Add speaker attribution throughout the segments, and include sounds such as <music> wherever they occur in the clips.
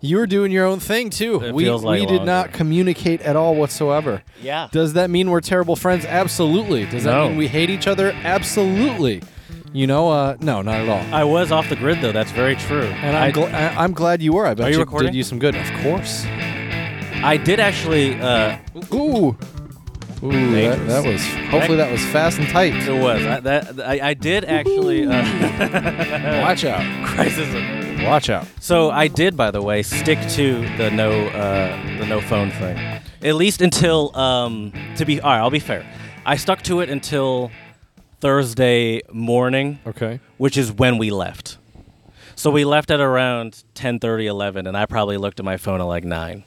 Speaker 1: You were doing your own thing too.
Speaker 2: It
Speaker 1: we
Speaker 2: feels like
Speaker 1: we did
Speaker 2: longer.
Speaker 1: not communicate at all whatsoever.
Speaker 2: Yeah.
Speaker 1: Does that mean we're terrible friends? Absolutely. Does that
Speaker 2: No.
Speaker 1: mean we hate each other? Absolutely. You know, uh, no, not at all.
Speaker 2: I was off the grid though. That's very true.
Speaker 1: and
Speaker 2: I,
Speaker 1: I'm, gl- I- I'm glad you were. I bet
Speaker 2: Are you
Speaker 1: you
Speaker 2: recording?
Speaker 1: did you some good. Of course.
Speaker 2: I did actually. Uh,
Speaker 1: Ooh. Ooh, that,
Speaker 2: Dangerous.
Speaker 1: that was. Hopefully, that was fast and tight.
Speaker 2: it was. I, that I, I did actually.
Speaker 1: <laughs>
Speaker 2: Uh,
Speaker 1: Watch out!
Speaker 2: Christ, this is a-
Speaker 1: Watch out!
Speaker 2: So I did, by the way, stick to the no uh, the no phone thing, at least until um, to be all right. I'll be fair. I stuck to it until Thursday morning,
Speaker 1: Okay.
Speaker 2: which is when we left. So we left at around 10:30, 11, and I probably looked at my phone at like nine.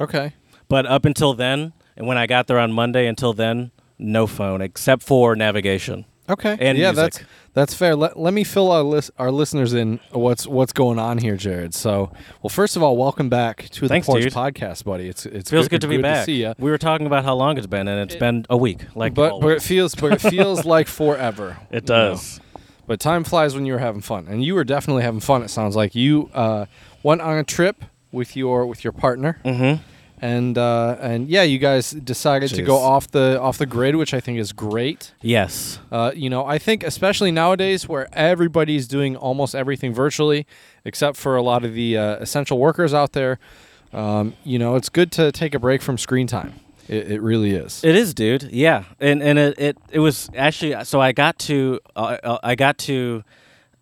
Speaker 1: Okay.
Speaker 2: But up until then, and when I got there on Monday, until then, no phone except for navigation.
Speaker 1: Okay.
Speaker 2: And
Speaker 1: yeah,
Speaker 2: music.
Speaker 1: that's that's fair. Let, let me fill our list our listeners in what's what's going on here, Jared. So, well, first of all, welcome back to the
Speaker 2: Thanks,
Speaker 1: Porch
Speaker 2: dude.
Speaker 1: Podcast, buddy. It's it's
Speaker 2: Feels good, to be back.
Speaker 1: see ya.
Speaker 2: We were talking about how long it's been, and it's been a week. Like,
Speaker 1: But but it
Speaker 2: always.
Speaker 1: feels but it
Speaker 2: <laughs>
Speaker 1: feels like forever. you
Speaker 2: it
Speaker 1: know?
Speaker 2: does.
Speaker 1: But time flies when you're having fun, and you were definitely having fun. It sounds like you uh, went on a trip with your with your partner,
Speaker 2: Mm-hmm.
Speaker 1: and uh, and yeah, you guys decided to go
Speaker 2: Jeez.
Speaker 1: off the off the grid, which I think is great.
Speaker 2: Yes.
Speaker 1: Uh, you know, I think especially nowadays where everybody's doing almost everything virtually, except for a lot of the uh, essential workers out there. Um, you know, it's good to take a break from screen time. It, it really is.
Speaker 2: It is, dude. Yeah, and and it it, it was actually so I got to uh, uh, I got to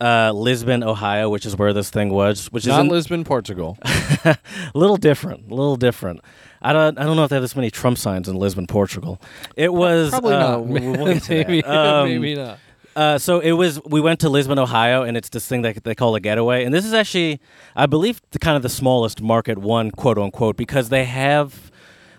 Speaker 2: uh, Lisbon, Ohio, which is where this thing was, which
Speaker 1: Not
Speaker 2: is
Speaker 1: Lisbon,
Speaker 2: <laughs>
Speaker 1: Portugal.
Speaker 2: a little different, a little different. I don't I don't know if they have this many Trump signs in Lisbon, Portugal. It was
Speaker 1: Probably
Speaker 2: uh,
Speaker 1: not. <laughs>
Speaker 2: we- we'll get to that.
Speaker 1: maybe,
Speaker 2: Um,
Speaker 1: maybe not.
Speaker 2: Uh, so it was. We went to Lisbon, Ohio, and it's this thing that they call a getaway. And this is actually, I believe, the kind of the smallest market one, quote unquote, because they have,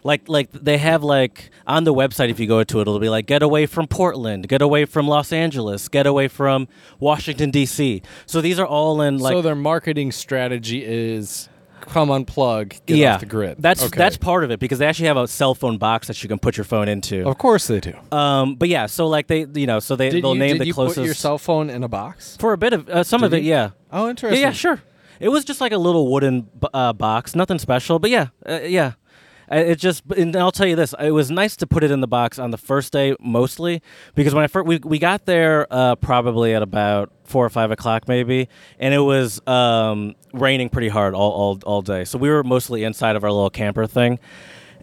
Speaker 2: like, like they have like on the website. If you go to it, it'll be like get away from Portland, get away from Los Angeles, get away from Washington D.C. So these are all in like
Speaker 1: so their marketing strategy is come unplug, get off the grid.
Speaker 2: That's
Speaker 1: Okay.
Speaker 2: that's part of it because they actually have a cell phone box that you can put your phone into.
Speaker 1: of course they do.
Speaker 2: Um, but yeah, so like they, you know, so they
Speaker 1: Oh. did
Speaker 2: they'll
Speaker 1: you,
Speaker 2: name
Speaker 1: did
Speaker 2: the
Speaker 1: you
Speaker 2: closest
Speaker 1: put your cell phone in a box?
Speaker 2: for a bit of uh, some of it,
Speaker 1: you?
Speaker 2: yeah.
Speaker 1: Oh,
Speaker 2: Yeah,
Speaker 1: interesting.
Speaker 2: yeah, sure. It was just like a little wooden b- uh, box, nothing special, but yeah, uh, yeah. Uh, It just, and I'll tell you this: it was nice to put it in the box on the first day, mostly because when I first we, we got there, uh, probably at about four or five o'clock, maybe, and it was um, raining pretty hard all, all all day. So we were mostly inside of our little camper thing.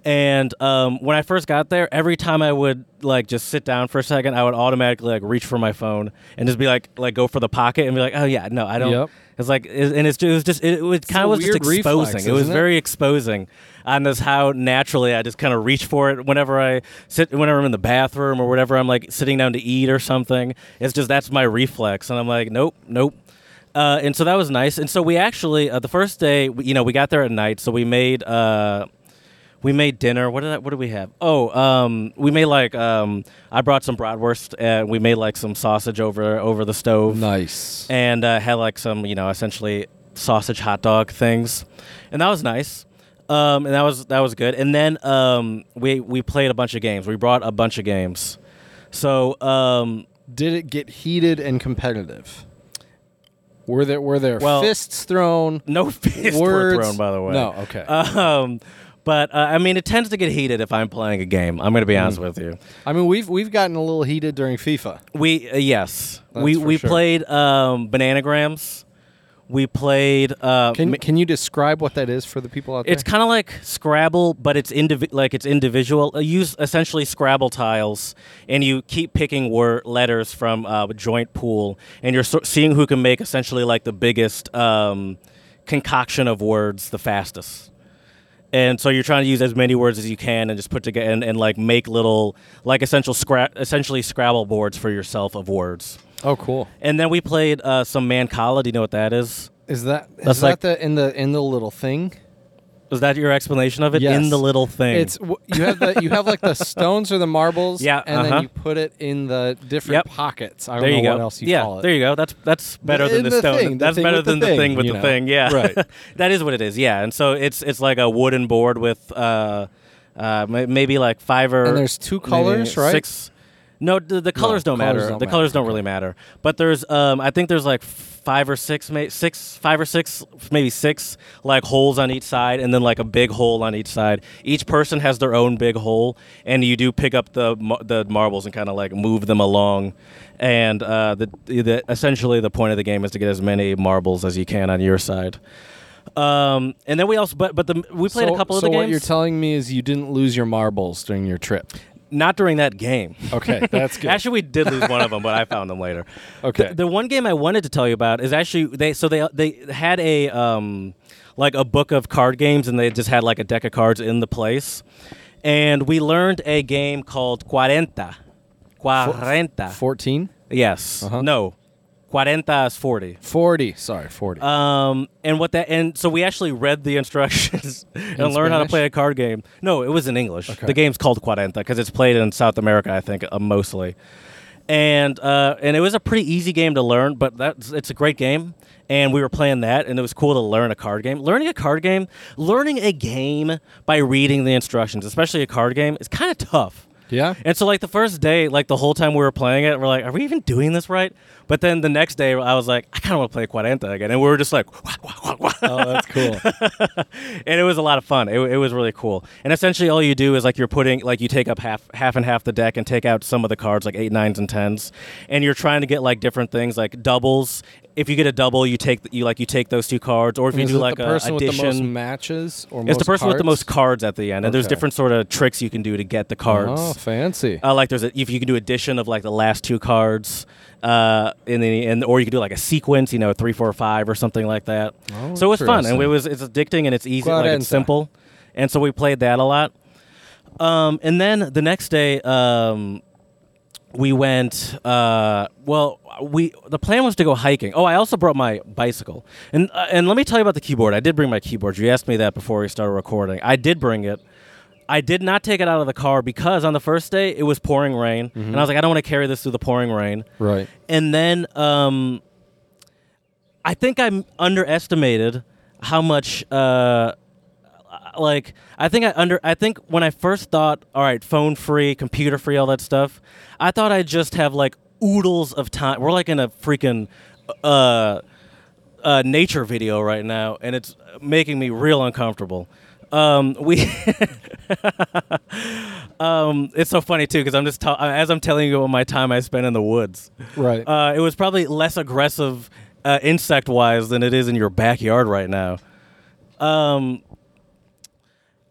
Speaker 2: And um, when I first got there, every time I would like just sit down for a second, I would automatically like reach for my phone and just be like, like go for the pocket and be like, oh yeah, no, I don't.
Speaker 1: Yep.
Speaker 2: It's like, it- and it's, it was just, it, it was
Speaker 1: a
Speaker 2: kind of was just
Speaker 1: weird
Speaker 2: exposing.
Speaker 1: reflex,
Speaker 2: it was
Speaker 1: isn't it?
Speaker 2: very exposing on this how naturally I just kind of reach for it whenever I sit, whenever I'm in the bathroom or whatever I'm like sitting down to eat or something. It's just that's my reflex, and I'm like, nope, nope. Uh, and so that was nice. And so we actually uh, the first day, we- you know, we got there at night, so we made. Uh, we made dinner. What did I, what did we have? Oh, um, we made like um, I brought some bratwurst and we made like some sausage over over the stove
Speaker 1: Nice.
Speaker 2: and uh, had like some you know essentially sausage hot dog things, and that was nice. Um, and that was that was good. And then um, we we played a bunch of games. We brought a bunch of games. So um,
Speaker 1: did it get heated and competitive? Were there were there
Speaker 2: Well-
Speaker 1: fists thrown?
Speaker 2: no <laughs> fists were
Speaker 1: Words-
Speaker 2: thrown by the way. Uh,
Speaker 1: No, okay.
Speaker 2: Um, but uh, I mean, it tends to get heated if I'm playing a game. I'm going to
Speaker 1: Mm.
Speaker 2: be honest with you.
Speaker 1: I mean, we've we've gotten a little heated during FIFA.
Speaker 2: We uh, yes,
Speaker 1: That's
Speaker 2: we
Speaker 1: for
Speaker 2: we
Speaker 1: sure.
Speaker 2: played um, Bananagrams. We played. Uh,
Speaker 1: Can
Speaker 2: ma-
Speaker 1: can you describe what that is for the people out there?
Speaker 2: it's kind of like Scrabble, but it's indivi- like it's individual. You use essentially Scrabble tiles, and you keep picking word letters from uh, a joint pool, and you're so- seeing who can make essentially like the biggest um, concoction of words the fastest and so you're trying to use as many words as you can and just put together and, and like make little like essential scra- essentially scrabble boards for yourself of words
Speaker 1: oh, cool.
Speaker 2: and then we played uh, some man Do you know what that is
Speaker 1: Is that is
Speaker 2: That's
Speaker 1: that
Speaker 2: like-
Speaker 1: the in the in the little thing?
Speaker 2: was that your explanation of it
Speaker 1: Yes.
Speaker 2: in the little thing
Speaker 1: It's w- you have the you have like
Speaker 2: <laughs>
Speaker 1: the stones or the marbles,
Speaker 2: Yeah,
Speaker 1: and
Speaker 2: uh-huh.
Speaker 1: then you put it in the different
Speaker 2: Yep.
Speaker 1: pockets. I don't
Speaker 2: there
Speaker 1: know
Speaker 2: you go.
Speaker 1: what else you
Speaker 2: yeah,
Speaker 1: call it.
Speaker 2: there you go. That's that's better
Speaker 1: in
Speaker 2: than the,
Speaker 1: the
Speaker 2: stone.
Speaker 1: thing, the
Speaker 2: that's
Speaker 1: thing
Speaker 2: better
Speaker 1: with the
Speaker 2: than the
Speaker 1: thing,
Speaker 2: thing with
Speaker 1: you
Speaker 2: the
Speaker 1: know.
Speaker 2: thing. Yeah,
Speaker 1: Right.
Speaker 2: <laughs> that is what it is. Yeah, and so it's it's like a wooden board with uh, uh, may- maybe like five or
Speaker 1: And there's two
Speaker 2: maybe
Speaker 1: colors, right?
Speaker 2: Six. No, the, the colors don't
Speaker 1: colors
Speaker 2: matter.
Speaker 1: don't
Speaker 2: the
Speaker 1: matter.
Speaker 2: colors don't really matter. But there's, um, I think there's like five or six, ma- six, five or six, maybe six, like holes on each side, and then like a big hole on each side. Each person has their own big hole, and you do pick up the mar- the marbles and kind of like move them along. And uh, the, the essentially the point of the game is to get as many marbles as you can on your side. Um, and then we also, but but the we played
Speaker 1: so,
Speaker 2: a couple of
Speaker 1: so
Speaker 2: the
Speaker 1: what
Speaker 2: games.
Speaker 1: you're telling me is you didn't lose your marbles during your trip.
Speaker 2: Not during that game.
Speaker 1: Okay,
Speaker 2: <laughs>
Speaker 1: that's good.
Speaker 2: Actually, we did lose one of them, but I found them
Speaker 1: <laughs>
Speaker 2: later.
Speaker 1: Okay.
Speaker 2: The, the one game I wanted to tell you about is actually they so they they had a um like a book of card games and they just had like a deck of cards in the place, and we learned a game called Cuarenta. Cuarenta.
Speaker 1: Fourteen.
Speaker 2: yes.
Speaker 1: Uh-huh.
Speaker 2: No. Cuarenta is forty.
Speaker 1: 40 sorry 40
Speaker 2: Um, and what that and so we actually read the instructions <laughs> and learned how to
Speaker 1: Spanish?
Speaker 2: play a card game. No, it was in English. The game's called Cuarenta because it's played in South America, I think, uh, mostly. And uh, and it was a pretty easy game to learn, but that's it's a great game. And we were playing that, and it was cool to learn a card game. Learning a card game, learning a game by reading the instructions, especially a card game, is kind of tough.
Speaker 1: yeah
Speaker 2: And so, like the first day, like the whole time we were playing it, we're like, "Are we even doing this right?" But then the next day, I was like, "I kind of want to play Quarenta again," and we were just like, "Wah, wah, wah, wah."
Speaker 1: oh that's <laughs> cool
Speaker 2: <laughs> and it was a lot of fun. It, it was really cool. And essentially, all you do is like you're putting like you take up half half and half the deck and take out some of the cards like eight nines and tens, and you're trying to get like different things like doubles. If you get a double, you take you like you take those two cards, or if you
Speaker 1: Is
Speaker 2: do
Speaker 1: it
Speaker 2: like
Speaker 1: the
Speaker 2: a
Speaker 1: person with
Speaker 2: addition.
Speaker 1: the most matches or
Speaker 2: it's the person with the most cards at the end, and there's
Speaker 1: Okay.
Speaker 2: different sort of tricks you can do to get the cards.
Speaker 1: oh fancy
Speaker 2: Uh, like there's a, if you can do addition of like the last two cards, uh, and then and or you can do like a sequence, you know, three, four, five, or something like that.
Speaker 1: Oh,
Speaker 2: so it was fun, and it
Speaker 1: interesting.
Speaker 2: was it's addicting and it's easy, like
Speaker 1: Quarenta.
Speaker 2: it's simple, and so we played that a lot. Um, and then the next day, um, we went. Uh, well, we the plan was to go hiking. Oh, I also brought my bicycle, and uh, and let me tell you about the keyboard. I did bring my keyboard. You asked me that before we started recording. I did bring it. I did not take it out of the car because on the first day it was pouring rain, and I was like, I don't want to carry this through the pouring rain.
Speaker 1: right
Speaker 2: And then um, I think I underestimated how much. Uh, like I think I under I think when I first thought, all right, phone free, computer free, all that stuff, I thought I'd just have like oodles of time. We're like in a freaking uh, uh, nature video right now, and it's making me real uncomfortable. Um, we. <laughs> um, it's so funny too because I'm just ta- as I'm telling you about my time I spent in the woods.
Speaker 1: right
Speaker 2: Uh, it was probably less aggressive uh, insect wise than it is in your backyard right now. Um,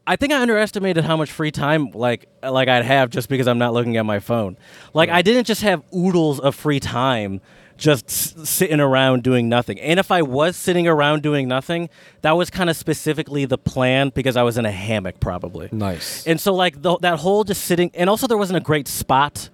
Speaker 2: I think I underestimated how much free time like like I'd have just because I'm not looking at my phone. Like I didn't just have oodles of free time just s- sitting around doing nothing. And if I was sitting around doing nothing, that was kind of specifically the plan because I was in a hammock probably.
Speaker 1: nice
Speaker 2: And so like the, that whole just sitting, and also there wasn't a great spot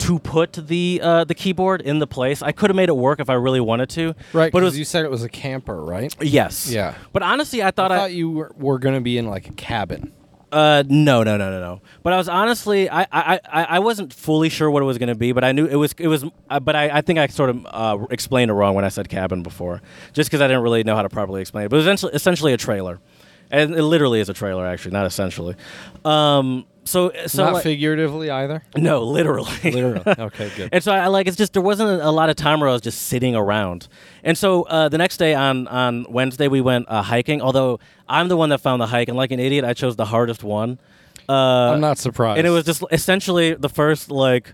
Speaker 2: to put the uh, the keyboard in the place. I could have made it work if I really wanted to.
Speaker 1: right
Speaker 2: But it
Speaker 1: 'cause
Speaker 2: was
Speaker 1: you said it was a camper right
Speaker 2: yes.
Speaker 1: Yeah.
Speaker 2: But honestly, I thought
Speaker 1: i
Speaker 2: I,
Speaker 1: thought you were, were gonna be in like a cabin
Speaker 2: uh no no no no no. But I was honestly I I I, I wasn't fully sure what it was going to be, but I knew it was it was. Uh, but I, I think I sort of uh, explained it wrong when I said cabin before, just because I didn't really know how to properly explain it. But it was essentially, essentially a trailer, and it literally is a trailer actually, not essentially. Um. So so
Speaker 1: not
Speaker 2: like-
Speaker 1: figuratively either
Speaker 2: no, literally. <laughs>
Speaker 1: literally okay good
Speaker 2: And so I like it's just there wasn't a lot of time where I was just sitting around. And so uh, the next day on on Wednesday we went uh, hiking. Although I'm the one that found the hike, and like an idiot, I chose the hardest one. Uh,
Speaker 1: i'm not surprised
Speaker 2: and it was just essentially the first like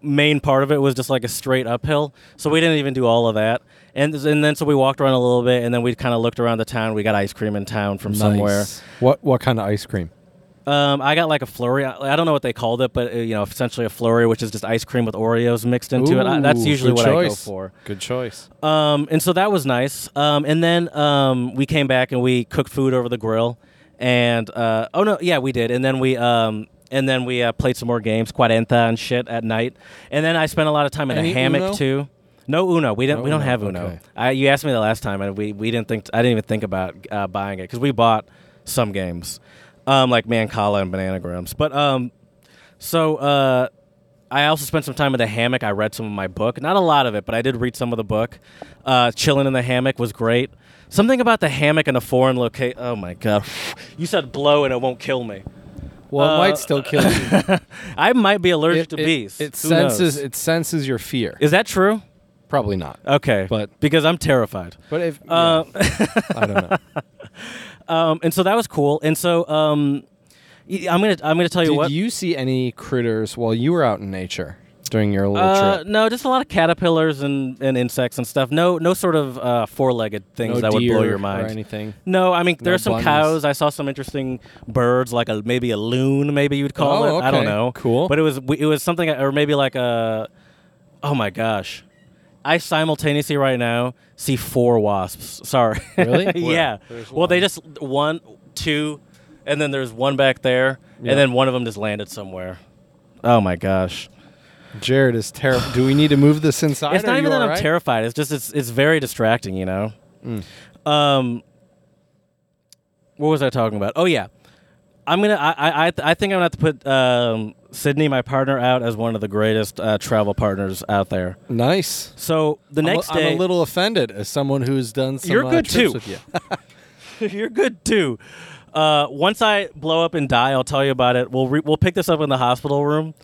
Speaker 2: main part of it was just like a straight uphill. So we didn't even do all of that. And and then so we walked around a little bit, and then we kind of looked around the town. We got ice cream in town from
Speaker 1: Nice.
Speaker 2: somewhere.
Speaker 1: what what kind of ice cream
Speaker 2: Um, I got like a flurry. I I don't know what they called it, but uh, you know, essentially a flurry, which is just ice cream with Oreos mixed into it. I, that's
Speaker 1: Ooh,
Speaker 2: usually
Speaker 1: good
Speaker 2: what I go
Speaker 1: choice.
Speaker 2: for.
Speaker 1: good choice
Speaker 2: Um, and so that was nice. Um, and then um, we came back and we cooked food over the grill. And uh, oh no, yeah, we did. And then we um, and then we uh, played some more games, Cuarenta and shit at night. And then I spent a lot of time in
Speaker 1: Any
Speaker 2: a hammock
Speaker 1: Uno?
Speaker 2: too. No Uno, we didn't.
Speaker 1: No
Speaker 2: we don't
Speaker 1: Uno,
Speaker 2: have Uno.
Speaker 1: okay.
Speaker 2: I, you asked me the last time, and we, we didn't think. I didn't even think about uh, buying it because we bought some games, um, like Mancala and Bananagrams. But um, so uh, I also spent some time in the hammock. I read some of my book, not a lot of it, but I did read some of the book. Uh, chilling in the hammock was great. <laughs> Something about the hammock in a foreign location. Oh my god! You said blow and it won't kill me.
Speaker 1: Well, it
Speaker 2: Uh,
Speaker 1: might still
Speaker 2: <laughs>
Speaker 1: kill you.
Speaker 2: I might be allergic
Speaker 1: it,
Speaker 2: to
Speaker 1: it-
Speaker 2: bees.
Speaker 1: It
Speaker 2: Who knows?
Speaker 1: senses it senses your fear.
Speaker 2: Is that true?
Speaker 1: Probably not.
Speaker 2: Okay,
Speaker 1: But-
Speaker 2: because I'm terrified.
Speaker 1: But if
Speaker 2: Uh,
Speaker 1: yeah, I
Speaker 2: <laughs>
Speaker 1: don't know.
Speaker 2: um, and so that was cool. And so um, y- I'm gonna I'm gonna tell you
Speaker 1: Did
Speaker 2: what.
Speaker 1: you see any critters while you were out in nature during your little
Speaker 2: uh,
Speaker 1: trip?
Speaker 2: no, just a lot of caterpillars and, and insects and stuff. No, no sort of uh, four-legged things
Speaker 1: No
Speaker 2: that would blow
Speaker 1: deer
Speaker 2: your mind.
Speaker 1: or anything.
Speaker 2: No, I mean
Speaker 1: No
Speaker 2: there's some
Speaker 1: bunnies.
Speaker 2: cows. I saw some interesting birds, like a maybe a loon, maybe you'd call
Speaker 1: Oh,
Speaker 2: it. I don't
Speaker 1: okay.
Speaker 2: know.
Speaker 1: Cool.
Speaker 2: But it was it was something, or maybe like a. Oh my gosh, I simultaneously right now see four wasps. Sorry.
Speaker 1: Really?
Speaker 2: <laughs> yeah.
Speaker 1: Where? There's
Speaker 2: Well, they
Speaker 1: one.
Speaker 2: just one, two, and then there's one back there,
Speaker 1: Yeah.
Speaker 2: and then one of them just landed somewhere. Oh my gosh.
Speaker 1: Jared is terrible. Do we need to move this inside?
Speaker 2: It's
Speaker 1: Are
Speaker 2: not
Speaker 1: you
Speaker 2: even that
Speaker 1: all
Speaker 2: I'm
Speaker 1: right? Mm.
Speaker 2: terrified. It's just it's it's very distracting, you know. Um, what was I talking about? Oh yeah, I'm gonna. I I I, th- I think I'm gonna have to put um, Sydney, my partner, out as one of the greatest uh, travel partners out there.
Speaker 1: Nice.
Speaker 2: So the
Speaker 1: I'm a-
Speaker 2: next
Speaker 1: I'm,
Speaker 2: day,
Speaker 1: a little offended as someone who's done some.
Speaker 2: You're
Speaker 1: uh,
Speaker 2: good,
Speaker 1: trips
Speaker 2: too.
Speaker 1: With you.
Speaker 2: <laughs> you're good too. Uh, once I blow up and die, I'll tell you about it. We'll re- we'll pick this up in the hospital room.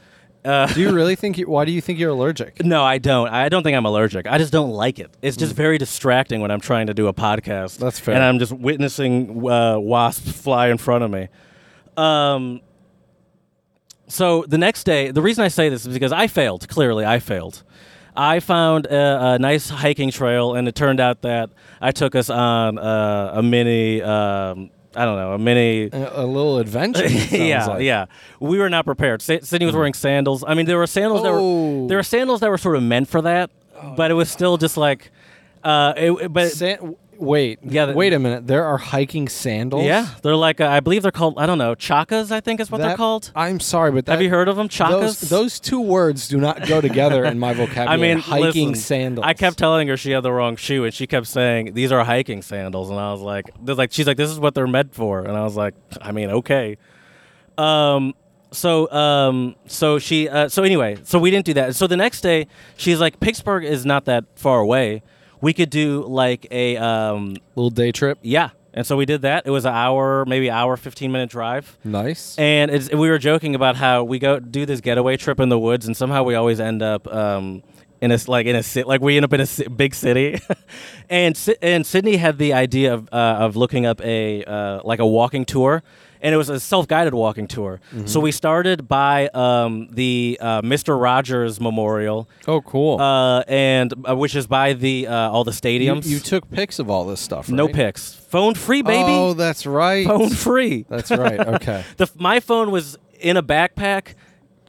Speaker 1: do you really think? You, why do you think you're
Speaker 2: <laughs>
Speaker 1: allergic? Mm.
Speaker 2: No, I don't. I don't think I'm allergic. I just don't like it. It's just very distracting when I'm trying to do a podcast.
Speaker 1: That's fair.
Speaker 2: And I'm just witnessing uh, wasps fly in front of me. Um, so the next day, the reason I say this is because I failed. Clearly, I failed. I found a, a nice hiking trail, and it turned out that I took us on uh, a mini. Um, I don't know a mini.
Speaker 1: A, a little
Speaker 2: <laughs>
Speaker 1: adventure. it sounds
Speaker 2: yeah,
Speaker 1: like. Mm.
Speaker 2: yeah. We were not prepared. Sy- Sydney was wearing sandals. I mean, there were sandals that
Speaker 1: Oh.
Speaker 2: were there were sandals that were sort of meant for that, but it was still just like, uh, it- it- but
Speaker 1: Sa- w- wait.
Speaker 2: Yeah, that-
Speaker 1: wait a minute. There are hiking sandals.
Speaker 2: yeah, they're like uh, I believe they're called I don't know chakas. I think is what
Speaker 1: That-
Speaker 2: they're called.
Speaker 1: I'm sorry, but that,
Speaker 2: Have you heard of them? Chakas.
Speaker 1: Those, those two words do not go together in
Speaker 2: <laughs>
Speaker 1: my vocabulary.
Speaker 2: I mean,
Speaker 1: hiking
Speaker 2: listen,
Speaker 1: sandals.
Speaker 2: I kept telling her she had the wrong shoe, and she kept saying these are hiking sandals, and I was like, they're like she's like this is what they're meant for, and I was like, I mean, okay. Um, so um, so she uh, so anyway, so we didn't do that. So the next day, she's like, Pittsburgh is not that far away. We could do like a um,
Speaker 1: little day trip.
Speaker 2: yeah, and so we did that. It was an hour, maybe hour, fifteen minute drive.
Speaker 1: Nice.
Speaker 2: And it's, we were joking about how we go do this getaway trip in the woods, and somehow we always end up um, in a s- like in a ci- like we end up in a ci- big city. <laughs> and Sy- and Sydney had the idea of uh, of looking up a uh, like a walking tour, and it was a self guided walking tour.
Speaker 1: Mm-hmm.
Speaker 2: So we started by um, the uh, Mister Rogers Memorial,
Speaker 1: oh, cool.
Speaker 2: uh, and uh, which is by the uh, all the
Speaker 1: you,
Speaker 2: stadiums.
Speaker 1: you took pics of all this stuff. Right?
Speaker 2: no pics, phone free, baby,
Speaker 1: Oh, that's right.
Speaker 2: phone free.
Speaker 1: That's right. Okay.
Speaker 2: The, my phone was in a backpack,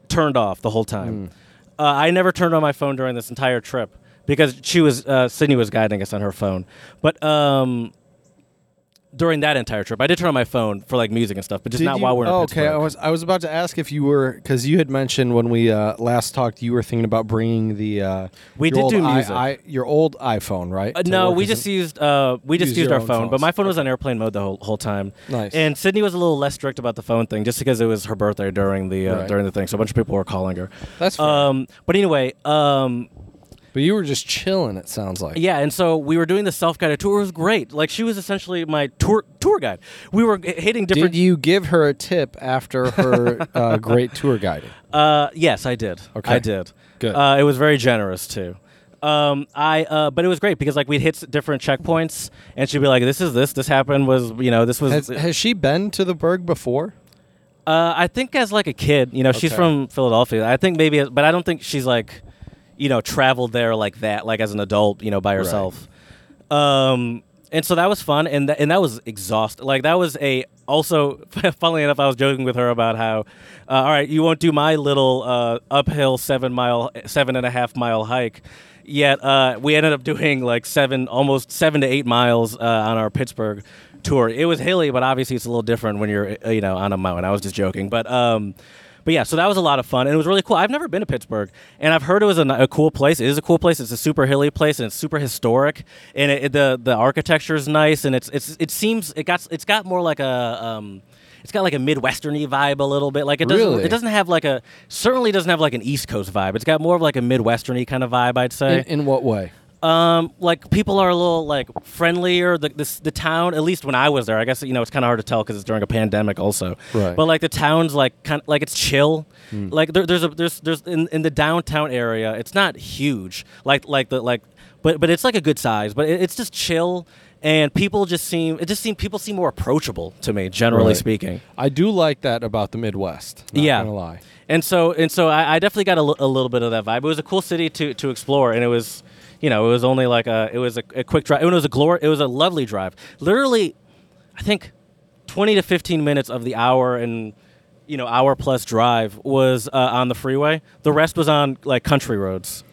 Speaker 2: turned off the whole time.
Speaker 1: Mm.
Speaker 2: Uh, I never turned on my phone during this entire trip because she was uh, Sydney was guiding us on her phone. But um, during that entire trip, I did turn on my phone for like music and stuff, but just
Speaker 1: Did
Speaker 2: <laughs> not
Speaker 1: you-
Speaker 2: while we were in
Speaker 1: oh,
Speaker 2: Pittsburgh.
Speaker 1: okay. I was I was about to ask if you were because you had mentioned when we uh, last talked you were thinking about bringing the uh,
Speaker 2: We
Speaker 1: your
Speaker 2: did
Speaker 1: old
Speaker 2: do
Speaker 1: i-
Speaker 2: music.
Speaker 1: i- your old iPhone, right?
Speaker 2: Uh,
Speaker 1: to
Speaker 2: no,
Speaker 1: work
Speaker 2: we
Speaker 1: as
Speaker 2: just
Speaker 1: an-
Speaker 2: used uh, we just
Speaker 1: Use
Speaker 2: used
Speaker 1: your
Speaker 2: our
Speaker 1: own
Speaker 2: phone, but
Speaker 1: phones.
Speaker 2: my phone was on airplane mode the whole, whole time.
Speaker 1: Nice.
Speaker 2: And Sydney was a little less strict about the phone thing, just because it was her birthday during the uh,
Speaker 1: Right.
Speaker 2: during the thing, so a bunch of people were calling her.
Speaker 1: That's fair.
Speaker 2: um, but anyway, um,
Speaker 1: but you were just chilling. It sounds like.
Speaker 2: Yeah, and so we were doing the self-guided tour. It was great. Like she was essentially my tour tour guide. We were h- hitting different.
Speaker 1: Did you give her a tip after
Speaker 2: <laughs>
Speaker 1: her uh, great tour guiding?
Speaker 2: Uh, yes, I did.
Speaker 1: Okay.
Speaker 2: I did.
Speaker 1: Good.
Speaker 2: Uh, it was very generous too. Um, I uh, but it was great because like we'd hit s- different checkpoints, and she'd be like, "This is this. This happened. Was you know this was."
Speaker 1: Has, has she been to the Berg before?
Speaker 2: Uh, I think as like a kid, you know, she's
Speaker 1: Okay.
Speaker 2: from Philadelphia. I think maybe, but I don't think she's like, you know, traveled there like that, like as an adult, you know, by herself. Um, and so that was fun, and that and that was exhausting. Like that was a also, <laughs> funnily enough, I was joking with her about how, uh, all right, you won't do my little uh, uphill seven mile, seven and a half mile hike. Yet uh, we ended up doing like seven, almost seven to eight miles uh, on our Pittsburgh tour. It was hilly, but obviously it's a little different when you're uh, you know on a mountain. I was just joking, but um, but yeah, so that was a lot of fun and it was really cool. I've never been to Pittsburgh, and I've heard it was a, ni- a cool place. It is a cool place. It's a super hilly place and it's super historic, and it, it- the the architecture is nice, and it's it's it seems it got it's got more like a. Um, it's got like a midwesterny vibe a little bit. Like it doesn't.
Speaker 1: Really?
Speaker 2: It doesn't have like a. Certainly doesn't have like an East Coast vibe. It's got more of like a midwesterny kind of vibe. I'd say.
Speaker 1: In, in what way?
Speaker 2: Um, like people are a little like friendlier. The this, the town, at least when I was there, I guess you know it's kind of hard to tell because it's during a pandemic also.
Speaker 1: Right. Hmm.
Speaker 2: But like the town's like kind of like it's chill. Like there, there's a there's there's in, in the downtown area, it's not huge. Like like the like, but but it's like a good size. But it, it's just chill, and people just seem it just seem people seem more approachable to me, generally
Speaker 1: Right.
Speaker 2: speaking.
Speaker 1: I do like that about the Midwest. Not
Speaker 2: yeah.
Speaker 1: gonna lie.
Speaker 2: And so and so I, I definitely got a li- a little bit of that vibe. It was a cool city to to explore, and it was, you know, it was only like a it was a, a quick drive. It was a glor- It was a lovely drive. Literally, I think twenty to fifteen minutes of the hour and you know hour plus drive was uh, on the freeway. The rest was on like country roads.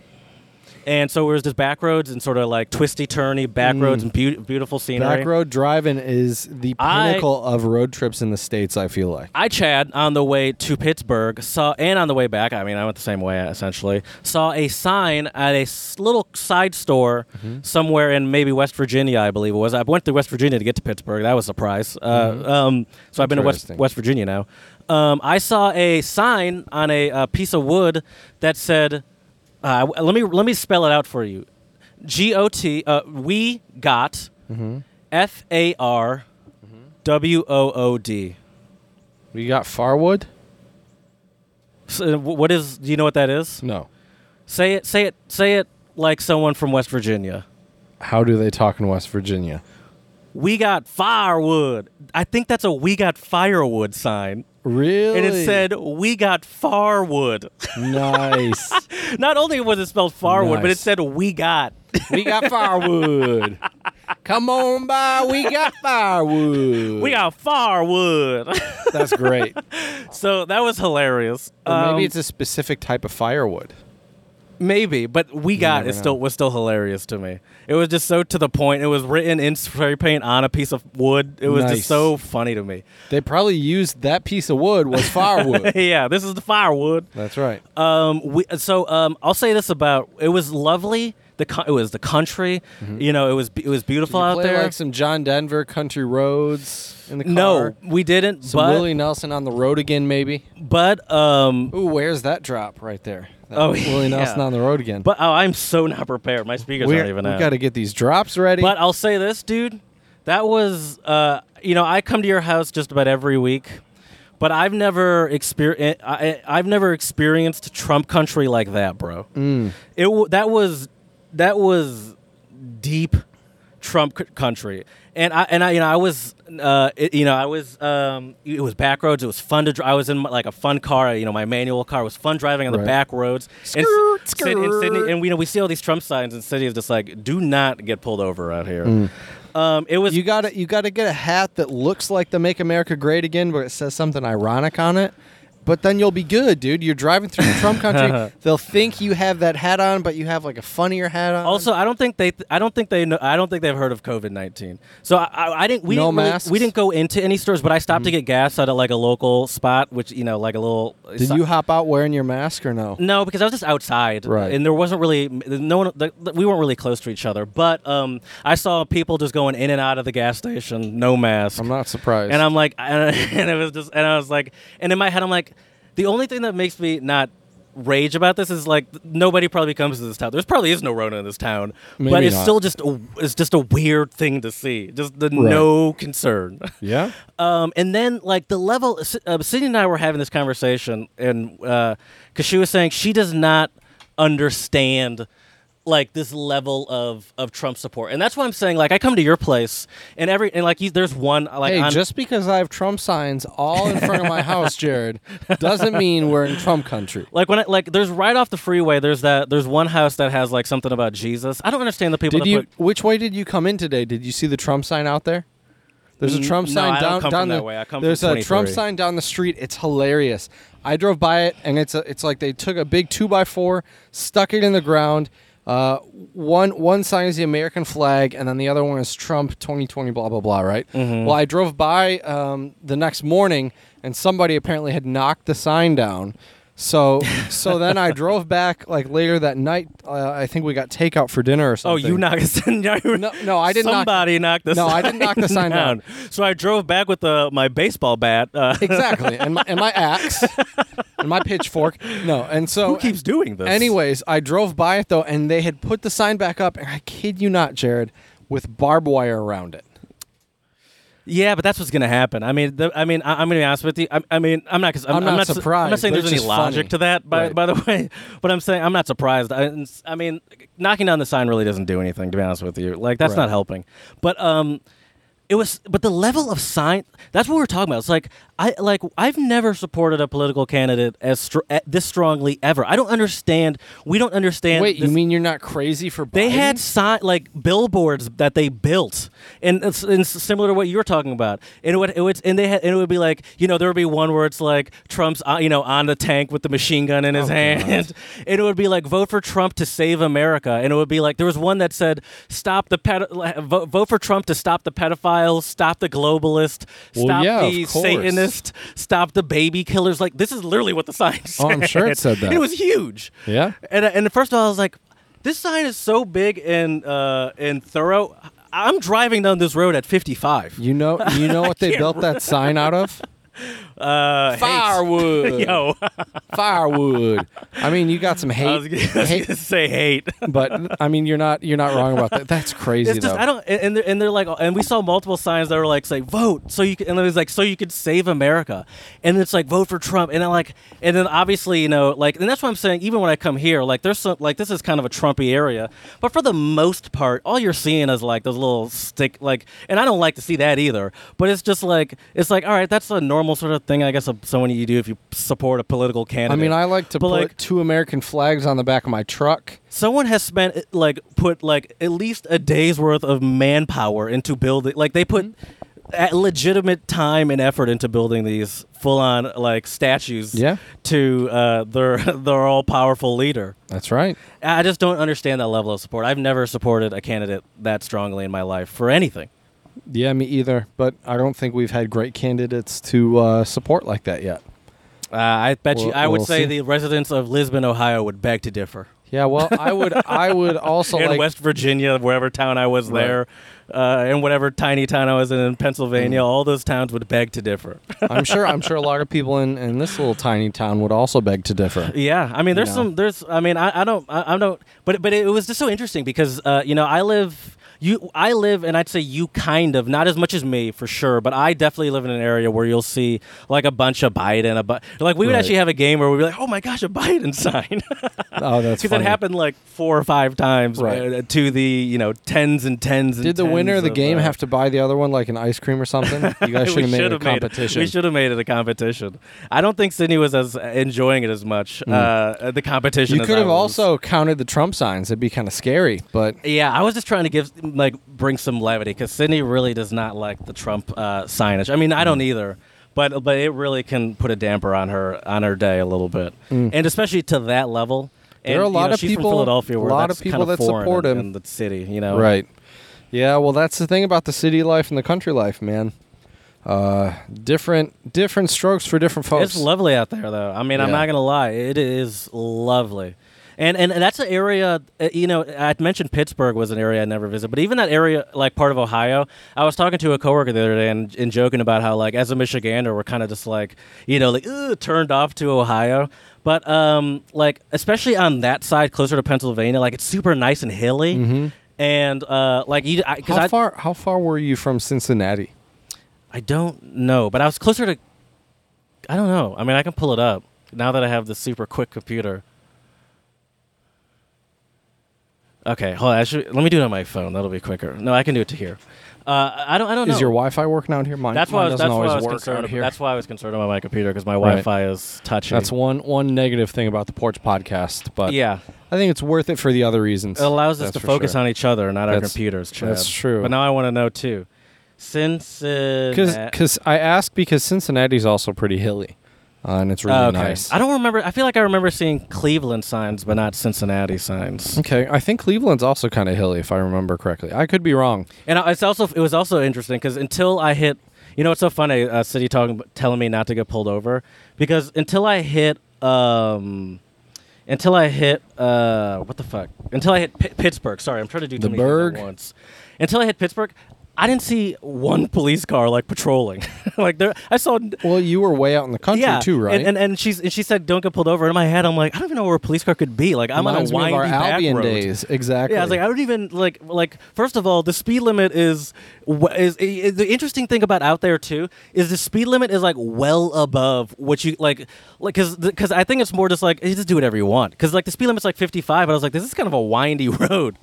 Speaker 2: And so it was just back roads and sort of like twisty turny back roads and beau- beautiful scenery.
Speaker 1: Back road driving is the
Speaker 2: I-
Speaker 1: pinnacle of road trips in the states. I feel like.
Speaker 2: I Chad on the way to Pittsburgh saw, and on the way back, I mean, I went the same way essentially. Saw a sign at a s- little side store somewhere in maybe West Virginia, I believe it was. I went to West Virginia to get to Pittsburgh. That was a surprise. Uh, um, so I've been to West,
Speaker 1: Interesting.
Speaker 2: West Virginia now. Um, I saw a sign on a, uh piece of wood that said, uh, w- "Let me let me spell it out for you." G O T. Uh, we got F A R W O O D.
Speaker 1: We got Farwood.
Speaker 2: So, uh, wh- what is? Do you know what that is?
Speaker 1: No.
Speaker 2: Say it. Say it. Say it like someone from West Virginia.
Speaker 1: How do they talk in West Virginia?
Speaker 2: We got firewood. I think that's a we got firewood sign.
Speaker 1: Really?
Speaker 2: And it said <laughs> we got farwood.
Speaker 1: <laughs>
Speaker 2: <laughs>
Speaker 1: nice.
Speaker 2: Not only was it spelled farwood, but it
Speaker 1: Nice.
Speaker 2: said we got.
Speaker 1: we got firewood. Come on by. We got firewood.
Speaker 2: We got farwood. <laughs>
Speaker 1: That's great.
Speaker 2: so that was hilarious.
Speaker 1: Or
Speaker 2: Um,
Speaker 1: maybe it's a specific type of firewood.
Speaker 2: Maybe, but we got
Speaker 1: never
Speaker 2: it.
Speaker 1: know.
Speaker 2: Still, was still hilarious to me. It was just so to the point. It was written in spray paint on a piece of wood. It was
Speaker 1: Nice.
Speaker 2: just so funny to me. <laughs>
Speaker 1: They probably used that piece of wood was firewood.
Speaker 2: yeah, this is the firewood.
Speaker 1: That's right.
Speaker 2: Um, we, so um, I'll say this about it was lovely. The co- it was the country. You know, it was it was beautiful
Speaker 1: Mm-hmm. You
Speaker 2: out
Speaker 1: play
Speaker 2: there.
Speaker 1: like some John Denver country roads in the car.
Speaker 2: no, we didn't.
Speaker 1: Some
Speaker 2: but
Speaker 1: Willie Nelson on the road again, maybe.
Speaker 2: but um,
Speaker 1: Ooh, where's that drop right there? That
Speaker 2: Oh,
Speaker 1: Willie
Speaker 2: <laughs> yeah.
Speaker 1: Nelson on the road again.
Speaker 2: but oh, I'm so not prepared. My speakers
Speaker 1: We're-
Speaker 2: aren't even
Speaker 1: we
Speaker 2: out.
Speaker 1: got to get these drops ready.
Speaker 2: But I'll say this, dude. That was, uh, you know, I come to your house just about every week, but I've never experienced. eh, I've never experienced Trump country like that, bro. It w- that was that was deep Trump c- country, and I and I you know I was uh, it- you know I was um, it was back roads. It was fun to. Dri- I was in like a fun car. You know, my manual car It was fun driving on the
Speaker 1: Right.
Speaker 2: back roads. And
Speaker 1: Skirt,
Speaker 2: Sid- and Sydney,
Speaker 1: skirt.
Speaker 2: and we know we see all these Trump signs in cities, just like do not get pulled over out here. Um, it was
Speaker 1: Mm. you got to you got to get a hat that looks like the "Make America Great Again," but it says something ironic on it. But then you'll be good, dude. You're driving through
Speaker 2: <laughs>
Speaker 1: Trump country. They'll think you have that hat on, but you have like a funnier hat on.
Speaker 2: also I don't think they I don't think they know I don't think they've heard of COVID nineteen. So I, I, I didn't we
Speaker 1: No
Speaker 2: didn't really-
Speaker 1: masks? Mm.
Speaker 2: we didn't go into any stores, but I stopped to get gas at a, like a local spot, which you know like a little.
Speaker 1: did
Speaker 2: so-
Speaker 1: you hop out wearing your mask or no?
Speaker 2: No, because I was just outside,
Speaker 1: Right.
Speaker 2: And there wasn't really no one. The, we weren't really close to each other, but um, I saw people just going in and out of the gas station, no mask.
Speaker 1: I'm not surprised.
Speaker 2: And I'm like, <laughs> and, and it was just, and I was like, and in my head, I'm like, the only thing that makes me not rage about this is like nobody probably comes to this town. There's probably is no Rona in this town, but
Speaker 1: Maybe
Speaker 2: it's
Speaker 1: not.
Speaker 2: still just a, it's just a weird thing to see. Just the no concern. <laughs>
Speaker 1: yeah.
Speaker 2: Um, and then like the level, S- uh, Sydney and I were having this conversation, and because she was saying she does not understand like this level of of Trump support, and that's why I'm saying like I come to your place and every and like you, there's one like
Speaker 1: Hey,
Speaker 2: on,
Speaker 1: just because I have Trump signs all in front of
Speaker 2: <laughs>
Speaker 1: my house, Jared, doesn't mean we're in Trump country.
Speaker 2: like when I, like there's right off the freeway there's that there's one house that has like something about Jesus. I don't understand the people
Speaker 1: Did
Speaker 2: that
Speaker 1: you?
Speaker 2: put
Speaker 1: Which way did you come in today? Did you see the Trump sign out there? There's a
Speaker 2: Mm,
Speaker 1: Trump
Speaker 2: no,
Speaker 1: sign
Speaker 2: I don't
Speaker 1: down
Speaker 2: come
Speaker 1: down
Speaker 2: from that
Speaker 1: the-
Speaker 2: way. I come from
Speaker 1: there's a Trump
Speaker 2: 23.
Speaker 1: sign down the street. It's hilarious. I drove by it and it's a, it's like they took a big two by four, stuck it in the ground. Uh, one one sign is the American flag, and then the other one is Trump 2020, blah blah blah. Right.
Speaker 2: Mm-hmm.
Speaker 1: Well, I drove by um, the next morning, and somebody apparently had knocked the sign down, So so then
Speaker 2: <laughs>
Speaker 1: I drove back like later that night. Uh, I think we got takeout for dinner or
Speaker 2: Oh,
Speaker 1: something.
Speaker 2: you knocked <laughs>
Speaker 1: No, no, I did not.
Speaker 2: Somebody knocked the
Speaker 1: No,
Speaker 2: sign
Speaker 1: I didn't knock the
Speaker 2: <laughs>
Speaker 1: sign down.
Speaker 2: So I drove back with the, my baseball bat. Uh,
Speaker 1: exactly, and my, and my axe and my pitchfork. No, and so
Speaker 2: <laughs> who keeps doing this?
Speaker 1: Anyways, I drove by it though, and they had put the sign back up, and I kid you not, Jared, with barbed wire around it.
Speaker 2: Yeah, but that's what's going to happen. I mean, the, I mean, I, I'm going to be honest with you. I, I mean, I'm not. 'cause I'm,
Speaker 1: I'm not
Speaker 2: su- I'm not
Speaker 1: surprised.
Speaker 2: saying
Speaker 1: They're
Speaker 2: there's any
Speaker 1: just
Speaker 2: logic
Speaker 1: funny.
Speaker 2: to that. By
Speaker 1: Right.
Speaker 2: by the <laughs> way, but I'm saying I'm not surprised. I, I mean, knocking down the sign really doesn't do anything. To be honest with you, like that's
Speaker 1: Right.
Speaker 2: not helping. But um, it was. But the level of sign. That's what we're talking about. It's like I like I've never supported a political candidate as str- eh, this strongly ever. I don't understand. We don't understand.
Speaker 1: Wait, you
Speaker 2: this-
Speaker 1: mean you're not crazy for?
Speaker 2: they
Speaker 1: Biden?
Speaker 2: had sign like billboards that they built, and it's, and it's similar to what you're talking about. And it would, it would and they had, and it would be like you know there would be one where it's like Trump's uh, you know on the tank with the machine gun in his
Speaker 1: Oh,
Speaker 2: hand, <laughs> and it would be like vote for Trump to save America, and it would be like there was one that said stop the ped- <laughs> vote, vote for Trump to stop the pedophiles, stop the globalist,
Speaker 1: Well,
Speaker 2: stop
Speaker 1: yeah, of
Speaker 2: the
Speaker 1: course.
Speaker 2: Satanist, stop the baby killers. Like this is literally what the sign said.
Speaker 1: Oh, I'm sure it said that.
Speaker 2: It was huge.
Speaker 1: Yeah.
Speaker 2: And uh, and first of all, I was like, this sign is so big and uh, and thorough. I'm driving down this road at 55.
Speaker 1: You
Speaker 2: <laughs>
Speaker 1: know, you know what they built that sign out of?
Speaker 2: Uh, <laughs> hey,
Speaker 1: Firewood.
Speaker 2: <laughs> Yo,
Speaker 1: Firewood. I mean, you got some hate,
Speaker 2: I was gonna, I was
Speaker 1: hate,
Speaker 2: gonna <laughs> say hate.
Speaker 1: but I mean, you're not you're not wrong about that. That's crazy
Speaker 2: It's just
Speaker 1: though.
Speaker 2: I don't and and they're, and they're like and we saw multiple signs that were like say vote so you can, and it was like so you could save America and it's like vote for Trump and I like and then obviously you know like and that's what I'm saying even when I come here like there's some like this is kind of a Trumpy area but for the most part all you're seeing is like those little stick like and I don't like to see that either but it's just like it's like all right that's a normal sort of thing I guess of someone you do if you support a political
Speaker 1: I
Speaker 2: candidate
Speaker 1: mean, I like to
Speaker 2: But,
Speaker 1: put
Speaker 2: like-
Speaker 1: two American flags on the back of my truck.
Speaker 2: Someone has spent eh, like put like at least a day's worth of manpower into building. Like they put
Speaker 1: Mm-hmm.
Speaker 2: a- legitimate time and effort into building these full on like statues.
Speaker 1: Yeah.
Speaker 2: To uh, their <laughs> their all powerful leader.
Speaker 1: That's right.
Speaker 2: I just don't understand that level of support. I've never supported a candidate that strongly in my life for anything.
Speaker 1: Yeah, me either. But I don't think we've had great candidates to uh, support like that yet.
Speaker 2: Uh, I bet you.
Speaker 1: We'll-
Speaker 2: I would
Speaker 1: we'll
Speaker 2: say
Speaker 1: see.
Speaker 2: the residents of Lisbon, Ohio, would beg to differ.
Speaker 1: Yeah, well, I would I would <laughs> also
Speaker 2: in
Speaker 1: like
Speaker 2: West Virginia, wherever town I was
Speaker 1: Right.
Speaker 2: there, uh, and whatever tiny town I was in in
Speaker 1: Mm.
Speaker 2: Pennsylvania, all those towns would beg to
Speaker 1: <laughs>
Speaker 2: differ.
Speaker 1: I'm sure I'm sure a lot of people in, in this little tiny town would also beg to <laughs> differ.
Speaker 2: yeah, I mean, there's
Speaker 1: No.
Speaker 2: some, there's, I mean, I, I don't, I, I don't, but but it was just so interesting because uh, you know I live. You, I live, and I'd say you kind of, not as much as me for sure, but I definitely live in an area where you'll see like a bunch of Biden, a bu- like we would
Speaker 1: Right.
Speaker 2: actually have a game where we'd be like, oh my gosh, a Biden
Speaker 1: <laughs>
Speaker 2: <laughs> sign.
Speaker 1: Oh, that's
Speaker 2: Because it
Speaker 1: funny.
Speaker 2: happened like four or five times
Speaker 1: Right.
Speaker 2: uh, to the you know tens and tens. And
Speaker 1: Did the winner
Speaker 2: tens
Speaker 1: of the game
Speaker 2: uh,
Speaker 1: have to buy the other one like an ice cream or something? <laughs> You guys should
Speaker 2: <laughs> We
Speaker 1: have made it a
Speaker 2: should've made
Speaker 1: competition.
Speaker 2: we should have made it a competition. I don't think Sydney was as enjoying it as much. Uh, the competition.
Speaker 1: you
Speaker 2: as
Speaker 1: could
Speaker 2: I
Speaker 1: have
Speaker 2: was.
Speaker 1: also counted the Trump signs. It'd be kind of scary, <laughs> but
Speaker 2: Yeah, I was just trying to give like bring some levity because Sydney really does not like the Trump uh, signage. I mean, I don't either, but but it really can put a damper on her on her day a little bit, and especially to that level.
Speaker 1: Hmm. There
Speaker 2: And,
Speaker 1: are a
Speaker 2: you
Speaker 1: lot
Speaker 2: know,
Speaker 1: of
Speaker 2: she's
Speaker 1: people-
Speaker 2: from Philadelphia. Where
Speaker 1: a lot
Speaker 2: that's
Speaker 1: of people
Speaker 2: kind of
Speaker 1: that
Speaker 2: foreign
Speaker 1: support
Speaker 2: in-
Speaker 1: him.
Speaker 2: in the city. You know,
Speaker 1: right. Yeah, well, that's the thing about the city life and the country life, man. Uh, different different strokes for different folks.
Speaker 2: It's lovely out there, though. I mean, I'm
Speaker 1: Yeah.
Speaker 2: not gonna lie, it is lovely, and and that's an area. uh, You know, I mentioned Pittsburgh was an area I never visited, but even that area, like part of Ohio, I was talking to a coworker the other day and, and joking about how, like, as a Michigander, we're kind of just like, you know, like "Ugh," turned off to Ohio. But um, like especially on that side, closer to Pennsylvania, like it's super nice and hilly, and uh, like you, I, cause
Speaker 1: Mm-hmm. how
Speaker 2: I,
Speaker 1: far how far were you from Cincinnati?
Speaker 2: I don't know, but I was closer to. I don't know. I mean, I can pull it up now that I have the super quick computer. Okay, hold on. I should, let me do it on my phone. That'll be quicker. No, I can do it to here. Uh, I don't. I don't
Speaker 1: Is
Speaker 2: know.
Speaker 1: your Wi-Fi working out here? Mine,
Speaker 2: that's
Speaker 1: mine
Speaker 2: why. I was,
Speaker 1: doesn't
Speaker 2: that's why
Speaker 1: always
Speaker 2: I was
Speaker 1: work
Speaker 2: concerned.
Speaker 1: out here.
Speaker 2: That's why I was concerned about my computer because my
Speaker 1: Right.
Speaker 2: Wi-Fi is touchy.
Speaker 1: That's one one negative thing about the Porch Podcast, but
Speaker 2: yeah.
Speaker 1: I think it's worth it for the other reasons.
Speaker 2: It allows us
Speaker 1: That's
Speaker 2: to
Speaker 1: for
Speaker 2: focus
Speaker 1: sure.
Speaker 2: on each other, not our
Speaker 1: That's-
Speaker 2: computers. Chad.
Speaker 1: that's true.
Speaker 2: But now I want to know too. Since uh,
Speaker 1: because I asked because Cincinnati's also pretty hilly, uh, and it's really
Speaker 2: Oh,
Speaker 1: nice.
Speaker 2: I don't remember. I feel like I remember seeing Cleveland signs, but not Cincinnati signs.
Speaker 1: okay, I think Cleveland's also kind of hilly if I remember correctly. I could be wrong.
Speaker 2: And I- it's also it was also interesting because until I hit, you know, it's so funny. Uh, City talking telling me not to get pulled over because until I hit um, until I hit uh, what the fuck? Until I hit P- Pittsburgh. Sorry, I'm trying to do
Speaker 1: The
Speaker 2: too many things at
Speaker 1: Berg?
Speaker 2: once. Until I hit Pittsburgh, I didn't see one police car like patrolling. <laughs> like there, I saw.
Speaker 1: Well, you were way out in the country
Speaker 2: yeah,
Speaker 1: too, right?
Speaker 2: And and, and she's and she said, "Don't get pulled over." And in my head, I'm like, I don't even know where a police car could be. Like I'm
Speaker 1: Reminds
Speaker 2: on a
Speaker 1: me
Speaker 2: windy
Speaker 1: of our
Speaker 2: back
Speaker 1: Albion
Speaker 2: road.
Speaker 1: days. Exactly.
Speaker 2: Yeah, I was like, I don't even like like. First of all, the speed limit is wh- is, is the interesting thing about out there too is the speed limit is like well above what you like like because because I think it's more just like you just do whatever you want because like the speed limit's like 55, but I was like, this is kind of a windy <laughs> road.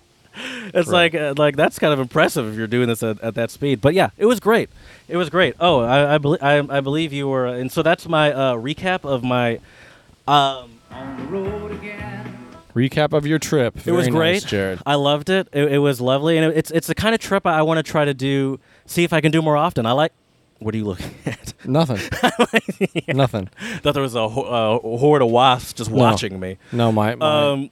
Speaker 2: It's
Speaker 1: Right.
Speaker 2: like uh, like that's kind of impressive if you're doing this at, at that speed. But yeah, it was great. It was great. Oh, I I, belie- I, I believe you were, and so that's my uh, recap of my. Um,
Speaker 1: recap of your trip.
Speaker 2: it was
Speaker 1: Very
Speaker 2: great,
Speaker 1: nice, Jared.
Speaker 2: I loved it. it. It was lovely, and it, it's it's the kind of trip I want to try to do. See if I can do more often. I like. What are you looking <laughs> at?
Speaker 1: Nothing. Nothing.
Speaker 2: Thought there was a ho- uh, horde of wasps just
Speaker 1: No.
Speaker 2: watching me.
Speaker 1: No, my, my
Speaker 2: Um,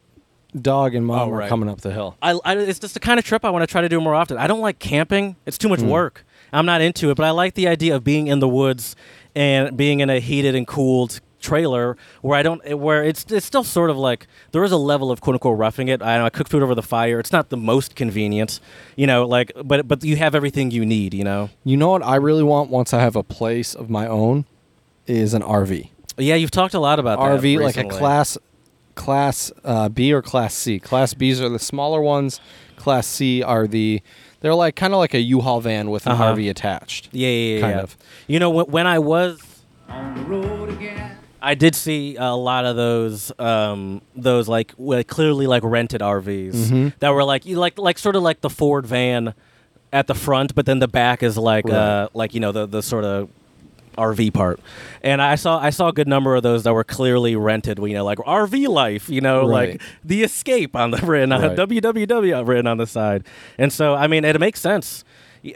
Speaker 1: dog and mom
Speaker 2: oh,
Speaker 1: were
Speaker 2: right.
Speaker 1: coming up the hill.
Speaker 2: I, I it's just the kind of trip I want to try to do more often. I don't like camping; it's too much work. I'm not into it, but I like the idea of being in the woods and being in a heated and cooled trailer where I don't where it's it's still sort of like there is a level of quote unquote roughing it. I, I cook food over the fire. It's not the most convenient, you know. Like, but but you have everything you need, you know.
Speaker 1: You know what I really want once I have a place of my own is an RV.
Speaker 2: Yeah, you've talked a lot about that
Speaker 1: RV like a
Speaker 2: recently.
Speaker 1: class class uh, B or class C. Class Bs are the smaller ones. Class C are the they're like kind of like a U-Haul van with an
Speaker 2: Uh-huh.
Speaker 1: RV attached.
Speaker 2: Yeah, yeah, yeah.
Speaker 1: Kind
Speaker 2: yeah.
Speaker 1: of.
Speaker 2: You know, when, when I was on the road again, I did see a lot of those, um, those like well, clearly like rented RVs that were like you like like sort of like the Ford van at the front, but then the back is like uh,
Speaker 1: Right.
Speaker 2: like you know the the sort of RV part. And I saw I saw a good number of those that were clearly rented. You know, like RV life. You know,
Speaker 1: Right.
Speaker 2: like the escape on the <laughs> written on
Speaker 1: Right.
Speaker 2: www written on the side. And so I mean, it makes sense.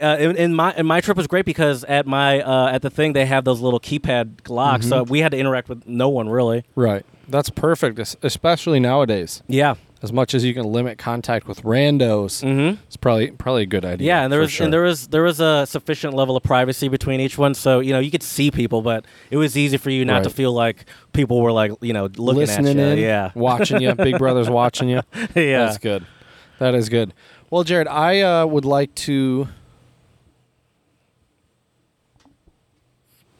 Speaker 2: Uh, in, in my and my trip was great because at my uh, at the thing they have those little keypad locks, so
Speaker 1: Mm-hmm.
Speaker 2: we had to interact with no one really.
Speaker 1: Right. That's perfect, es- especially nowadays.
Speaker 2: Yeah.
Speaker 1: As much as you can limit contact with randos, mm-hmm. it's probably probably a good idea.
Speaker 2: Yeah, and there
Speaker 1: for
Speaker 2: was
Speaker 1: sure.
Speaker 2: and there was there was a sufficient level of privacy between each one, so you know you could see people, but it was easy for you not to
Speaker 1: Right.
Speaker 2: feel like people were like you know looking
Speaker 1: listening
Speaker 2: at
Speaker 1: in,
Speaker 2: you. Yeah,
Speaker 1: watching you. Big Brother's watching you.
Speaker 2: <laughs> Yeah.
Speaker 1: that's good. That is good. Well, Jared, I uh, would like to.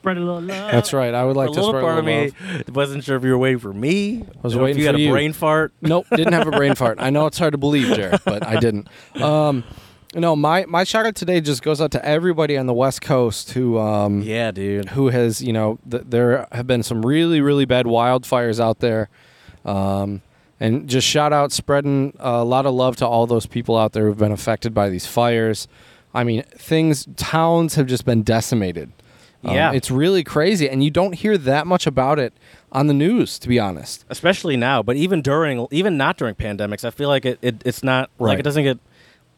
Speaker 3: Spread a little love.
Speaker 1: That's right. I would like
Speaker 2: a
Speaker 1: to.
Speaker 2: little
Speaker 1: spread
Speaker 2: part of
Speaker 1: love.
Speaker 2: me wasn't sure if you were waiting for me. I
Speaker 1: was
Speaker 2: or
Speaker 1: waiting
Speaker 2: if you
Speaker 1: for
Speaker 2: had
Speaker 1: you.
Speaker 2: a brain fart.
Speaker 1: Nope, didn't have a brain <laughs> fart. I know it's hard to believe, Jared, but I didn't. Um, no, my my shout out today just goes out to everybody on the West Coast who um,
Speaker 2: Yeah, dude.
Speaker 1: who has you know th- there have been some really really bad wildfires out there, um, and just shout out spreading a lot of love to all those people out there who've been affected by these fires. I mean, things towns have just been decimated. Um,
Speaker 2: Yeah.
Speaker 1: it's really crazy, and you don't hear that much about it on the news, to be honest.
Speaker 2: Especially now, but even during, even not during pandemics, I feel like it, it it's not like
Speaker 1: Right.
Speaker 2: it doesn't get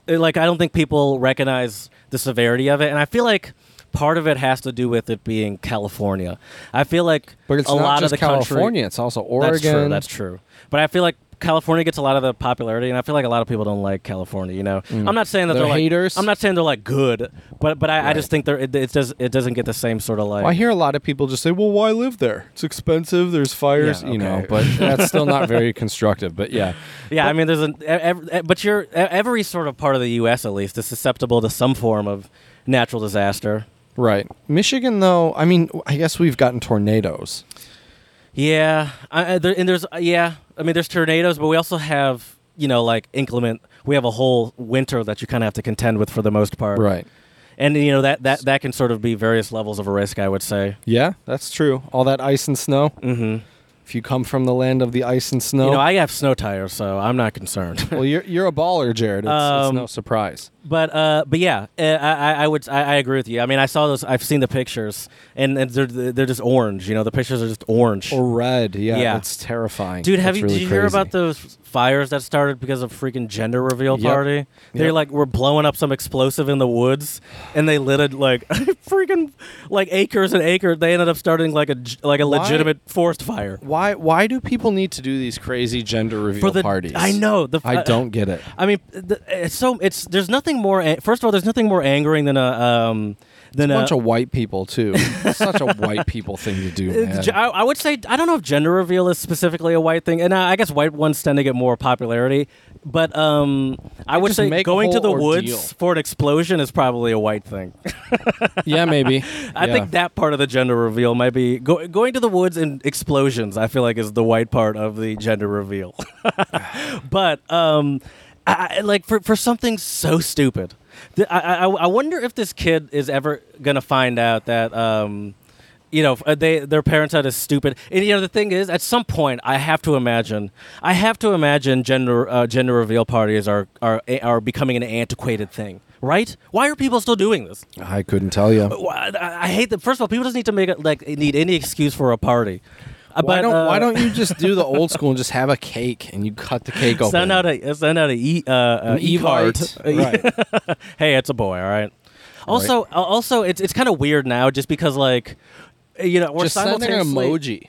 Speaker 2: it, like I don't think people recognize the severity of it, and I feel like part of it has to do with it being California. I feel like
Speaker 1: But it's
Speaker 2: a
Speaker 1: not
Speaker 2: lot
Speaker 1: just
Speaker 2: of the
Speaker 1: California;
Speaker 2: country.
Speaker 1: it's also Oregon.
Speaker 2: That's true. That's true. But I feel like California gets a lot of the popularity, and I feel like a lot of people don't like California. You know, I'm not saying that
Speaker 1: Mm. They're
Speaker 2: they're, like-
Speaker 1: haters.
Speaker 2: I'm not saying they're like good, but but I, I just think they're it, it does it doesn't get the same sort of like.
Speaker 1: Well, I hear a lot of people just say, "Well, why live there? It's expensive. There's fires,
Speaker 2: Yeah,
Speaker 1: you know."
Speaker 2: okay.
Speaker 1: But <laughs> that's still not very constructive. But yeah,
Speaker 2: yeah, I mean, there's an ev- ev- but you're e- every sort of part of the U.S. at least is susceptible to some form of natural disaster.
Speaker 1: right. Michigan, though, I mean, I guess we've gotten tornadoes.
Speaker 2: Yeah, I, I- there, and there's uh, yeah. I mean, there's tornadoes, but we also have you know like inclement. We have a whole winter that you kind of have to contend with for the most part.
Speaker 1: Right.
Speaker 2: And you know that that that can sort of be various levels of a risk. I would say.
Speaker 1: Yeah, that's true. All that ice and snow.
Speaker 2: Mm-hmm.
Speaker 1: If you come from the land of the ice and snow,
Speaker 2: You know, I have snow tires, so I'm not concerned. <laughs>
Speaker 1: well, you're you're a baller, Jared. It's, it's
Speaker 2: Um,
Speaker 1: no surprise.
Speaker 2: But uh, but yeah, uh, I, I- I would I, I agree with you. I mean, I saw those. I've seen the pictures, and, and they're they're just orange. You know, the pictures are just orange.
Speaker 1: Or red. Yeah,
Speaker 2: Yeah.
Speaker 1: it's terrifying.
Speaker 2: Dude, have
Speaker 1: It's
Speaker 2: you
Speaker 1: really
Speaker 2: did you hear
Speaker 1: crazy.
Speaker 2: about those fires that started because of freaking gender reveal
Speaker 1: Yep.
Speaker 2: party? They
Speaker 1: Yep.
Speaker 2: like were blowing up some explosive in the woods, and they lit it like <laughs> freaking like acres and acres. They ended up starting like a g- like a
Speaker 1: Why?
Speaker 2: legitimate forest fire
Speaker 1: Why why do people need to do these crazy gender reveal
Speaker 2: the
Speaker 1: parties?
Speaker 2: I know Uh, the
Speaker 1: I don't get
Speaker 2: <laughs>
Speaker 1: it.
Speaker 2: eh, I mean, th- it's so it's there's nothing more. an- First of all, there's nothing more angering than a um Then
Speaker 1: a bunch
Speaker 2: uh,
Speaker 1: of white people
Speaker 2: <laughs>
Speaker 1: too. Such a white people thing to do, man.
Speaker 2: It's ge- I, I would say I don't know if gender reveal is specifically a white thing, and I, I guess white ones tend to get more popularity. But um, I would
Speaker 1: just
Speaker 2: say
Speaker 1: make
Speaker 2: going
Speaker 1: a
Speaker 2: to the
Speaker 1: whole
Speaker 2: woods
Speaker 1: ordeal.
Speaker 2: for an explosion is probably a white thing.
Speaker 1: yeah, maybe.
Speaker 2: <laughs> I
Speaker 1: Yeah.
Speaker 2: think that part of the gender reveal might be go- going to the woods and explosions. I feel like is the white part of the gender reveal. <laughs> but um, I, I- like for for something so stupid, th- I, I I wonder if this kid is ever gonna find out that um. You know, uh, they their parents are just stupid, and you know the thing is, at some point, I have to imagine, I have to imagine gender uh, gender reveal parties are are are becoming an antiquated thing, right? Why are people still doing this?
Speaker 1: I couldn't tell you.
Speaker 2: Well, I, I hate that. First of all, people just need to make it like need any excuse for a party. Uh,
Speaker 1: Why
Speaker 2: but,
Speaker 1: don't
Speaker 2: uh,
Speaker 1: Why don't you just do the
Speaker 2: <laughs>
Speaker 1: old school and just have a cake and you cut the cake open?
Speaker 2: send out a send out a e uh, uh,
Speaker 1: An e-cart.
Speaker 2: <laughs>
Speaker 1: Right.
Speaker 2: hey, it's a boy. All right. Also, uh, also, it's it's kind of weird now, just because like, you know, we're
Speaker 1: just send an
Speaker 2: simultaneously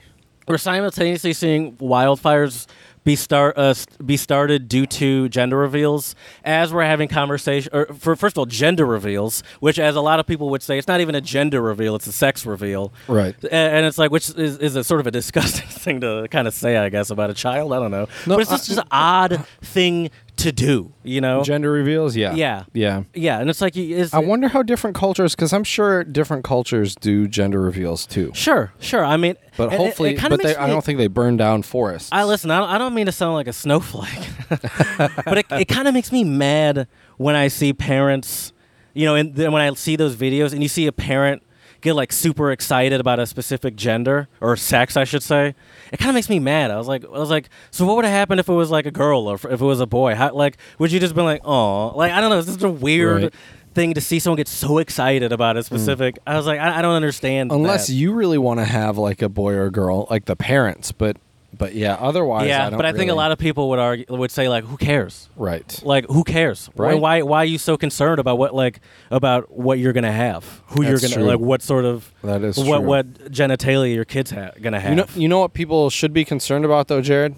Speaker 1: emoji.
Speaker 2: we're simultaneously seeing wildfires be start uh, st- be started due to gender reveals as we're having conversation or for first of all gender reveals which as a lot of people would say it's not even a gender reveal it's a sex reveal
Speaker 1: Right.
Speaker 2: A- and, it's like which is, is a sort of a disgusting <laughs> thing to kind of say i guess about a child i don't know
Speaker 1: No,
Speaker 2: but it's
Speaker 1: I-
Speaker 2: just, just an odd thing to do you know
Speaker 1: Gender reveals. Yeah.
Speaker 2: Yeah.
Speaker 1: Yeah.
Speaker 2: yeah and it's like you- it's,
Speaker 1: I wonder how different cultures, because I'm sure different cultures do gender reveals too.
Speaker 2: sure sure i mean
Speaker 1: But
Speaker 2: and it- it
Speaker 1: hopefully,
Speaker 2: kinda
Speaker 1: but
Speaker 2: makes
Speaker 1: they, I
Speaker 2: me-
Speaker 1: don't think they burn down forests.
Speaker 2: I listen. I don't, I don't mean to sound like a snowflake, <laughs> but it, it kind of makes me mad when I see parents, you know, and then when I see those videos and you see a parent get like super excited about a specific gender or sex, I should say. It kind of makes me mad. I was like, I was like, so what would have happened if it was like a girl or if it was a boy? How, like, would you just been like, oh, like I don't know. This is a weird.
Speaker 1: Right. Hmm.
Speaker 2: Thing to see someone get so excited about a specific, I was like, I, I don't understand.
Speaker 1: Unless
Speaker 2: that.
Speaker 1: you really want to have like a boy or girl, like the parents. But but yeah, otherwise,
Speaker 2: yeah,
Speaker 1: I don't
Speaker 2: but I think a
Speaker 1: really-
Speaker 2: lot of people would argue, would say like, who cares?
Speaker 1: right.
Speaker 2: like who cares
Speaker 1: Right.
Speaker 2: why, why why are you so concerned about what like about what you're gonna have who you're
Speaker 1: That's
Speaker 2: gonna
Speaker 1: true.
Speaker 2: like what sort of
Speaker 1: That is
Speaker 2: what
Speaker 1: true.
Speaker 2: what genitalia your kids ha- gonna have
Speaker 1: You know, you know what people should be concerned about though, Jared.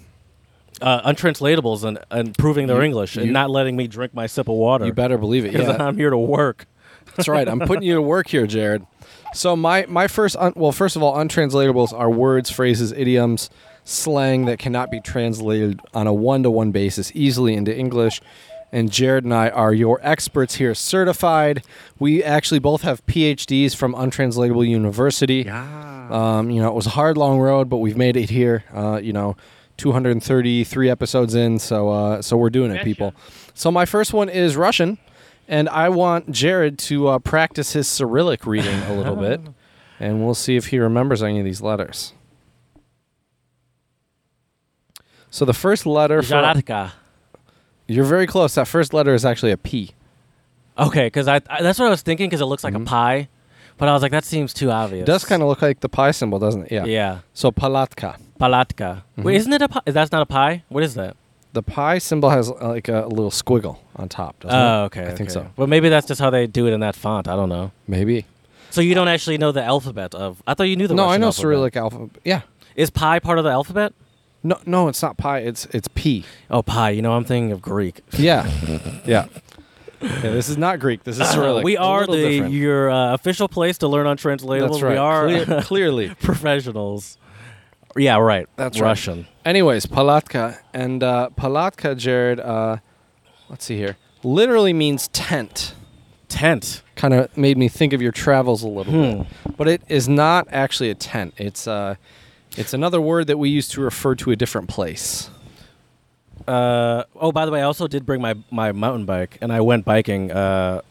Speaker 2: uh, untranslatables and, and proving their
Speaker 1: You-
Speaker 2: english and
Speaker 1: you-
Speaker 2: not letting me drink my sip of water
Speaker 1: You better
Speaker 2: <laughs>
Speaker 1: believe it.
Speaker 2: because
Speaker 1: Yeah,
Speaker 2: i'm here to work
Speaker 1: That's right. I'm putting you to work here, Jared. So my my first un- well, first of all, untranslatables are words, phrases, idioms, slang that cannot be translated on a one-to-one basis easily into English. And Jared and I are your experts here, certified. We actually both have PhDs from Untranslatable University. Um, you know, it was a hard, long road, but we've made it here. Uh, you know, 233 episodes in, so uh, so we're doing it,
Speaker 3: Gotcha.
Speaker 1: people. So my first one is Russian, and I want Jared to uh, practice his Cyrillic reading a little bit, and we'll see if he remembers any of these letters. So the first letter for
Speaker 2: Zharatka.
Speaker 1: you're very close. That first letter is actually a P.
Speaker 2: okay because I, I that's what i was thinking because it looks like
Speaker 1: Mm-hmm.
Speaker 2: a pie but i was like that seems too
Speaker 1: It
Speaker 2: obvious
Speaker 1: does kind of look like Mm-hmm. the pie symbol, doesn't it? Yeah.
Speaker 2: yeah
Speaker 1: So palatka.
Speaker 2: palatka wait isn't it a pie that's not a pie what is that
Speaker 1: The pie symbol has uh, like a little squiggle on top, doesn't it?
Speaker 2: oh okay
Speaker 1: I think so.
Speaker 2: well maybe that's just how they do it in that font i don't know
Speaker 1: Maybe.
Speaker 2: So you don't actually know the alphabet of? I thought you knew the.
Speaker 1: no,
Speaker 2: Russian
Speaker 1: I know
Speaker 2: alphabet.
Speaker 1: Cyrillic alphabet. Yeah.
Speaker 2: Is pi part of the alphabet?
Speaker 1: No, no, it's not pi. It's it's
Speaker 2: <laughs>
Speaker 1: p.
Speaker 2: Oh, pi. You know, I'm thinking of <laughs> Greek.
Speaker 1: Yeah, yeah. yeah this is not Greek. This is Cyrillic.
Speaker 2: Uh, Ah, we
Speaker 1: It's a
Speaker 2: are
Speaker 1: little
Speaker 2: the
Speaker 1: different.
Speaker 2: your uh, official place to learn untranslatables.
Speaker 1: That's right.
Speaker 2: We are <laughs>
Speaker 1: Cle- clearly.
Speaker 2: professionals. Yeah, right.
Speaker 1: That's right.
Speaker 2: Russian.
Speaker 1: Anyways, palatka and uh, palatka, Jared. Uh, let's see here. Literally means tent.
Speaker 2: Tent.
Speaker 1: Kind of made me think of your travels a little bit, but it is not actually a tent. It's uh, it's another word that we use to refer to a different place.
Speaker 2: Uh, oh, by the way, I also did bring my my mountain bike, and I went biking uh,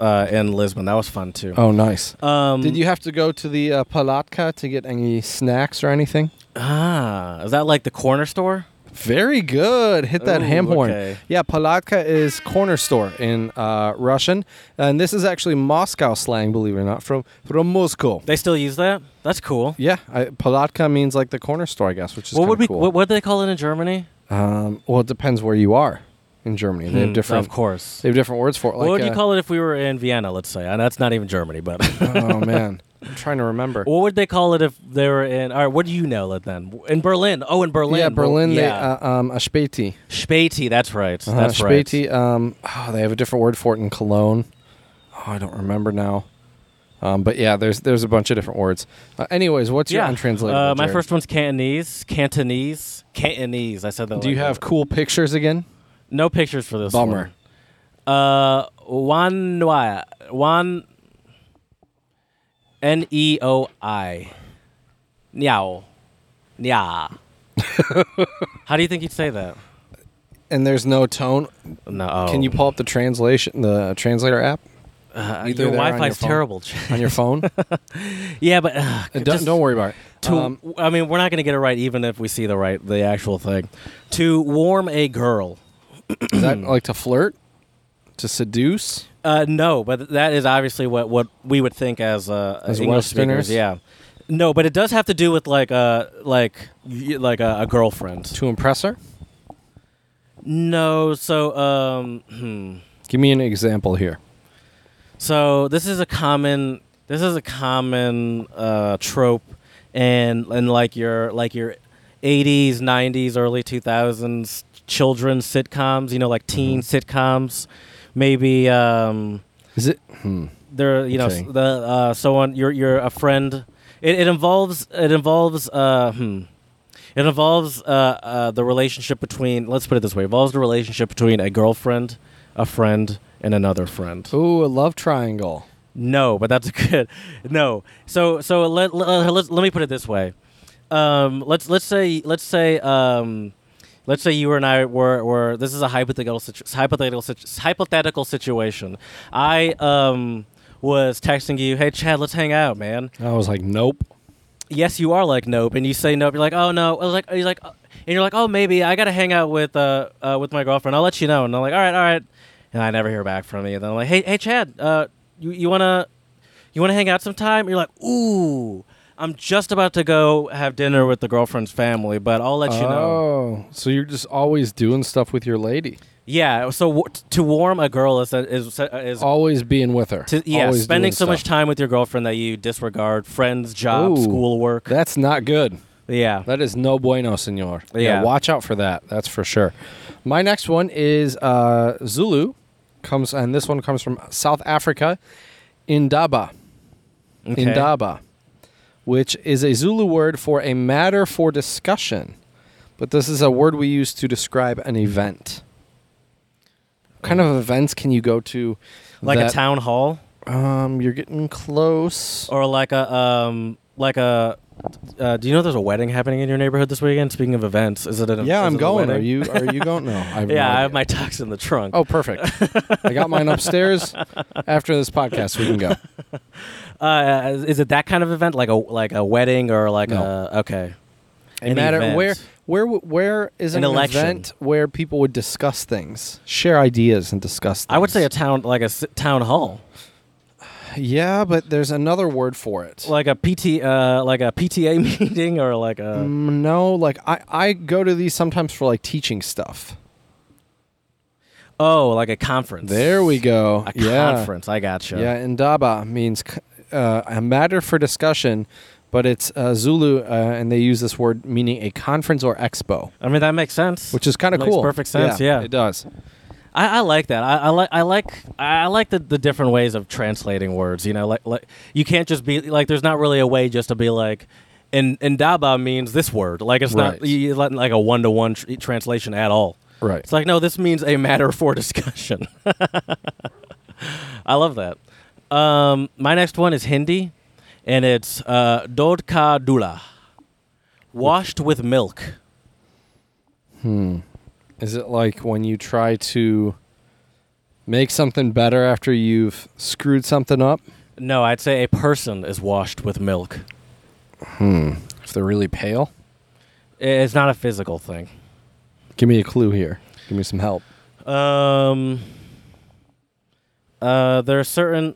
Speaker 2: uh, in Lisbon. That was fun too.
Speaker 1: Oh, nice.
Speaker 2: Um,
Speaker 1: Did you have to go to the uh, palatka to get any snacks or anything?
Speaker 2: Ah, is that like the corner store?
Speaker 1: Very good. Hit that
Speaker 2: Ooh,
Speaker 1: ham horn.
Speaker 2: okay.
Speaker 1: Yeah, palatka is corner store in uh, Russian, and this is actually Moscow slang, believe it or not, from from Moscow.
Speaker 2: They still use that. That's cool.
Speaker 1: Yeah, I, palatka means like the corner store, I guess, which is
Speaker 2: what would
Speaker 1: kinda
Speaker 2: we?
Speaker 1: cool.
Speaker 2: What would they call it in Germany?
Speaker 1: um, well, it depends where you are in Germany. They
Speaker 2: Hmm,
Speaker 1: have different,
Speaker 2: Of course.
Speaker 1: they have different words for it. Like,
Speaker 2: what would you
Speaker 1: uh,
Speaker 2: call it if we were in Vienna, let's say? And that's not even Germany, but
Speaker 1: <laughs>
Speaker 2: <laughs>
Speaker 1: oh man, I'm trying to remember.
Speaker 2: what would they call it if they were in? All right, what do you know it then? In Berlin. Oh, in Berlin.
Speaker 1: yeah, Berlin.
Speaker 2: Well,
Speaker 1: They,
Speaker 2: yeah.
Speaker 1: uh, um, a späti.
Speaker 2: Späti, that's right.
Speaker 1: Uh,
Speaker 2: that's right.
Speaker 1: Späti, Um, oh, they have a different word for it in Cologne. Oh, I don't remember now. Um, but yeah, there's there's a bunch of different words. Uh, anyways, what's your untranslatable?
Speaker 2: Uh, my
Speaker 1: Jared?
Speaker 2: first one's Cantonese. Cantonese. Cantonese. I said that.
Speaker 1: Do you
Speaker 2: like
Speaker 1: have cool pictures again?
Speaker 2: no pictures for this?
Speaker 1: Bummer.
Speaker 2: One. Uh, one one N E O I. Niao.
Speaker 1: <laughs>
Speaker 2: Nya. How do you think you'd say that?
Speaker 1: And there's no tone.
Speaker 2: No.
Speaker 1: Can you pull up the translation, the translator app
Speaker 2: Oh. Uh,
Speaker 1: either
Speaker 2: your
Speaker 1: there on your
Speaker 2: Wi-Fi's
Speaker 1: phone? <laughs>
Speaker 2: terrible.
Speaker 1: on your
Speaker 2: <laughs>
Speaker 1: phone?
Speaker 2: yeah, but uh,
Speaker 1: And don't,
Speaker 2: just-
Speaker 1: don't worry about it.
Speaker 2: to
Speaker 1: Um,
Speaker 2: I mean, we're not going to get it right, even if we see the right the actual thing. To warm a girl.
Speaker 1: is that like to flirt, to seduce?
Speaker 2: Uh, no, but that is obviously what, what we would think as uh,
Speaker 1: As
Speaker 2: English
Speaker 1: Westerners?
Speaker 2: speakers. Yeah, no, but it does have to do with like a like y- like a, a girlfriend.
Speaker 1: to impress her?
Speaker 2: No, so um, hmm.
Speaker 1: Give me an example here.
Speaker 2: so this is a common this is a common uh, trope, and and like your like your. 80s, 90s, early 2000s children's sitcoms, you know, like teen sitcoms, maybe um,
Speaker 1: Is it? Hmm.
Speaker 2: there you know
Speaker 1: Okay.
Speaker 2: s- the uh, so on you're you're a friend it, it involves it involves uh hmm. it involves uh, uh the relationship between let's put it this way involves the relationship between a girlfriend a friend and another friend
Speaker 1: Ooh, a love triangle.
Speaker 2: no but that's good <laughs> no so so let let, let, let me put it this way um let's let's say let's say um Let's say you and I were, were this is a hypothetical situ- hypothetical situ- hypothetical situation. I um was texting you, "Hey Chad, let's hang out, man."
Speaker 1: I was like, nope.
Speaker 2: Yes, you are like nope, and you say nope. You're like, "Oh no." I was like, you're like, uh, and you're like, "Oh, maybe I gotta hang out with uh, uh with my girlfriend. I'll let you know." And I'm like, "All right, all right," and I never hear back from you. Then I'm like, "Hey, hey Chad, uh, you you wanna you wanna hang out sometime?" you're like, "Ooh." I'm just about to go have dinner with the girlfriend's family, but I'll let you know.
Speaker 1: Oh, so you're just always doing stuff with your lady,
Speaker 2: Yeah, so w- to warm a girl is uh, is is
Speaker 1: always being with her.
Speaker 2: to, yeah,
Speaker 1: Always
Speaker 2: spending
Speaker 1: doing
Speaker 2: so much
Speaker 1: stuff.
Speaker 2: time with your girlfriend that you disregard friends, job,
Speaker 1: Ooh,
Speaker 2: schoolwork.
Speaker 1: That's not good.
Speaker 2: yeah.
Speaker 1: That is no bueno, senor. Yeah.
Speaker 2: Yeah.
Speaker 1: watch out for that. That's for sure. My next one is uh, Zulu, comes and this one comes from South Africa, Indaba,
Speaker 2: Okay.
Speaker 1: Indaba, which is a Zulu word for a matter for discussion, but this is a word we use to describe an event. What kind of events can you go to?
Speaker 2: like
Speaker 1: that-
Speaker 2: a town hall
Speaker 1: Um, you're getting close.
Speaker 2: or like a um like a uh, do you know there's a wedding happening in your neighborhood this weekend? Speaking of events, is it an
Speaker 1: yeah,
Speaker 2: is
Speaker 1: I'm
Speaker 2: it a
Speaker 1: going. Are
Speaker 2: wedding?
Speaker 1: you? Are you going? No.
Speaker 2: <laughs>
Speaker 1: I have no
Speaker 2: Yeah, I have
Speaker 1: idea.
Speaker 2: my tux in the trunk.
Speaker 1: Oh, perfect. I got mine upstairs. After this podcast, we can go.
Speaker 2: Uh, is it that kind of event like a like a wedding or like
Speaker 1: No.
Speaker 2: a okay.
Speaker 1: A
Speaker 2: An
Speaker 1: matter
Speaker 2: event.
Speaker 1: uh, where where w- where is an,
Speaker 2: An election.
Speaker 1: event where people would discuss things, share ideas, and discuss. Things.
Speaker 2: I would say a town like a s- town hall.
Speaker 1: yeah, but there's another word for it.
Speaker 2: like a PT, uh, like a <laughs> PTA meeting, or like a
Speaker 1: Mm, no, like I I go to these sometimes for like teaching stuff.
Speaker 2: oh, like a conference.
Speaker 1: There we go.
Speaker 2: A
Speaker 1: yeah.
Speaker 2: conference. I gotcha.
Speaker 1: Yeah, Indaba means c- uh, a matter for discussion, but it's uh, Zulu, uh, and they use this word meaning a conference or expo,
Speaker 2: I mean that makes sense.
Speaker 1: which is kind of
Speaker 2: Makes
Speaker 1: cool.
Speaker 2: perfect sense, yeah.
Speaker 1: it does.
Speaker 2: I, I like that. I, I like I like I like the, the different ways of translating words. You know, like like you can't just be like. There's not really a way just to be like. And and Daba means this word. Like it's
Speaker 1: Right.
Speaker 2: not you, it's not like a one to one translation at all.
Speaker 1: Right.
Speaker 2: It's like no, this means a matter for <laughs> discussion. I love that. Um, my next one is Hindi, and it's uh, Dod ka dula, washed with milk.
Speaker 1: Is it like when you try to make something better after you've screwed something up?
Speaker 2: No, I'd say a person is washed with milk.
Speaker 1: If they're really pale?
Speaker 2: It's not a physical thing.
Speaker 1: Give me a clue here. Give me some help.
Speaker 2: Um, uh, there are certain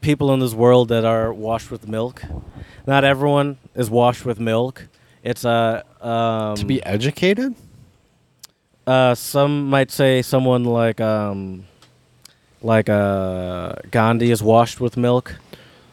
Speaker 2: people in this world that are washed with milk. Not everyone is washed with milk. It's a um,
Speaker 1: To be educated?
Speaker 2: Uh, some might say someone like um, like uh, Gandhi is washed with milk.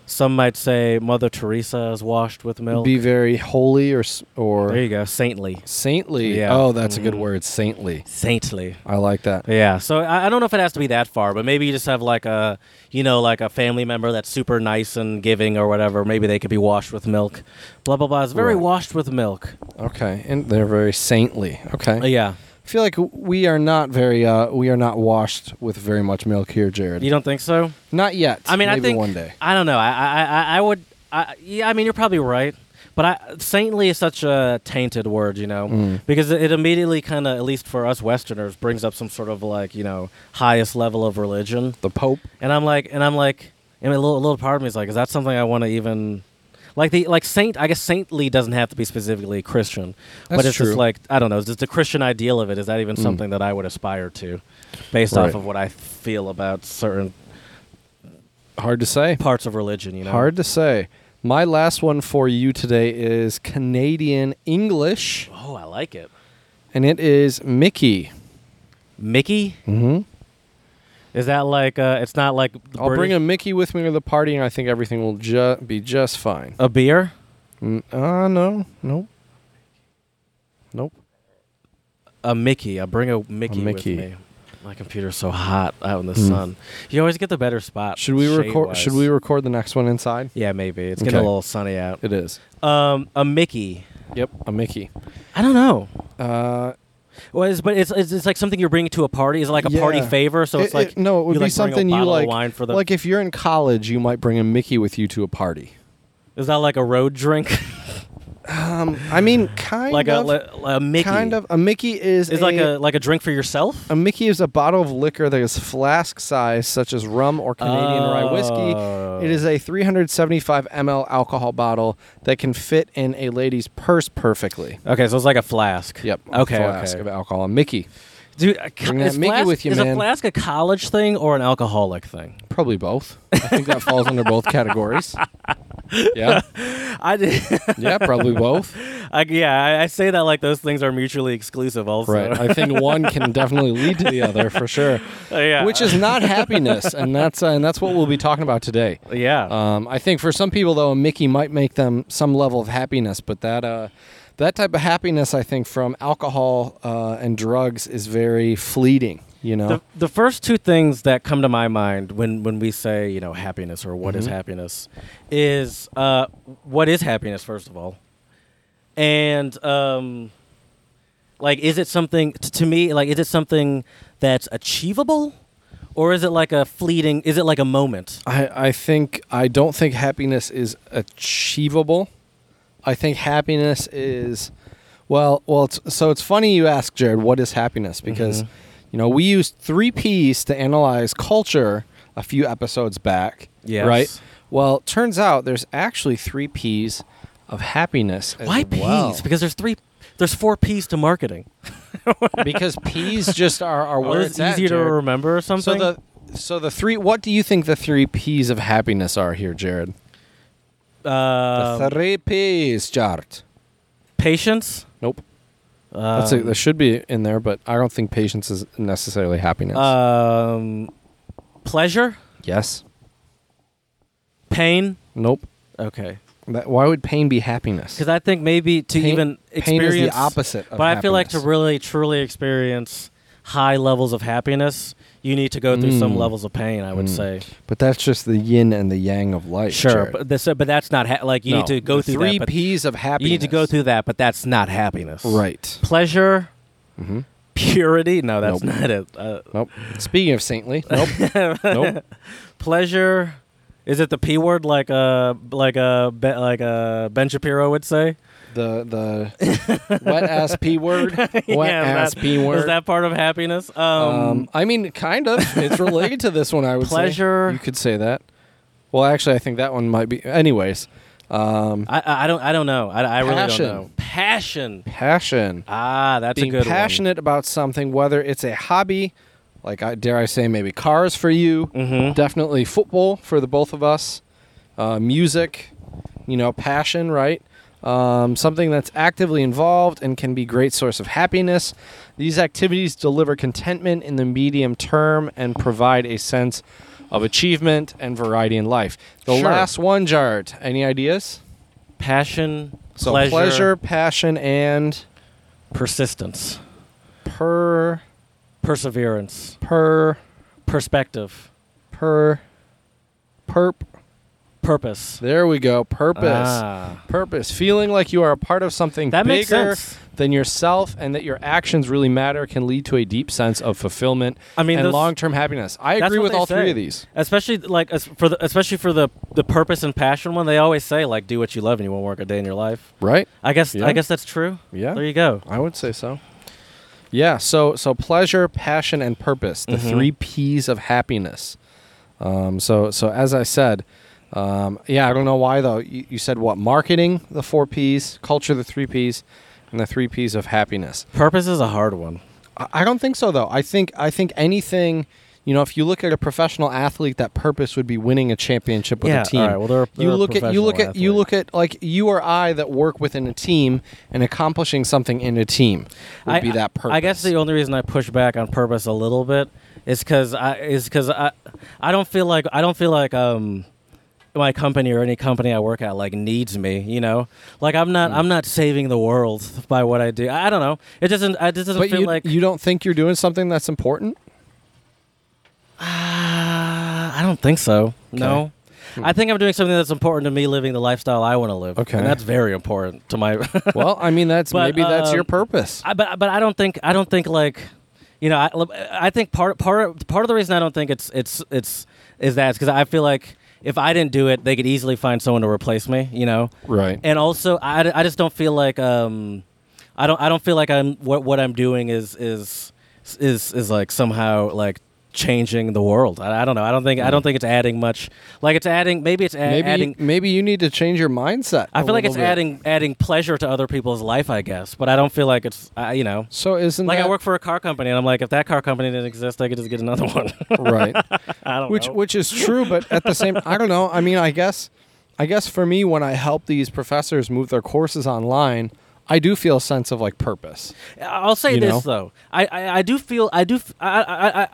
Speaker 2: Some might say Mother Teresa is washed with milk.
Speaker 1: Be very holy or s- or
Speaker 2: there you go, saintly,
Speaker 1: saintly.
Speaker 2: Yeah.
Speaker 1: Oh, that's a good
Speaker 2: Mhm.
Speaker 1: word. Saintly.
Speaker 2: saintly.
Speaker 1: I like that.
Speaker 2: Yeah. So I, I don't know if it has to be that far, but maybe you just have like a, you know, like a family member that's super nice and giving or whatever. Maybe they could be washed with milk. Blah blah blah. It's very
Speaker 1: Right.
Speaker 2: washed with milk.
Speaker 1: Okay, and they're very saintly. Okay.
Speaker 2: Uh, yeah.
Speaker 1: I feel like we are not very uh, we are not washed with very much milk here, Jared.
Speaker 2: You don't think so?
Speaker 1: not yet.
Speaker 2: I mean,
Speaker 1: Maybe
Speaker 2: I think
Speaker 1: one day.
Speaker 2: I don't know. I I I, I would. I, yeah, I mean, you're probably right. But I, saintly is such a tainted word, you know,
Speaker 1: Mm.
Speaker 2: because it immediately kind of, at least for us Westerners, brings up some sort of like, you know, highest level of religion.
Speaker 1: The Pope.
Speaker 2: And I'm like, and I'm like, and a little, a little part of me is like, is that something I want to even, like the like saint? I guess saintly doesn't have to be specifically Christian, but
Speaker 1: That's
Speaker 2: it's
Speaker 1: true. Mm.
Speaker 2: just like I don't know. Just the Christian ideal of it is that even something that I would aspire to, based
Speaker 1: Right.
Speaker 2: off of what I feel about certain
Speaker 1: Hard to say.
Speaker 2: parts of religion. You know,
Speaker 1: Hard to say. My last one for you today is Canadian English,
Speaker 2: Oh, I like it.
Speaker 1: and it is Mickey.
Speaker 2: Mickey
Speaker 1: Mm-hmm.
Speaker 2: is that like? uh It's not like the
Speaker 1: I'll bring
Speaker 2: British-
Speaker 1: a Mickey with me to the party, and I think everything will ju- be just fine.
Speaker 2: a beer.
Speaker 1: Mm, uh, no, nope, nope.
Speaker 2: A Mickey. I bring a Mickey,
Speaker 1: Mickey. Mm.
Speaker 2: with me. My computer's so hot out in the sun. You always get the better spot.
Speaker 1: Should we record?
Speaker 2: shade-wise.
Speaker 1: Should we record the next one inside?
Speaker 2: Yeah, maybe. It's getting
Speaker 1: Okay.
Speaker 2: a little sunny out.
Speaker 1: It is.
Speaker 2: Um, a Mickey.
Speaker 1: Yep, a Mickey.
Speaker 2: I don't know.
Speaker 1: Uh,
Speaker 2: Well, it's, but it's, it's it's like something you're bringing to a party. Is it like a party
Speaker 1: Yeah.
Speaker 2: favor? So it's
Speaker 1: It-
Speaker 2: like
Speaker 1: it- no, it would
Speaker 2: you,
Speaker 1: be
Speaker 2: like, bring a
Speaker 1: something you
Speaker 2: bottle of
Speaker 1: like.
Speaker 2: wine for the.
Speaker 1: Like if you're in college, you might bring a Mickey with you to a party.
Speaker 2: is that like a road drink? <laughs>
Speaker 1: Um, I mean, kind
Speaker 2: like
Speaker 1: of,
Speaker 2: a li- a Mickey.
Speaker 1: kind of. A Mickey is
Speaker 2: Is
Speaker 1: a, Um,
Speaker 2: like a like a drink for yourself.
Speaker 1: a Mickey is a bottle of liquor that is flask size, such as rum or Canadian rye
Speaker 2: Oh.
Speaker 1: whiskey. It is a 375 ml alcohol bottle that can fit in a lady's purse perfectly.
Speaker 2: Okay, so it's like a flask.
Speaker 1: Yep. a
Speaker 2: Okay.
Speaker 1: Flask
Speaker 2: okay.
Speaker 1: of alcohol. A Mickey,
Speaker 2: Dude, a co-
Speaker 1: Bring that
Speaker 2: is,
Speaker 1: Mickey
Speaker 2: flask,
Speaker 1: with you,
Speaker 2: is a
Speaker 1: man.
Speaker 2: flask a college thing or an alcoholic thing?
Speaker 1: probably both. I think that falls under both
Speaker 2: <laughs>
Speaker 1: categories. Yeah.
Speaker 2: I did.
Speaker 1: Yeah, probably both.
Speaker 2: <laughs> I, yeah, I, I say that like those things are mutually exclusive. Also,
Speaker 1: Right. I think one can definitely lead to the other for sure.
Speaker 2: <laughs> yeah,
Speaker 1: Which <laughs> is not happiness, and that's uh, and that's what we'll be talking about today.
Speaker 2: yeah.
Speaker 1: Um, I think for some people though, a Mickey might make them some level of happiness, but that uh, that type of happiness, I think, from alcohol uh, and drugs is very fleeting. You know,
Speaker 2: the, the first two things that come to my mind when, when we say you know happiness or what is
Speaker 1: Mm-hmm.
Speaker 2: happiness is uh, what is happiness first of all and um, like is it something t- to me like is it something that's achievable or is it like a fleeting is it like a moment
Speaker 1: I I think I don't think happiness is achievable. I think happiness is well well it's, so it's funny you ask Jared what is happiness because you know we used 3 Ps to analyze culture a few episodes back
Speaker 2: Yes.
Speaker 1: right well turns out there's actually 3 Ps of happiness as
Speaker 2: why
Speaker 1: well.
Speaker 2: peas because there's three there's four p's to marketing
Speaker 1: <laughs> because Ps just are are
Speaker 2: or
Speaker 1: where
Speaker 2: it's
Speaker 1: Oh, it's at,
Speaker 2: easier to
Speaker 1: Jared.
Speaker 2: remember or
Speaker 1: so
Speaker 2: something
Speaker 1: the so the three what do you think the 3 Ps of happiness are here Jared
Speaker 2: uh,
Speaker 1: The three P's chart.
Speaker 2: patience
Speaker 1: Nope. That's a,
Speaker 2: um,
Speaker 1: that should be in there, but I don't think patience is necessarily happiness.
Speaker 2: um, pleasure
Speaker 1: yes.
Speaker 2: pain
Speaker 1: Nope.
Speaker 2: Okay.
Speaker 1: That, why would pain be happiness?
Speaker 2: Because I think maybe to
Speaker 1: Pain-
Speaker 2: even
Speaker 1: pain
Speaker 2: experience
Speaker 1: is the opposite. Of
Speaker 2: but I feel like to
Speaker 1: happiness.
Speaker 2: really truly experience high levels of happiness, you need to go through some
Speaker 1: Mm.
Speaker 2: levels of pain. I would
Speaker 1: Mm.
Speaker 2: say.
Speaker 1: but that's just the yin and the yang of life.
Speaker 2: Sure,
Speaker 1: Jared.
Speaker 2: but this, but that's not ha- like you
Speaker 1: No,
Speaker 2: need to go
Speaker 1: the
Speaker 2: through
Speaker 1: three
Speaker 2: that. but
Speaker 1: P's of happiness.
Speaker 2: you need to go through that, but that's not happiness.
Speaker 1: Right.
Speaker 2: Pleasure,
Speaker 1: Mhm.
Speaker 2: purity. No, that's
Speaker 1: Nope.
Speaker 2: not it. Uh,
Speaker 1: Nope. Speaking of
Speaker 2: <laughs>
Speaker 1: saintly, nope. nope.
Speaker 2: pleasure. Is it the p word like uh like uh be, like uh Ben Shapiro would say? <laughs>
Speaker 1: The the wet ass p word. Wet
Speaker 2: Yeah,
Speaker 1: ass
Speaker 2: is that-
Speaker 1: p word.
Speaker 2: Is that part of happiness? um
Speaker 1: Um, I mean, kind of. It's related to this one. I would
Speaker 2: Pleasure.
Speaker 1: say. You could say that. Well, actually, I think that one might be. Anyways, um,
Speaker 2: I- I, I don't I don't know. I, I really
Speaker 1: Passion.
Speaker 2: don't know. Passion.
Speaker 1: passion.
Speaker 2: Ah, that's
Speaker 1: Being
Speaker 2: a good
Speaker 1: passionate about something, whether it's a hobby, like I dare I say, maybe cars for you,
Speaker 2: one. Mhm.
Speaker 1: definitely football for the both of us, uh, music, you know, passion, right? Um, something that's actively involved and can be great source of happiness. These activities deliver contentment in the medium term and provide a sense of achievement and variety in life. The
Speaker 2: Sure.
Speaker 1: last one, Jart. Any ideas?
Speaker 2: Passion,
Speaker 1: So
Speaker 2: pleasure,
Speaker 1: pleasure passion, and
Speaker 2: persistence,
Speaker 1: per
Speaker 2: perseverance,
Speaker 1: per
Speaker 2: perspective,
Speaker 1: per perp.
Speaker 2: purpose.
Speaker 1: There we go. Purpose.
Speaker 2: Ah.
Speaker 1: Purpose. Feeling like you are a part of something
Speaker 2: That
Speaker 1: bigger
Speaker 2: makes sense.
Speaker 1: than yourself and that your actions really matter can lead to a deep sense of fulfillment
Speaker 2: I mean,
Speaker 1: and
Speaker 2: those-
Speaker 1: long term happiness. I
Speaker 2: That's
Speaker 1: agree
Speaker 2: what
Speaker 1: with
Speaker 2: they
Speaker 1: all three
Speaker 2: say.
Speaker 1: of these.
Speaker 2: Especially like as for the, especially for the the purpose and passion one, they always say like do what you love and you won't work a day in your life.
Speaker 1: Right?
Speaker 2: I guess
Speaker 1: Yeah.
Speaker 2: I guess that's true.
Speaker 1: Yeah.
Speaker 2: There you go.
Speaker 1: I would say so. Yeah, so so pleasure, passion, and purpose, the
Speaker 2: Mhm.
Speaker 1: three P's of happiness. Um, so so as I said, um, yeah, I don't know why though. You, you said what? Marketing, the four P's, culture, the three P's, and the three P's of happiness.
Speaker 2: Purpose is a hard one.
Speaker 1: I I don't think so though. I think I think anything, you know, if you look at a professional athlete, that purpose would be winning a championship with
Speaker 2: Yeah,
Speaker 1: a team.
Speaker 2: all right, well, they're-
Speaker 1: you
Speaker 2: they're a
Speaker 1: look at you look at
Speaker 2: professional
Speaker 1: you
Speaker 2: athlete.
Speaker 1: look at like you or I that work within a team and accomplishing something in a team would
Speaker 2: I,
Speaker 1: be that purpose.
Speaker 2: I guess the only reason I push back on purpose a little bit is because I is because I I don't feel like I don't feel like um my company or any company I work at like needs me. You know, like I'm
Speaker 1: Hmm.
Speaker 2: not I'm not saving the world by what I do. I, I don't know. It doesn't. I just doesn't
Speaker 1: but
Speaker 2: feel
Speaker 1: you,
Speaker 2: like
Speaker 1: you don't think you're doing something that's important?
Speaker 2: Ah, I don't think so. No. I think I'm doing something that's important to me living the lifestyle I want to live.
Speaker 1: Hmm. Okay.
Speaker 2: And that's very important to my <laughs>
Speaker 1: well, I mean that's
Speaker 2: But,
Speaker 1: maybe that's your
Speaker 2: um,
Speaker 1: purpose.
Speaker 2: I, but but I don't think I don't think like you know I, I think part part part of the reason I don't think it's it's it's is that because I feel like if I didn't do it they could easily find someone to replace me you know
Speaker 1: right.
Speaker 2: and also I, I just don't feel like um I don't I don't feel like I'm what what I'm doing is is is is like somehow like changing the world I, I don't know I don't think I don't think it's adding much like it's adding maybe it's a-
Speaker 1: maybe
Speaker 2: adding
Speaker 1: you, maybe you need to change your mindset.
Speaker 2: I
Speaker 1: a
Speaker 2: feel like
Speaker 1: little
Speaker 2: it's
Speaker 1: bit.
Speaker 2: adding adding pleasure to other people's life I guess but I don't feel like it's I you know
Speaker 1: So isn't
Speaker 2: like
Speaker 1: that,
Speaker 2: I work for a car company, and I'm like, if that car company didn't exist, I could just get another <laughs> one.
Speaker 1: right?
Speaker 2: I don't
Speaker 1: which
Speaker 2: know.
Speaker 1: which
Speaker 2: <laughs>
Speaker 1: is true but at the same i don't know i mean i guess i guess for me when i help these professors move their courses online i do feel a sense of like purpose
Speaker 2: I'll say
Speaker 1: you
Speaker 2: this
Speaker 1: know?
Speaker 2: though, I, I I do feel I do f- I I. I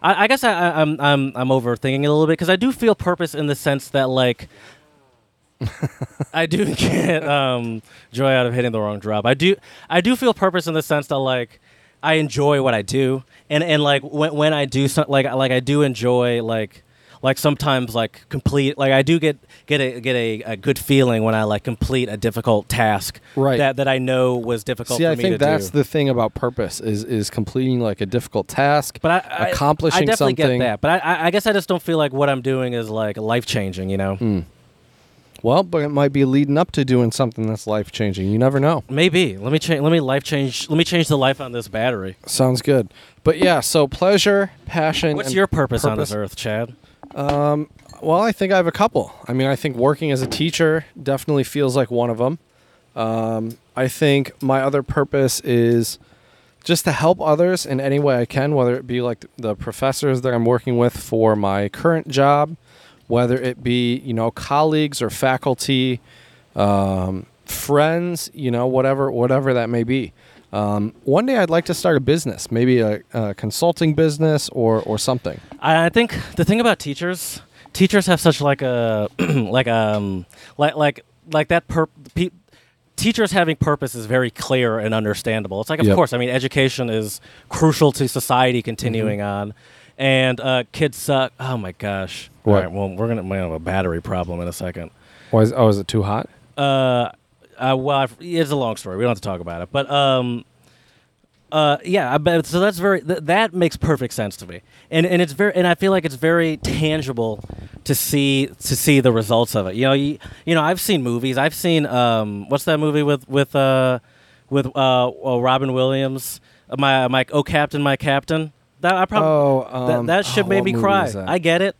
Speaker 2: I, I guess I, I, I'm I'm I'm overthinking it a little bit because I do feel purpose in the sense that like I do <laughs> get um, joy out of hitting the wrong drop. I do I do feel purpose in the sense that like I enjoy what I do and and like when when I do some, like like I do enjoy like like sometimes like complete like I do get get a get a, a good feeling when I like complete a difficult task
Speaker 1: Right.
Speaker 2: that that I know was difficult
Speaker 1: see
Speaker 2: for
Speaker 1: i
Speaker 2: me
Speaker 1: think
Speaker 2: to
Speaker 1: that's
Speaker 2: do.
Speaker 1: the thing about purpose is is completing like a difficult task
Speaker 2: But I, I
Speaker 1: accomplishing
Speaker 2: I definitely
Speaker 1: something
Speaker 2: get that. But I- I, I guess I just don't feel like what I'm doing is like life changing. You know,
Speaker 1: Hmm. well but it might be leading up to doing something that's life changing you never know
Speaker 2: maybe let me change. Let me life change. Let me change the life on this battery.
Speaker 1: sounds good but yeah so pleasure passion
Speaker 2: What's
Speaker 1: and
Speaker 2: your purpose, on this earth, Chad?
Speaker 1: Well, I think I have a couple. I mean, I think working as a teacher definitely feels like one of them. Um, I think my other purpose is just to help others in any way I can, whether it be like the professors that I'm working with for my current job, whether it be, you know, colleagues or faculty, um, friends, you know, whatever, whatever that may be. Um, one day I'd like to start a business, maybe a, a consulting business or, or something.
Speaker 2: I, I think the thing about teachers, teachers have such like a <clears throat> like um like like like that per. Pe- Teachers having purpose is very clear and understandable. It's like, of
Speaker 1: Yep.
Speaker 2: course, I mean, education is crucial to society continuing
Speaker 1: Mm-hmm.
Speaker 2: on, and uh, kids suck. Oh my gosh!
Speaker 1: What?
Speaker 2: All right, well, we're gonna might have a battery problem in a second.
Speaker 1: Why is, oh, is it too hot?
Speaker 2: uh, uh well, I've, it's a long story. We don't have to talk about it, but um, uh, yeah. I bet, so that's very th- that makes perfect sense to me, and and it's very and I feel like it's very tangible to see to see the results of it. You know, you, you know, I've seen movies. I've seen um, what's that movie with with uh with uh, uh Robin Williams, Uh, my my oh captain, my captain. That I probably
Speaker 1: Oh,
Speaker 2: that,
Speaker 1: um,
Speaker 2: that shit
Speaker 1: oh,
Speaker 2: made
Speaker 1: what
Speaker 2: me
Speaker 1: movie
Speaker 2: cry.
Speaker 1: was that?
Speaker 2: I get it.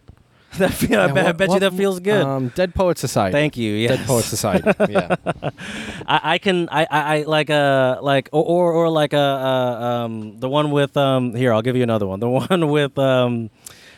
Speaker 2: <laughs> That feel, I
Speaker 1: Yeah,
Speaker 2: bet, I
Speaker 1: what-
Speaker 2: bet you
Speaker 1: what-
Speaker 2: that feels good.
Speaker 1: Um, Dead Poet Society.
Speaker 2: Thank you. Yes.
Speaker 1: Dead Poet
Speaker 2: <laughs>
Speaker 1: Society. Yeah.
Speaker 2: I, I can I, I, I like uh like or or, or like uh, uh um the one with um here I'll give you another one the <laughs> one with um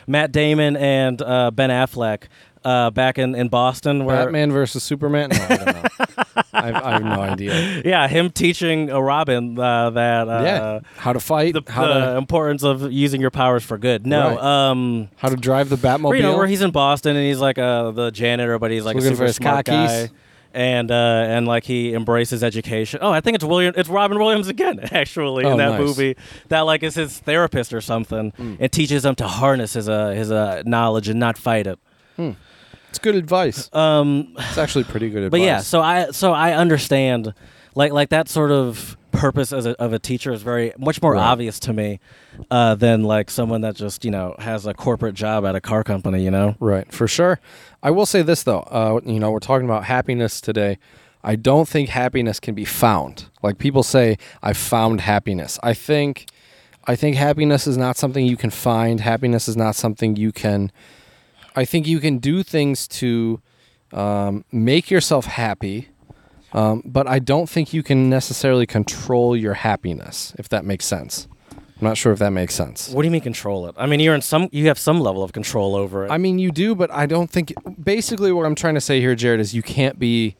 Speaker 2: Matt Damon and uh, Ben Affleck uh back in in Boston where
Speaker 1: Batman versus Superman. No, I don't know. I, have, I have no idea.
Speaker 2: yeah, him teaching uh, Robin uh, that uh,
Speaker 1: yeah, how to fight,
Speaker 2: the,
Speaker 1: how
Speaker 2: the
Speaker 1: to
Speaker 2: importance of using your powers for good. No,
Speaker 1: Right.
Speaker 2: um,
Speaker 1: how to drive the Batmobile.
Speaker 2: where, you know, where he's in Boston and he's like uh, the janitor, but he's like a
Speaker 1: Looking for
Speaker 2: super
Speaker 1: his
Speaker 2: smart
Speaker 1: khakis.
Speaker 2: guy. And uh, and like he embraces education. Oh, I think it's William. It's Robin Williams again, <laughs> actually,
Speaker 1: Oh,
Speaker 2: in that
Speaker 1: nice. Mm.
Speaker 2: movie. That like is his therapist or something, and teaches him to harness his uh, his uh, knowledge and not fight it.
Speaker 1: it's good advice.
Speaker 2: Um,
Speaker 1: It's actually pretty good advice.
Speaker 2: but yeah, so I so I understand like like that sort of purpose as a, of a teacher is very much more
Speaker 1: Right.
Speaker 2: obvious to me uh, than like someone that just you know has a corporate job at a car company. You know,
Speaker 1: Right, for sure. I will say this though. Uh, you know, we're talking about happiness today. I don't think happiness can be found. Like people say, I found happiness. I think, I think happiness is not something you can find. Happiness is not something you can. I think you can do things to um, make yourself happy, um, but I don't think you can necessarily control your happiness. If that makes sense, I'm not sure if that makes sense.
Speaker 2: what do you mean control it? I mean you're in some you have some level of control over it.
Speaker 1: I mean, you do, but I don't think. Basically, what I'm trying to say here, Jared, is you can't be,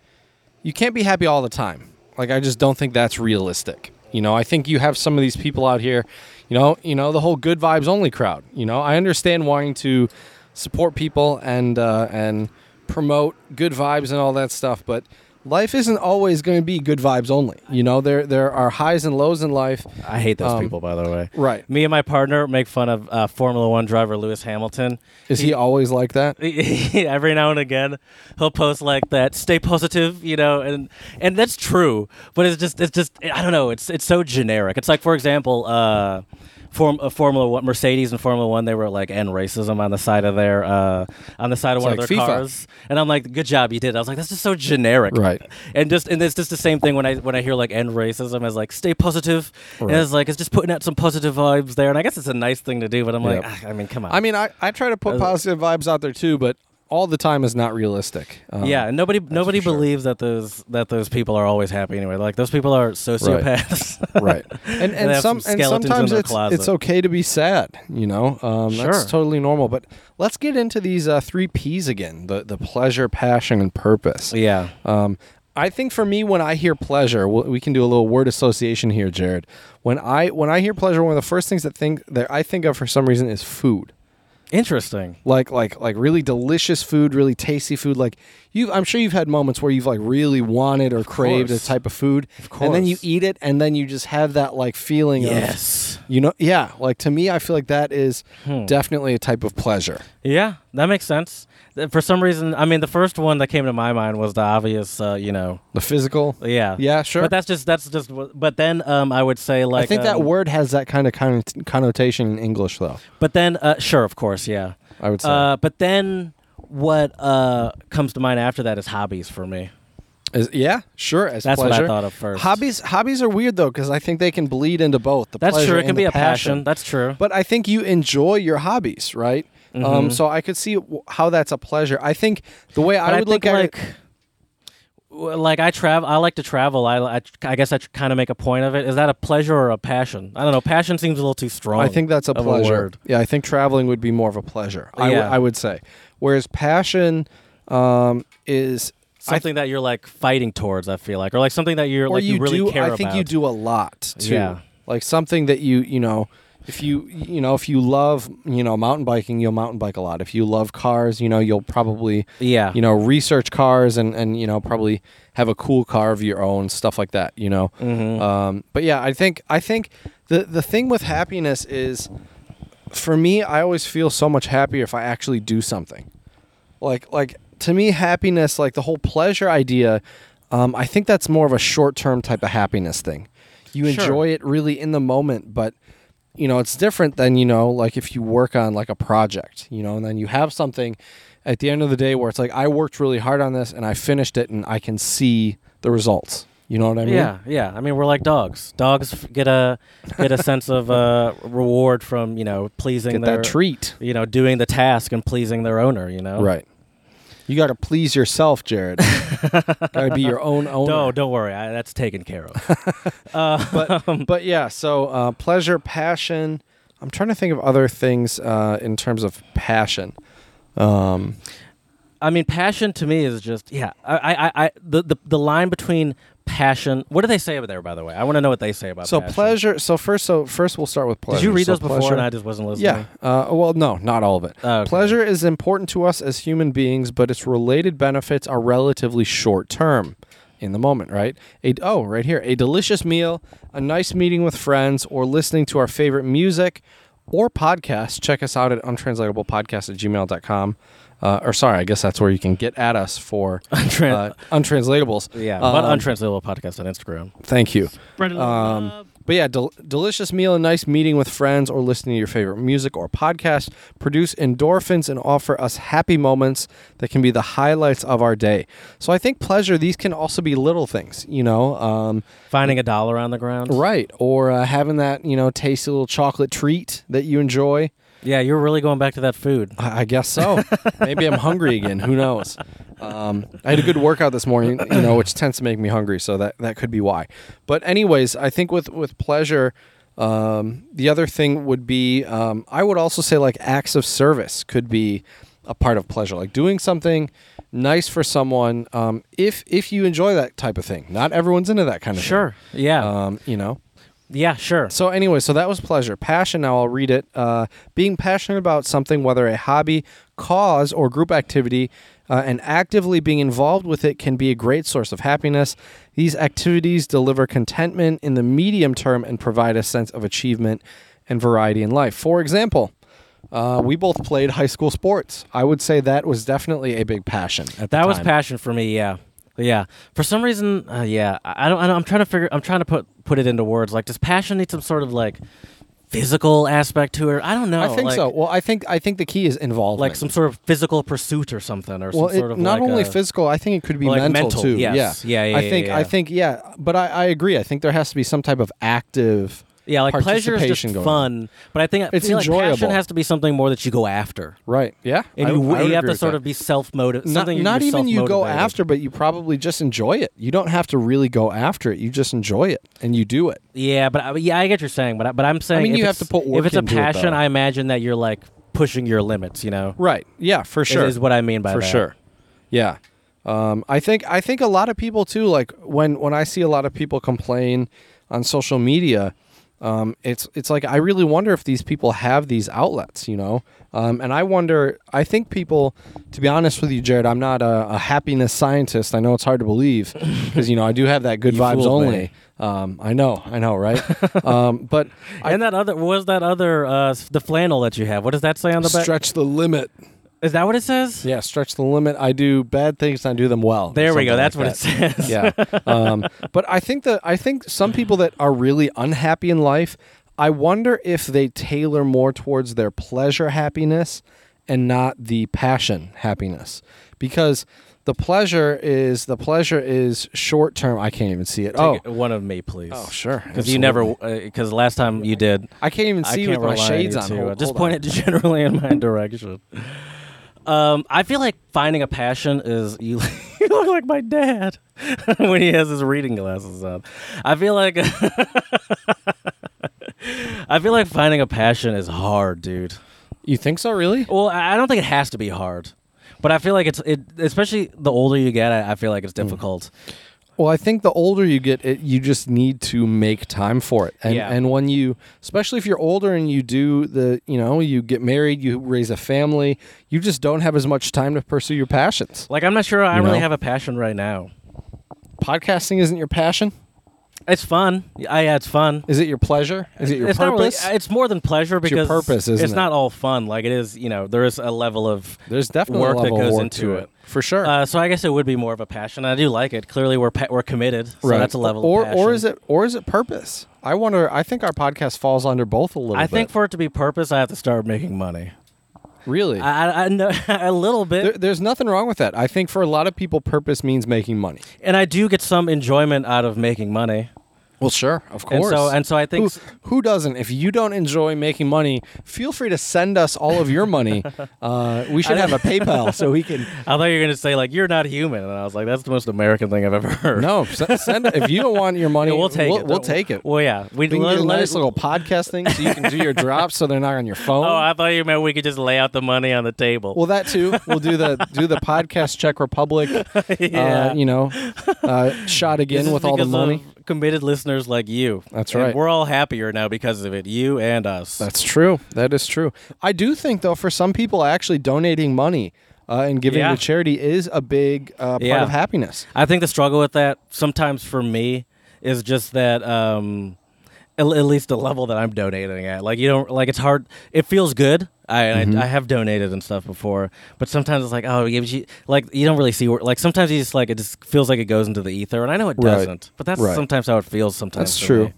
Speaker 1: you can't be happy all the time. Like I just don't think that's realistic. You know, I think you have some of these people out here, you know, you know the whole good vibes only crowd. You know, I understand wanting to support people and uh, and promote good vibes and all that stuff, but life isn't always going to be good vibes only. You know, there there are highs and lows in life.
Speaker 2: I hate those
Speaker 1: um,
Speaker 2: people, by the way.
Speaker 1: Right?
Speaker 2: Me and my partner make fun of uh, Formula One driver Lewis Hamilton.
Speaker 1: Is he always like that?
Speaker 2: <laughs> every now and again he'll post like that stay positive you know and and that's true but it's just it's just i don't know it's it's so generic it's like for example uh Form, uh, Formula One, Mercedes and Formula One, they were like end racism on the side of their, uh, on the side of one
Speaker 1: like
Speaker 2: of their
Speaker 1: FIFA.
Speaker 2: cars, and I'm like, good job, you did. I was like, that's just so generic,
Speaker 1: Right.
Speaker 2: And just and it's just the same thing when I when I hear like end racism as like stay positive, and
Speaker 1: Right.
Speaker 2: it's like it's just putting out some positive vibes there, and I guess it's a nice thing to do, but I'm like,
Speaker 1: Yep.
Speaker 2: "Ah, I mean, come on,
Speaker 1: I mean, I, I try to put positive vibes out there too, but all the time is not realistic. Um,
Speaker 2: yeah, and nobody nobody
Speaker 1: for sure.
Speaker 2: believes that those that those people are always happy anyway. Like those people are sociopaths. <laughs>
Speaker 1: right. And and
Speaker 2: have
Speaker 1: some,
Speaker 2: some
Speaker 1: and
Speaker 2: skeletons in
Speaker 1: sometimes
Speaker 2: their
Speaker 1: it's
Speaker 2: closet.
Speaker 1: it's okay to be sad. You know, um,
Speaker 2: Sure.
Speaker 1: that's totally normal. But let's get into these uh, three P's again: the the pleasure, passion, and purpose.
Speaker 2: yeah.
Speaker 1: Um, I think for me, when I hear pleasure, we we can do a little word association here, Jared. When I when I hear pleasure, one of the first things that think that I think of for some reason is food.
Speaker 2: Interesting.
Speaker 1: like like like really delicious food, really tasty food. Like you, have I'm sure you've had moments where you've like really wanted or craved
Speaker 2: course.
Speaker 1: a type of food, and then you
Speaker 2: course.
Speaker 1: eat it, and then you just have that like feeling
Speaker 2: Yes.
Speaker 1: of you know, yeah. Like to me, I feel like that is
Speaker 2: Hmm.
Speaker 1: definitely a type of pleasure.
Speaker 2: Yeah, that makes sense. Th- For some reason, I mean, the first one that came to my mind was the obvious, uh, you know,
Speaker 1: The physical,
Speaker 2: yeah,
Speaker 1: Yeah, sure.
Speaker 2: But that's just that's just. wh- But then um, I would say like
Speaker 1: I think that
Speaker 2: um,
Speaker 1: word has that kind of conno- connotation in English, though.
Speaker 2: But then uh, sure, of course, yeah.
Speaker 1: I would say.
Speaker 2: Uh, but then what uh, comes to mind after that is hobbies for me.
Speaker 1: Is- yeah, sure. As
Speaker 2: That's what I
Speaker 1: pleasure.
Speaker 2: thought of first.
Speaker 1: Hobbies, hobbies are weird though because I think they can bleed into both. The
Speaker 2: That's
Speaker 1: pleasure
Speaker 2: true. It can
Speaker 1: and
Speaker 2: be
Speaker 1: the
Speaker 2: a passion. That's true.
Speaker 1: but I think you enjoy your hobbies, right?
Speaker 2: Mm-hmm.
Speaker 1: Um, so I could see w- how that's a pleasure. I think the way I
Speaker 2: But
Speaker 1: would look
Speaker 2: think,
Speaker 1: at
Speaker 2: like,
Speaker 1: it,
Speaker 2: w- like I travel. I like to travel. I, I, I guess I kind of make a point of it. Is that a pleasure or a passion? I don't know. Passion seems a little too strong.
Speaker 1: I think that's a
Speaker 2: of
Speaker 1: pleasure.
Speaker 2: word.
Speaker 1: Yeah, I think traveling would be more of a pleasure. I w-
Speaker 2: Yeah.
Speaker 1: I would say, whereas passion um, is I
Speaker 2: Something that you're like fighting towards. I feel like, or like something that you're
Speaker 1: or
Speaker 2: like you,
Speaker 1: you,
Speaker 2: really
Speaker 1: do.
Speaker 2: care
Speaker 1: I think
Speaker 2: about.
Speaker 1: you do a lot too.
Speaker 2: Yeah.
Speaker 1: Like something that you you know. If you you know if you love you know mountain biking you'll mountain bike a lot. If you love cars you know you'll probably
Speaker 2: Yeah.
Speaker 1: you know research cars and and you know probably have a cool car of your own stuff like that you know
Speaker 2: Mm-hmm.
Speaker 1: um, but yeah i think i think the the thing with happiness is for me i always feel so much happier if i actually do something like like to me happiness like the whole pleasure idea um, i think that's more of a short-term type of happiness thing you
Speaker 2: Sure.
Speaker 1: enjoy it really in the moment but you know it's different than you know like if you work on like a project you know and then you have something at the end of the day where it's like i worked really hard on this and i finished it and i can see the results you know what i mean
Speaker 2: Yeah, yeah. I mean, we're like dogs. Dogs f- get a get a sense of uh, reward from you know pleasing
Speaker 1: get
Speaker 2: their
Speaker 1: that treat
Speaker 2: You know, doing the task and pleasing their owner. You know,
Speaker 1: right you got to please yourself
Speaker 2: <laughs>
Speaker 1: jared gotta be your own owner
Speaker 2: No, don't worry. I, that's taken care of.
Speaker 1: <laughs> but but yeah, so uh, pleasure, passion. I'm trying to think of other things uh, in terms of passion. Um,
Speaker 2: I mean, passion to me is just yeah. I, I, I the, the the line between passion. What do they say over there, by the way? I want to know what they say about
Speaker 1: So
Speaker 2: passion.
Speaker 1: pleasure. So first, so first we'll start with pleasure.
Speaker 2: Did you read
Speaker 1: So
Speaker 2: those before,
Speaker 1: pleasure-
Speaker 2: and I just wasn't listening?
Speaker 1: Yeah. Uh, well, no, not all of it.
Speaker 2: Oh, okay.
Speaker 1: Pleasure is important to us as human beings, but its related benefits are relatively short term in the moment, right? A, oh, right here. A delicious meal, a nice meeting with friends, or listening to our favorite music or podcast. Check us out at untranslatablepodcast at gmail.com. Uh, or sorry, I guess that's where you can get at us for
Speaker 2: Untran-
Speaker 1: uh, untranslatables.
Speaker 2: yeah.
Speaker 1: Um,
Speaker 2: but untranslatable podcast on Instagram.
Speaker 1: Thank you.
Speaker 3: Spread a little
Speaker 1: Um,
Speaker 3: love.
Speaker 1: but yeah, del- delicious meal, a nice meeting with friends, or listening to your favorite music or podcast produce endorphins and offer us happy moments that can be the highlights of our day. So I think pleasure, these can also be little things, you know, um,
Speaker 2: Finding a dollar on the ground.
Speaker 1: right? Or uh, having that, you know, tasty little chocolate treat that you enjoy.
Speaker 2: Yeah, you're really going back to that food.
Speaker 1: I I guess so. Maybe I'm hungry again. Who knows? Um, I had a good workout this morning, you know, which tends to make me hungry. So that, that could be why. But anyways, I think with with pleasure, um, the other thing would be um, I would also say like acts of service could be a part of pleasure, like doing something nice for someone. Um, if if you enjoy that type of thing, not everyone's into that kind of
Speaker 2: Sure. Yeah.
Speaker 1: Thing. Um, you know.
Speaker 2: yeah. Sure.
Speaker 1: So anyway, so that was pleasure, passion. Now I'll read it. Uh, being passionate about something, whether a hobby, cause, or group activity, uh, and actively being involved with it can be a great source of happiness. These activities deliver contentment in the medium term and provide a sense of achievement and variety in life. For example. Uh, we both played high school sports. I would say that was definitely a big passion. At
Speaker 2: that
Speaker 1: the
Speaker 2: was
Speaker 1: time.
Speaker 2: passion for me. Yeah. Yeah. For some reason, uh, yeah. I I don't, I don't. I'm trying to figure. I'm trying to put put it into words. Like, does passion need some sort of like physical aspect to it? I don't know.
Speaker 1: I think
Speaker 2: like,
Speaker 1: so. Well, I think I think the key is involvement.
Speaker 2: Like some sort of physical pursuit or something, or
Speaker 1: well,
Speaker 2: some
Speaker 1: it-
Speaker 2: sort of
Speaker 1: not
Speaker 2: like
Speaker 1: only
Speaker 2: a-
Speaker 1: physical. I think it could be
Speaker 2: like
Speaker 1: mental,
Speaker 2: mental,
Speaker 1: too.
Speaker 2: yes.
Speaker 1: Yeah.
Speaker 2: Yeah, yeah,
Speaker 1: I
Speaker 2: yeah,
Speaker 1: think. I
Speaker 2: yeah.
Speaker 1: think. Yeah. But I, I agree. I think there has to be some type of active.
Speaker 2: Yeah, like pleasure is just
Speaker 1: participation going on.
Speaker 2: fun, but I think I
Speaker 1: It's
Speaker 2: feel like passion
Speaker 1: enjoyable.
Speaker 2: has to be something more that you go after,
Speaker 1: Right. Yeah.
Speaker 2: and
Speaker 1: I
Speaker 2: you,
Speaker 1: would- I would
Speaker 2: you have
Speaker 1: agree
Speaker 2: to
Speaker 1: with
Speaker 2: sort
Speaker 1: that.
Speaker 2: of be self motivated.
Speaker 1: Not, not even you go after, but you probably just enjoy it. You don't have to really go after it. You just enjoy it and you do it.
Speaker 2: Yeah, but I, yeah, I get what you're saying, but I, but I'm saying
Speaker 1: mean,
Speaker 2: if
Speaker 1: you have
Speaker 2: it's-
Speaker 1: to put work
Speaker 2: If it's a
Speaker 1: into it, though.
Speaker 2: passion, I imagine that you're like pushing your limits. You know,
Speaker 1: Right. Yeah. For
Speaker 2: Is- is what I mean by
Speaker 1: for
Speaker 2: that.
Speaker 1: sure yeah um, i think i think a lot of people too like when when i see a lot of people complain on social media um, it's it's like i really wonder if these people have these outlets you know um, and i wonder i think people to be honest with you jared i'm not a, a happiness scientist i know it's hard to
Speaker 2: <laughs>
Speaker 1: believe because you know i do have that good
Speaker 2: You
Speaker 1: vibes
Speaker 2: fooled me.
Speaker 1: only um, i know i know right
Speaker 2: <laughs>
Speaker 1: um, but I
Speaker 2: and that other what was that other uh, s- the flannel that you have. What does that say on the back?
Speaker 1: stretch the limit
Speaker 2: Is that what it says?
Speaker 1: yeah stretch the limit i do bad things and i do them well or
Speaker 2: There we go.
Speaker 1: something
Speaker 2: That's
Speaker 1: like
Speaker 2: what
Speaker 1: that.
Speaker 2: it <laughs> says.
Speaker 1: yeah um, but i think that i think some people that are really unhappy in life i wonder if they tailor more towards their pleasure happiness and not the passion happiness because the pleasure is the pleasure is short term i can't even see it oh
Speaker 2: Take one of me, please.
Speaker 1: oh sure
Speaker 2: Because you never, because last time you did,
Speaker 1: i can't even
Speaker 2: I
Speaker 1: see
Speaker 2: can't
Speaker 1: with my
Speaker 2: rely
Speaker 1: shades
Speaker 2: you
Speaker 1: on
Speaker 2: two.
Speaker 1: Hold-
Speaker 2: Just
Speaker 1: hold
Speaker 2: point
Speaker 1: on.
Speaker 2: it <laughs> generally in my direction. Um, I feel like finding a passion is <laughs> you. you look like my dad <laughs> when he has his reading glasses on. I feel like <laughs> I feel like finding a passion is hard, dude.
Speaker 1: you think so really
Speaker 2: Well, I I don't think it has to be hard, but I feel like it's it, especially the older you get. I, I feel like it's
Speaker 1: Hmm.
Speaker 2: difficult.
Speaker 1: Well, I think the older you get, it, you just need to make time for it, and
Speaker 2: Yeah.
Speaker 1: and when you, especially if you're older and you do the, you know, you get married, you raise a family, you just don't have as much time to pursue your passions.
Speaker 2: Like I'm not sure I
Speaker 1: You
Speaker 2: really
Speaker 1: know?
Speaker 2: have a passion right now.
Speaker 1: Podcasting isn't your passion.
Speaker 2: It's fun. I, yeah, it's fun.
Speaker 1: Is it your pleasure? Is it your
Speaker 2: it's
Speaker 1: purpose?
Speaker 2: Not really, it's more than pleasure
Speaker 1: your
Speaker 2: because
Speaker 1: purpose, isn't
Speaker 2: it's
Speaker 1: it?
Speaker 2: not all fun. Like it is, you know, there is a level of
Speaker 1: There's definitely
Speaker 2: work
Speaker 1: a level
Speaker 2: that
Speaker 1: of
Speaker 2: goes
Speaker 1: work
Speaker 2: into
Speaker 1: to
Speaker 2: it.
Speaker 1: for sure.
Speaker 2: Uh, so I guess it would be more of a passion. I do like it. Clearly, we're pa- we're committed. So that's a level.
Speaker 1: Or
Speaker 2: of passion.
Speaker 1: or is it or is it purpose? I wonder. I think our podcast falls under both a little.
Speaker 2: I think
Speaker 1: bit.
Speaker 2: for it to be purpose, I have to start making money.
Speaker 1: really.
Speaker 2: I, I- I know <laughs> a little bit,
Speaker 1: there, there's nothing wrong with that. I think for a lot of people, purpose means making money.
Speaker 2: and I do get some enjoyment out of making money.
Speaker 1: Well, sure, of
Speaker 2: And
Speaker 1: course.
Speaker 2: so- and so I think-
Speaker 1: who, who doesn't? If you don't enjoy making money, feel free to send us all of your
Speaker 2: <laughs>
Speaker 1: money. uh, we should have a PayPal so we can.
Speaker 2: I thought you were gonna say like you're not human, and I was like, that's the most American thing I've ever <laughs> heard.
Speaker 1: No, s- send if you don't want your money,
Speaker 2: Yeah, we'll take it.
Speaker 1: We'll
Speaker 2: Don't-
Speaker 1: take it.
Speaker 2: Well, yeah, we
Speaker 1: we can
Speaker 2: let-
Speaker 1: do a
Speaker 2: let-
Speaker 1: nice little podcast thing so you can do
Speaker 2: <laughs>
Speaker 1: your drops so they're not on your phone.
Speaker 2: Oh, I thought you meant we could just lay out the money on the table.
Speaker 1: well, that too. We'll do the do the podcast Czech Republic.
Speaker 2: <laughs> Yeah.
Speaker 1: uh, you know, uh, shot
Speaker 2: This
Speaker 1: again
Speaker 2: is
Speaker 1: with all the
Speaker 2: because of
Speaker 1: money.
Speaker 2: committed listeners like you.
Speaker 1: That's
Speaker 2: And
Speaker 1: right.
Speaker 2: we're all happier now because of it. You and us.
Speaker 1: That's true. That is true. I do think though, for some people, actually donating money uh, and giving
Speaker 2: Yeah.
Speaker 1: to charity is a big uh, part
Speaker 2: Yeah.
Speaker 1: of happiness.
Speaker 2: I think the struggle with that sometimes for me is just that um at, at least the level that I'm donating at. Like you don't like it's hard it feels good. I,
Speaker 1: Mm-hmm.
Speaker 2: I I have donated and stuff before, but sometimes it's like oh it gives you like you don't really see where like sometimes you just like it just feels like it goes into the ether and I know it
Speaker 1: Right.
Speaker 2: doesn't, but that's
Speaker 1: Right.
Speaker 2: sometimes how it feels sometimes.
Speaker 1: That's
Speaker 2: for
Speaker 1: true.
Speaker 2: me.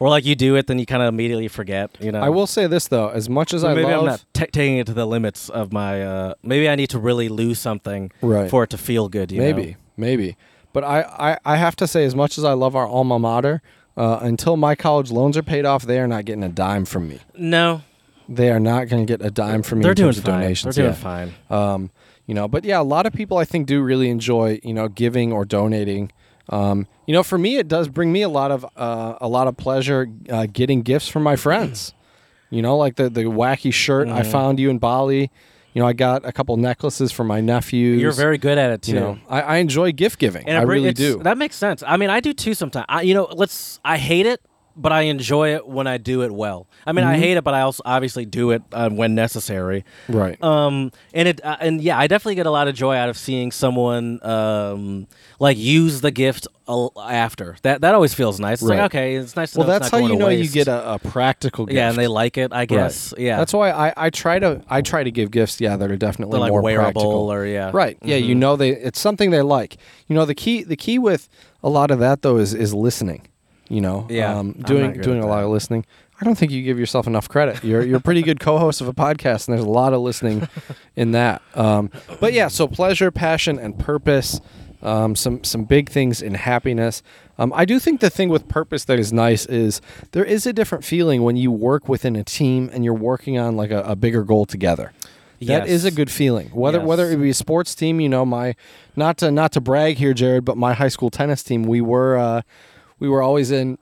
Speaker 2: Or like you do it, then you kind of immediately forget. You know,
Speaker 1: I will say this though, as much as I
Speaker 2: maybe
Speaker 1: love,
Speaker 2: I'm not ta taking it to the limits of my. Uh, maybe I need to really lose something
Speaker 1: Right.
Speaker 2: for it to feel good. You
Speaker 1: maybe,
Speaker 2: know?
Speaker 1: maybe, but I, I, I have to say, as much as I love our alma mater, uh, until my college loans are paid off, they are not getting a dime from me.
Speaker 2: no,
Speaker 1: They are not going to get a dime from me.
Speaker 2: they're
Speaker 1: in
Speaker 2: doing
Speaker 1: terms of
Speaker 2: fine.
Speaker 1: donations.
Speaker 2: They're doing
Speaker 1: yeah.
Speaker 2: fine.
Speaker 1: um, you know but yeah a lot of people i think do really enjoy you know giving or donating um, you know for me it does bring me a lot of uh, a lot of pleasure uh, getting gifts from my friends you know like the, the wacky shirt i
Speaker 2: Mm-hmm.
Speaker 1: found you in bali you know i got a couple necklaces for my nephews
Speaker 2: You're very good at it too.
Speaker 1: you know i, I enjoy gift giving
Speaker 2: and
Speaker 1: i
Speaker 2: it bring-
Speaker 1: really
Speaker 2: it's-
Speaker 1: do
Speaker 2: That makes sense. I mean, I do too sometimes. I, you know, let's. I hate it, but I enjoy it when I do it well. I mean, I
Speaker 1: Mm-hmm.
Speaker 2: hate it, but I also obviously do it um, when necessary.
Speaker 1: right
Speaker 2: Um, and it uh, and yeah, I definitely get a lot of joy out of seeing someone um like use the gift al- after. That that always feels nice. It's
Speaker 1: Right.
Speaker 2: like okay, it's nice. To
Speaker 1: well
Speaker 2: know it's
Speaker 1: that's
Speaker 2: not
Speaker 1: how you
Speaker 2: going to
Speaker 1: know you
Speaker 2: waste.
Speaker 1: get a, a practical gift
Speaker 2: Yeah, and they like it. I
Speaker 1: Right.
Speaker 2: guess. Yeah,
Speaker 1: that's why I, I try to I try to give gifts. Yeah, that are definitely
Speaker 2: They're like
Speaker 1: more
Speaker 2: wearable
Speaker 1: practical.
Speaker 2: or- yeah. Mm-hmm.
Speaker 1: right. Yeah, you know they it's something they like. You know the key the key with a lot of that though is is listening. You know,
Speaker 2: Yeah,
Speaker 1: um,
Speaker 2: I'm not
Speaker 1: doing
Speaker 2: good
Speaker 1: doing
Speaker 2: at
Speaker 1: a lot of listening. I don't think you give yourself enough credit. You're you're a pretty good co-host of a podcast, and there's a lot of listening
Speaker 2: <laughs>
Speaker 1: in that. Um, but yeah, so pleasure, passion, and purpose. Um, some some big things in happiness. Um, I do think the thing with purpose that is nice is there is a different feeling when you work within a team and you're working on like a, a bigger goal together. That
Speaker 2: Yes.
Speaker 1: is a good feeling. Whether
Speaker 2: Yes.
Speaker 1: whether it be a sports team, you know, my not to not to brag here, Jared, but my high school tennis team, we were uh, we were always in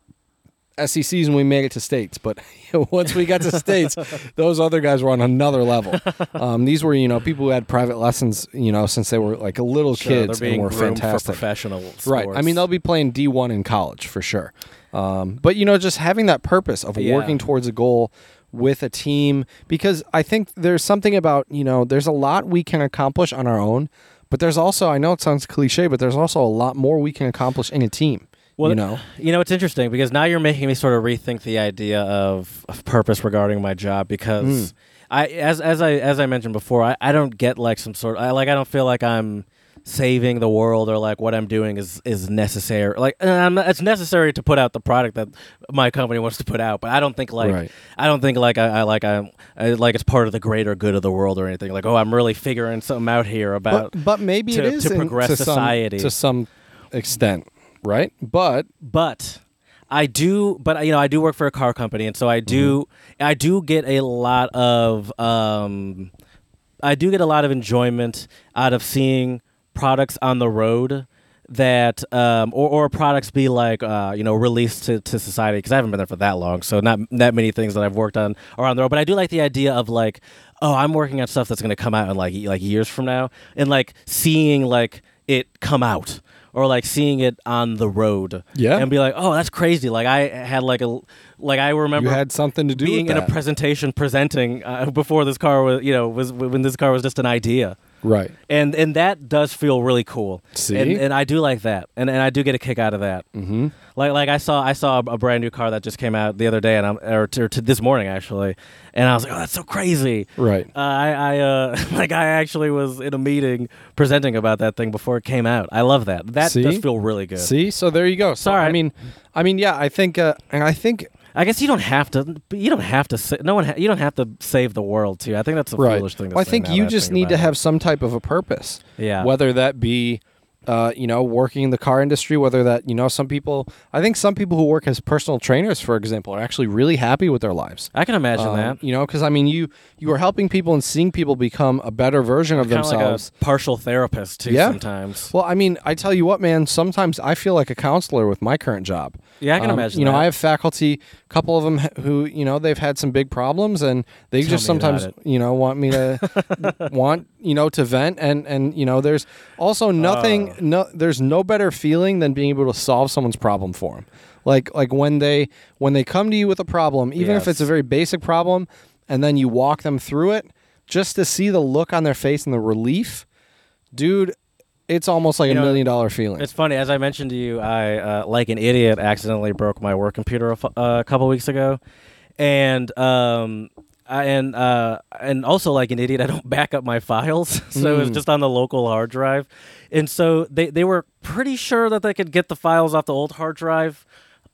Speaker 1: SECs and we made it to states. But <laughs> once we got to
Speaker 2: <laughs>
Speaker 1: states, those other guys were on another level. Um, these were you know people who had private lessons, you know, since they were like little
Speaker 2: Sure,
Speaker 1: kids
Speaker 2: they're
Speaker 1: and
Speaker 2: being
Speaker 1: were
Speaker 2: groomed
Speaker 1: fantastic.
Speaker 2: for professional sports.
Speaker 1: Right. I mean, they'll be playing D1 in college for sure. Um, but, you know, just having that purpose of
Speaker 2: Yeah.
Speaker 1: working towards a goal with a team, because I think there's something about, you know, there's a lot we can accomplish on our own, but there's also, I know it sounds cliche, but there's also a lot more we can accomplish in a team. you know,
Speaker 2: you know, it's interesting because now you're making me sort of rethink the idea of, of purpose regarding my job because
Speaker 1: Hmm.
Speaker 2: I, as as I as I mentioned before, I, I don't get like some sort. I like I don't feel like I'm saving the world or like what I'm doing is is necessary. Like uh, I'm not- it's necessary to put out the product that my company wants to put out, but I don't think like
Speaker 1: Right.
Speaker 2: I don't think like I, I like I'm I, like it's part of the greater good of the world or anything. Like oh, I'm really figuring something out here about.
Speaker 1: but, but maybe
Speaker 2: uh, to-
Speaker 1: it is
Speaker 2: to
Speaker 1: in-
Speaker 2: progress
Speaker 1: some-
Speaker 2: society.
Speaker 1: to some extent, right? But
Speaker 2: but I do, but you know, I do work for a car company, and so I do, I do get a lot of, um, I do get a lot of enjoyment out of seeing products on the road that, um, or, or products be like, uh, you know, released to, to society because I haven't been there for that long, so not that many things that I've worked on are on the road. But I do like the idea of like, oh, I'm working on stuff that's going to come out in like y- like years from now, and like seeing like it come out. Or like seeing it on the road,
Speaker 1: Yeah.
Speaker 2: and be like, "Oh, that's crazy!" Like I had like a, like I
Speaker 1: you
Speaker 2: remember
Speaker 1: had something to do
Speaker 2: being
Speaker 1: with
Speaker 2: in a
Speaker 1: that.
Speaker 2: presentation presenting uh, before this car was you know was when this car was just an idea
Speaker 1: right.
Speaker 2: and and that does feel really cool
Speaker 1: See?
Speaker 2: and, and i do like that and, and i do get a kick out of that mm-hmm. like like i saw i saw a brand new car that just came out the other day and i'm or, t- or t- this morning actually and i was like oh that's so crazy
Speaker 1: Right.
Speaker 2: uh, i i uh <laughs> like i actually was in a meeting presenting about that thing before it came out i love that that
Speaker 1: See?
Speaker 2: does feel really good
Speaker 1: See, so there you go. So
Speaker 2: Sorry.
Speaker 1: I mean, I mean, yeah, I think, uh, and I think
Speaker 2: I guess you don't have to. You don't have to. Sa- no one. Ha- you don't have to save the world too. I think that's a
Speaker 1: right.
Speaker 2: foolish thing. To
Speaker 1: Well, I
Speaker 2: say
Speaker 1: think
Speaker 2: now
Speaker 1: you
Speaker 2: that I
Speaker 1: just
Speaker 2: think
Speaker 1: need
Speaker 2: about
Speaker 1: to
Speaker 2: it.
Speaker 1: have some type of a purpose.
Speaker 2: Yeah.
Speaker 1: Whether that be uh, you know, working in the car industry, whether that, you know, some people, I think some people who work as personal trainers, for example, are actually really happy with their lives.
Speaker 2: I can imagine
Speaker 1: Um,
Speaker 2: that.
Speaker 1: You know, because I mean, you you are helping people and seeing people become a better version of
Speaker 2: Kind of like
Speaker 1: themselves.
Speaker 2: a partial therapist too.
Speaker 1: Yeah.
Speaker 2: Sometimes.
Speaker 1: Well, I mean, I tell you what, man. Sometimes I feel like a counselor with my current job. Um,
Speaker 2: Yeah, I can imagine
Speaker 1: You know,
Speaker 2: that.
Speaker 1: I have faculty, a couple of them who you know they've had some big problems, and they just
Speaker 2: me about
Speaker 1: sometimes
Speaker 2: it.
Speaker 1: you know want me
Speaker 2: <laughs>
Speaker 1: to want you know to vent, and and you know there's
Speaker 2: Oh.
Speaker 1: also nothing. No, there's no better feeling than being able to solve someone's problem for them. Like like when they when they come to you with a problem, even if
Speaker 2: Yes.
Speaker 1: it's a very basic problem, and then you walk them through it, just to see the look on their face and the relief dude it's almost like a
Speaker 2: know,
Speaker 1: million dollar feeling
Speaker 2: It's funny, as I mentioned to you, I uh, like an idiot accidentally broke my work computer a, fu- uh, a couple weeks ago, and um, I, and uh, and also like an idiot, I don't <laughs> back up my files, <laughs> so it
Speaker 1: Hmm.
Speaker 2: was just on the local hard drive, and so they they were pretty sure that they could get the files off the old hard drive.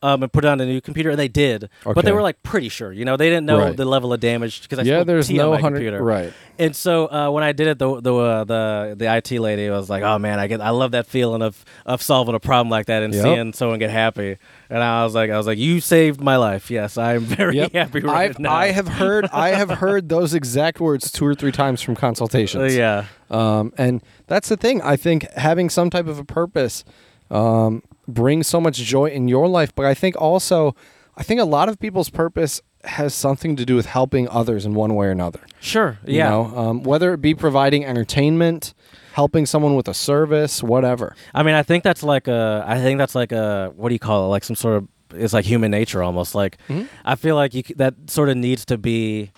Speaker 2: Um, and put it on a new computer, and they did. But
Speaker 1: Okay.
Speaker 2: they were like pretty sure, you know. They didn't know
Speaker 1: Right.
Speaker 2: the level of damage because I
Speaker 1: yeah
Speaker 2: spilled
Speaker 1: there's
Speaker 2: tea on
Speaker 1: no
Speaker 2: my
Speaker 1: hundred
Speaker 2: computer.
Speaker 1: right
Speaker 2: And so uh, when I did it, the the, uh, the the IT lady was like, "Oh man, I get I love that feeling of of solving a problem like that and
Speaker 1: Yep.
Speaker 2: seeing someone get happy." And I was like, "I was like, you saved my life. Yes, I'm <laughs> very
Speaker 1: <laughs> Yep.
Speaker 2: happy right
Speaker 1: I've,
Speaker 2: now."
Speaker 1: i have heard i have heard those exact words two or three times from
Speaker 2: Uh,
Speaker 1: consultations
Speaker 2: yeah,
Speaker 1: um, and that's the thing i think having some type of a purpose um, brings so much joy in your life but i think also i think a lot of people's purpose has something to do with helping others in one way or another
Speaker 2: sure,
Speaker 1: you
Speaker 2: yeah.
Speaker 1: know um, whether it be providing entertainment helping someone with a service whatever
Speaker 2: I mean, I think that's like a I think that's like a what do you call it? Like some sort of it's like human nature almost. Like
Speaker 1: Mm-hmm.
Speaker 2: I feel like you c- that sort of needs to be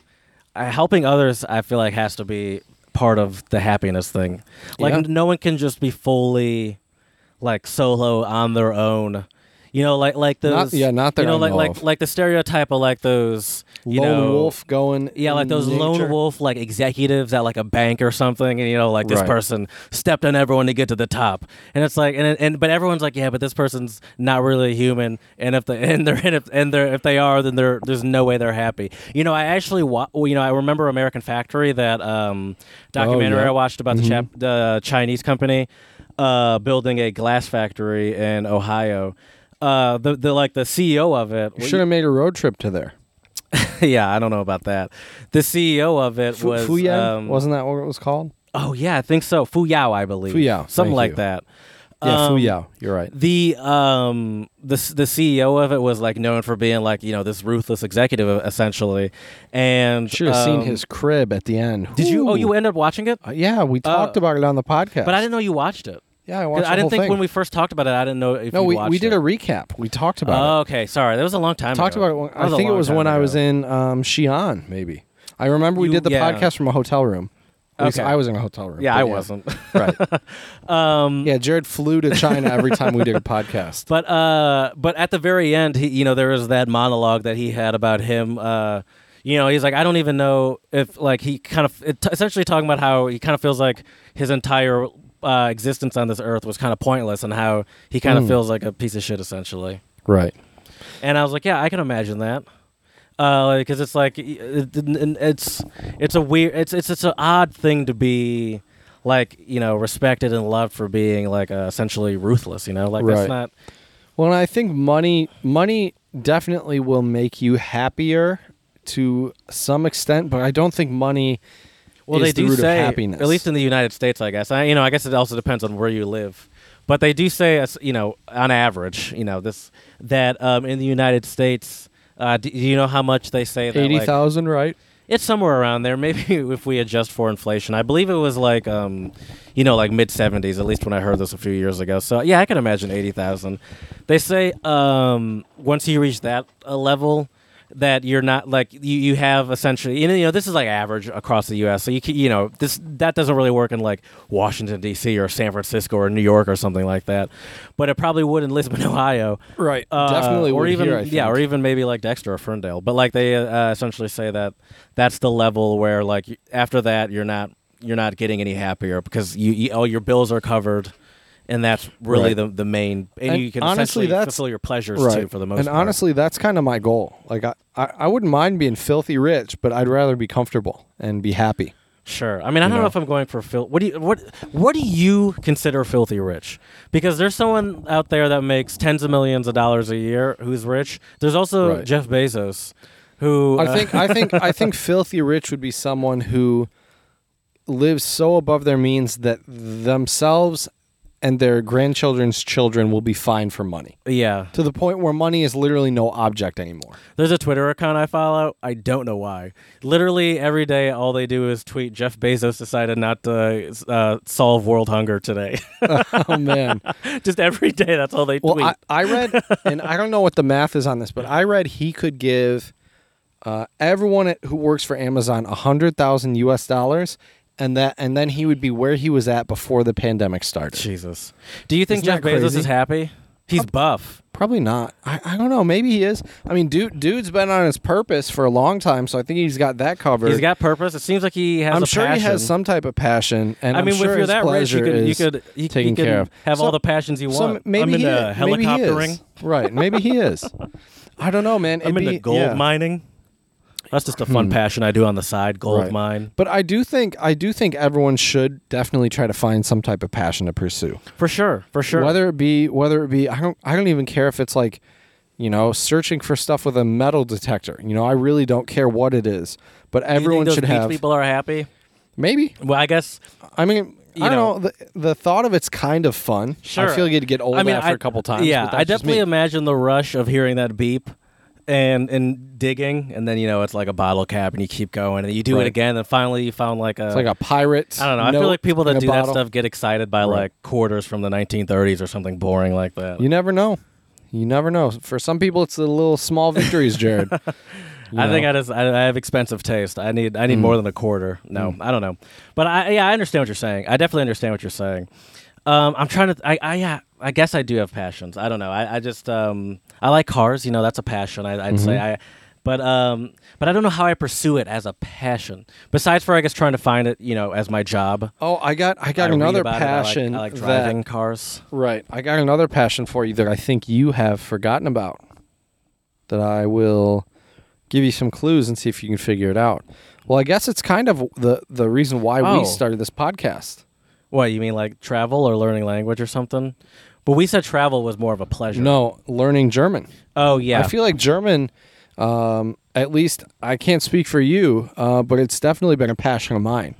Speaker 2: uh, helping others. I feel like has to be part of the happiness thing. Like
Speaker 1: Yeah.
Speaker 2: n- no one can just be fully like solo on their own. You know, like like
Speaker 1: Not-
Speaker 2: those.
Speaker 1: yeah, not their
Speaker 2: You know,
Speaker 1: own
Speaker 2: like
Speaker 1: wolf.
Speaker 2: like like the stereotype of like those. You
Speaker 1: lone
Speaker 2: know,
Speaker 1: wolf going
Speaker 2: yeah, like
Speaker 1: in
Speaker 2: those
Speaker 1: nature.
Speaker 2: lone wolf like executives at like a bank or something, and you know, like this
Speaker 1: Right.
Speaker 2: person stepped on everyone to get to the top, and it's like, and and but everyone's like, yeah, but this person's not really human, and if the <laughs> and they're and if, and they're if they are, then they're there's no way they're happy. You know, I actually wa- well, you know I remember American Factory that um documentary
Speaker 1: Oh, yeah. Mm-hmm.
Speaker 2: I watched about the chap the Chinese company uh building a glass factory in Ohio. Uh, the, the like the CEO of it.
Speaker 1: You should have made a road trip to there.
Speaker 2: <laughs> yeah, I don't know about that. The CEO of it
Speaker 1: Fu-
Speaker 2: was
Speaker 1: Fujian?
Speaker 2: um,
Speaker 1: wasn't that what it was called?
Speaker 2: Oh yeah, I think so. Fu Yao, I believe.
Speaker 1: Fu Yao,
Speaker 2: something
Speaker 1: thank
Speaker 2: like
Speaker 1: you.
Speaker 2: that.
Speaker 1: Yeah,
Speaker 2: Um,
Speaker 1: Fuyao. You're right.
Speaker 2: The um the the CEO of it was like known for being like you know this ruthless executive e, essentially, and
Speaker 1: Should have
Speaker 2: um,
Speaker 1: seen his crib at the end.
Speaker 2: Did you? Oh, you
Speaker 1: Ooh.
Speaker 2: ended up watching it,
Speaker 1: Uh, yeah, we talked about it on the podcast.
Speaker 2: but I didn't know you watched it.
Speaker 1: Yeah, I
Speaker 2: 'Cause
Speaker 1: watched. the
Speaker 2: I didn't
Speaker 1: whole
Speaker 2: think
Speaker 1: thing.
Speaker 2: when we first talked about it, I didn't know if
Speaker 1: No,
Speaker 2: you
Speaker 1: we,
Speaker 2: watched
Speaker 1: we did
Speaker 2: it.
Speaker 1: a recap. We talked about
Speaker 2: Oh, okay, sorry, that was a long time.
Speaker 1: it. Talked
Speaker 2: ago.
Speaker 1: about it. When,
Speaker 2: That was
Speaker 1: I
Speaker 2: a
Speaker 1: think it
Speaker 2: long
Speaker 1: was
Speaker 2: time
Speaker 1: when I
Speaker 2: ago.
Speaker 1: was in um, Xi'an, maybe. I remember we
Speaker 2: You-
Speaker 1: did the
Speaker 2: yeah.
Speaker 1: podcast from a hotel room. At least
Speaker 2: Okay.
Speaker 1: I was in a hotel room.
Speaker 2: Yeah,
Speaker 1: but
Speaker 2: I wasn't. <laughs>
Speaker 1: Right.
Speaker 2: um,
Speaker 1: yeah, Jared flew to China every time
Speaker 2: <laughs>
Speaker 1: we did a podcast.
Speaker 2: But uh, but at the very end, he, you know, there was that monologue that he had about him. Uh, you know, he's like, I don't even know if like he kind of it, essentially talking about how he kind of feels like his entire uh, existence on this earth was kind of pointless, and how he kind of feels like a piece of shit essentially.
Speaker 1: Right.
Speaker 2: And I was like, yeah, I can imagine that. Because it's like it, it- it's it's a weird it's it's it's an odd thing to be like you know respected and loved for being like uh, essentially ruthless you know like
Speaker 1: Right.
Speaker 2: that's not
Speaker 1: Well, and I think money money definitely will make you happier to some extent, but I don't think money
Speaker 2: Well,
Speaker 1: is
Speaker 2: they
Speaker 1: the
Speaker 2: do
Speaker 1: root
Speaker 2: say,
Speaker 1: of happiness.
Speaker 2: at least in the United States, I guess. I, you know, I guess it also depends on where you live, but they do say, as- you know, on average, you know, this that um, in the United States, uh, do, do you know how much they say that
Speaker 1: eighty
Speaker 2: like,
Speaker 1: thousand, right?
Speaker 2: it's somewhere around there. Maybe <laughs> if we adjust for inflation, I believe it was like, um, you know, like mid seventies. At least when I heard this a few years ago. So yeah, I can imagine eighty thousand. They say um, once you reach that uh, level, that you're not like you, you have essentially. You know, you know, this is like average across the U.S. So you can, you know this that doesn't really work in like Washington D.C. or San Francisco or New York or something like that. But it probably would in Lisbon, <laughs> Ohio.
Speaker 1: Right.
Speaker 2: Uh,
Speaker 1: definitely
Speaker 2: or
Speaker 1: would
Speaker 2: even
Speaker 1: here, I
Speaker 2: yeah, or
Speaker 1: think.
Speaker 2: even maybe like Dexter or Ferndale. But like they uh, essentially say that that's the level where like y- after that you're not you're not getting any happier because you, you all your bills are covered, and that's really
Speaker 1: Right.
Speaker 2: the the main. And,
Speaker 1: And
Speaker 2: you can
Speaker 1: honestly,
Speaker 2: essentially
Speaker 1: that's-
Speaker 2: fulfill your pleasures too for the most.
Speaker 1: and
Speaker 2: part.
Speaker 1: honestly, that's kind of my goal. Like I, I, I wouldn't mind being filthy rich, but I'd rather be comfortable and be happy.
Speaker 2: Sure. I mean, I
Speaker 1: You
Speaker 2: don't know.
Speaker 1: know.
Speaker 2: if I'm going for fil- what do you what what do you consider filthy rich? Because there's someone out there that makes tens of millions of dollars a year who's rich. There's also
Speaker 1: Right.
Speaker 2: Jeff Bezos who
Speaker 1: I
Speaker 2: uh,
Speaker 1: think I think I <laughs> think filthy rich would be someone who lives so above their means that themselves and their grandchildren's children will be fine for money
Speaker 2: yeah.
Speaker 1: to the point where money is literally no object anymore.
Speaker 2: There's a Twitter account I follow. I don't know why. Literally every day, all they do is tweet Jeff Bezos decided not to uh, solve world hunger today.
Speaker 1: <laughs>
Speaker 2: <laughs>
Speaker 1: Oh man.
Speaker 2: Just every day, that's all they
Speaker 1: Well,
Speaker 2: tweet.
Speaker 1: I, I read, and I don't know what the math is on this, but I read he could give uh, everyone at- who works for Amazon a hundred thousand U.S. dollars, and that, and then he would be where he was at before the pandemic started.
Speaker 2: Jesus. Do you think
Speaker 1: Isn't
Speaker 2: Jeff
Speaker 1: that
Speaker 2: Bezos
Speaker 1: crazy?
Speaker 2: is happy? He's buff.
Speaker 1: Probably not. I, I don't know. Maybe he is. I mean, dude, dude's been on his purpose for a long time, so I think he's got that covered.
Speaker 2: He's got purpose. It seems like he has.
Speaker 1: I'm
Speaker 2: a
Speaker 1: sure he has
Speaker 2: passion.
Speaker 1: some type of passion, and
Speaker 2: I
Speaker 1: I'm
Speaker 2: mean,
Speaker 1: sure
Speaker 2: if you're
Speaker 1: his
Speaker 2: that rich, you
Speaker 1: pleasure
Speaker 2: could, you
Speaker 1: is
Speaker 2: could you,
Speaker 1: taken
Speaker 2: you could
Speaker 1: care of.
Speaker 2: have
Speaker 1: So-
Speaker 2: all the passions you
Speaker 1: So
Speaker 2: want.
Speaker 1: maybe
Speaker 2: I'm
Speaker 1: he,
Speaker 2: into
Speaker 1: maybe he
Speaker 2: helicoptering.
Speaker 1: is. right? Maybe
Speaker 2: <laughs>
Speaker 1: he is. I don't know, man.
Speaker 2: I'm
Speaker 1: It'd
Speaker 2: into
Speaker 1: be-
Speaker 2: gold
Speaker 1: yeah. Hmm.
Speaker 2: mining. That's just a fun passion I do on the side. Gold
Speaker 1: Right.
Speaker 2: mine
Speaker 1: But I do think I do think everyone should definitely try to find some type of passion to pursue.
Speaker 2: for sure. For sure.
Speaker 1: Whether it be whether it be I don't I don't even care if it's like, you know, searching for stuff with a metal detector. You know, I really don't care what it is. But
Speaker 2: Do you think
Speaker 1: everyone
Speaker 2: those
Speaker 1: should
Speaker 2: beach
Speaker 1: have
Speaker 2: People are happy.
Speaker 1: maybe.
Speaker 2: Well, I guess.
Speaker 1: I mean,
Speaker 2: You
Speaker 1: I
Speaker 2: know.
Speaker 1: don't know. The, the thought of it's kind of fun.
Speaker 2: Sure.
Speaker 1: I feel like you'd get old
Speaker 2: I mean,
Speaker 1: after
Speaker 2: I-
Speaker 1: a couple times.
Speaker 2: Yeah,
Speaker 1: but that's
Speaker 2: I
Speaker 1: just
Speaker 2: definitely
Speaker 1: me.
Speaker 2: imagine the rush of hearing that beep. And and digging, and then you know it's like a bottle cap, and you keep going, and you do
Speaker 1: Right.
Speaker 2: it again, and finally you found like a
Speaker 1: It's like a pirate.
Speaker 2: I don't know. I feel like people that do that stuff get excited by
Speaker 1: Right.
Speaker 2: like quarters from the 1930s or something boring like that.
Speaker 1: You never know. You never know. For some people, it's the little small victories,
Speaker 2: <laughs>
Speaker 1: Jared. I
Speaker 2: I think I just I, I have expensive taste. I need I need
Speaker 1: Mm.
Speaker 2: more than a quarter. No, I don't know. But I yeah I understand what you're saying. I definitely understand what you're saying. Um, I'm trying to. I I yeah. I guess I do have passions. I don't know. I, I just um I like cars. You know that's a passion. I, I'd say
Speaker 1: Mm-hmm.
Speaker 2: I. But um but I don't know how I pursue it as a passion. Besides for I guess trying to find it you know as my job.
Speaker 1: Oh, I got I
Speaker 2: I
Speaker 1: got
Speaker 2: read
Speaker 1: another
Speaker 2: about it.
Speaker 1: passion
Speaker 2: I like, I like
Speaker 1: that-
Speaker 2: driving cars.
Speaker 1: right. I got another passion for you that I think you have forgotten about. That I will give you some clues and see if you can figure it out. Well, I guess it's kind of the the reason why
Speaker 2: Oh.
Speaker 1: we started this podcast.
Speaker 2: What you mean, like travel or learning language or something? But we said travel was more of a pleasure.
Speaker 1: No, learning German.
Speaker 2: Oh yeah.
Speaker 1: I feel like German. Um, at least I can't speak for you, uh, but it's definitely been a passion of mine.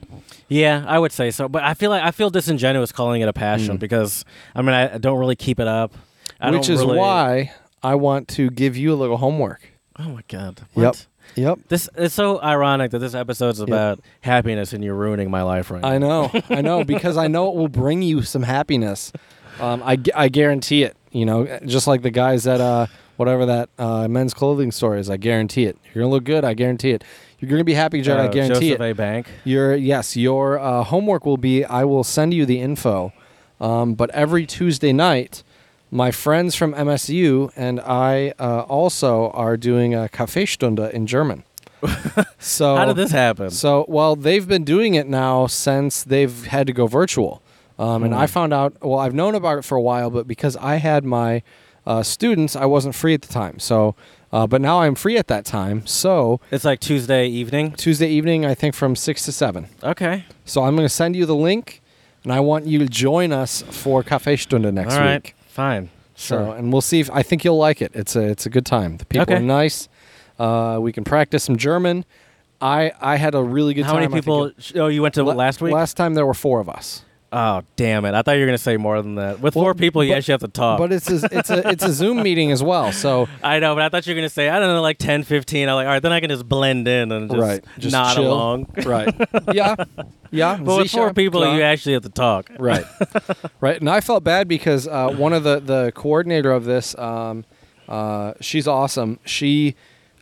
Speaker 2: yeah, I would say so. But I feel like I feel disingenuous calling it a passion because I mean I I don't really keep it up. I
Speaker 1: Hmm. which
Speaker 2: don't
Speaker 1: is
Speaker 2: really-
Speaker 1: why I want to give you a little homework.
Speaker 2: Oh my god.
Speaker 1: Yep.
Speaker 2: What?
Speaker 1: Yep.
Speaker 2: This it's so ironic that this episode's about happiness and you're ruining my life right
Speaker 1: I
Speaker 2: now.
Speaker 1: know. I know because I know it will bring you some happiness. Um, I, gu- I guarantee it. You know, eh, just like the guys at uh, whatever that uh, men's clothing store is, I guarantee it. You're gonna look good. I guarantee it. You're gonna be happy, Jared. I
Speaker 2: Uh,
Speaker 1: guarantee
Speaker 2: Joseph
Speaker 1: it.
Speaker 2: A. Bank.
Speaker 1: Your yes, your uh, homework will be I will send you the info. Um, but every Tuesday night, my friends from MSU and I uh, also are doing a Kaffeestunde in German.
Speaker 2: <laughs>
Speaker 1: so
Speaker 2: How did this happen?
Speaker 1: so, well, they've been doing it now since they've had to go virtual. Um, And
Speaker 2: Hmm.
Speaker 1: I found out, well, I've known about it for a while, but because I had my uh, students, I wasn't free at the time. So, uh, but now I'm free at that time. So,
Speaker 2: it's like Tuesday evening.
Speaker 1: Tuesday evening, I think from 6 to 7.
Speaker 2: Okay.
Speaker 1: So, I'm going to send you the link, and I want you to join us for Kaffeestunde next
Speaker 2: All right.
Speaker 1: week.
Speaker 2: Fine.
Speaker 1: So, and we'll see if I think you'll like it. It's a it's a good time. The people
Speaker 2: Okay.
Speaker 1: are nice. Uh, we can practice some German. I I had a really good
Speaker 2: How
Speaker 1: time.
Speaker 2: many
Speaker 1: I think
Speaker 2: people?
Speaker 1: it-
Speaker 2: Oh, you went to
Speaker 1: La-
Speaker 2: last week.
Speaker 1: Last time there were four of us.
Speaker 2: Oh damn it! I thought you were gonna say more than that. With
Speaker 1: Well,
Speaker 2: four people, you
Speaker 1: but-
Speaker 2: actually have to talk.
Speaker 1: But it's a, it's a it's a Zoom meeting as well.
Speaker 2: <laughs>
Speaker 1: So
Speaker 2: I know, but I thought you were gonna say I don't know, like 10, 15. I'm like, all right, then I can just blend in and just,
Speaker 1: right, just
Speaker 2: nod
Speaker 1: chill.
Speaker 2: along.
Speaker 1: Right. Yeah. Yeah.
Speaker 2: But with four
Speaker 1: Sicher,
Speaker 2: people,
Speaker 1: klar.
Speaker 2: you actually have to talk. <laughs>
Speaker 1: right. Right. And I felt bad because uh, one of the the coordinator of this, um, uh, she's awesome. She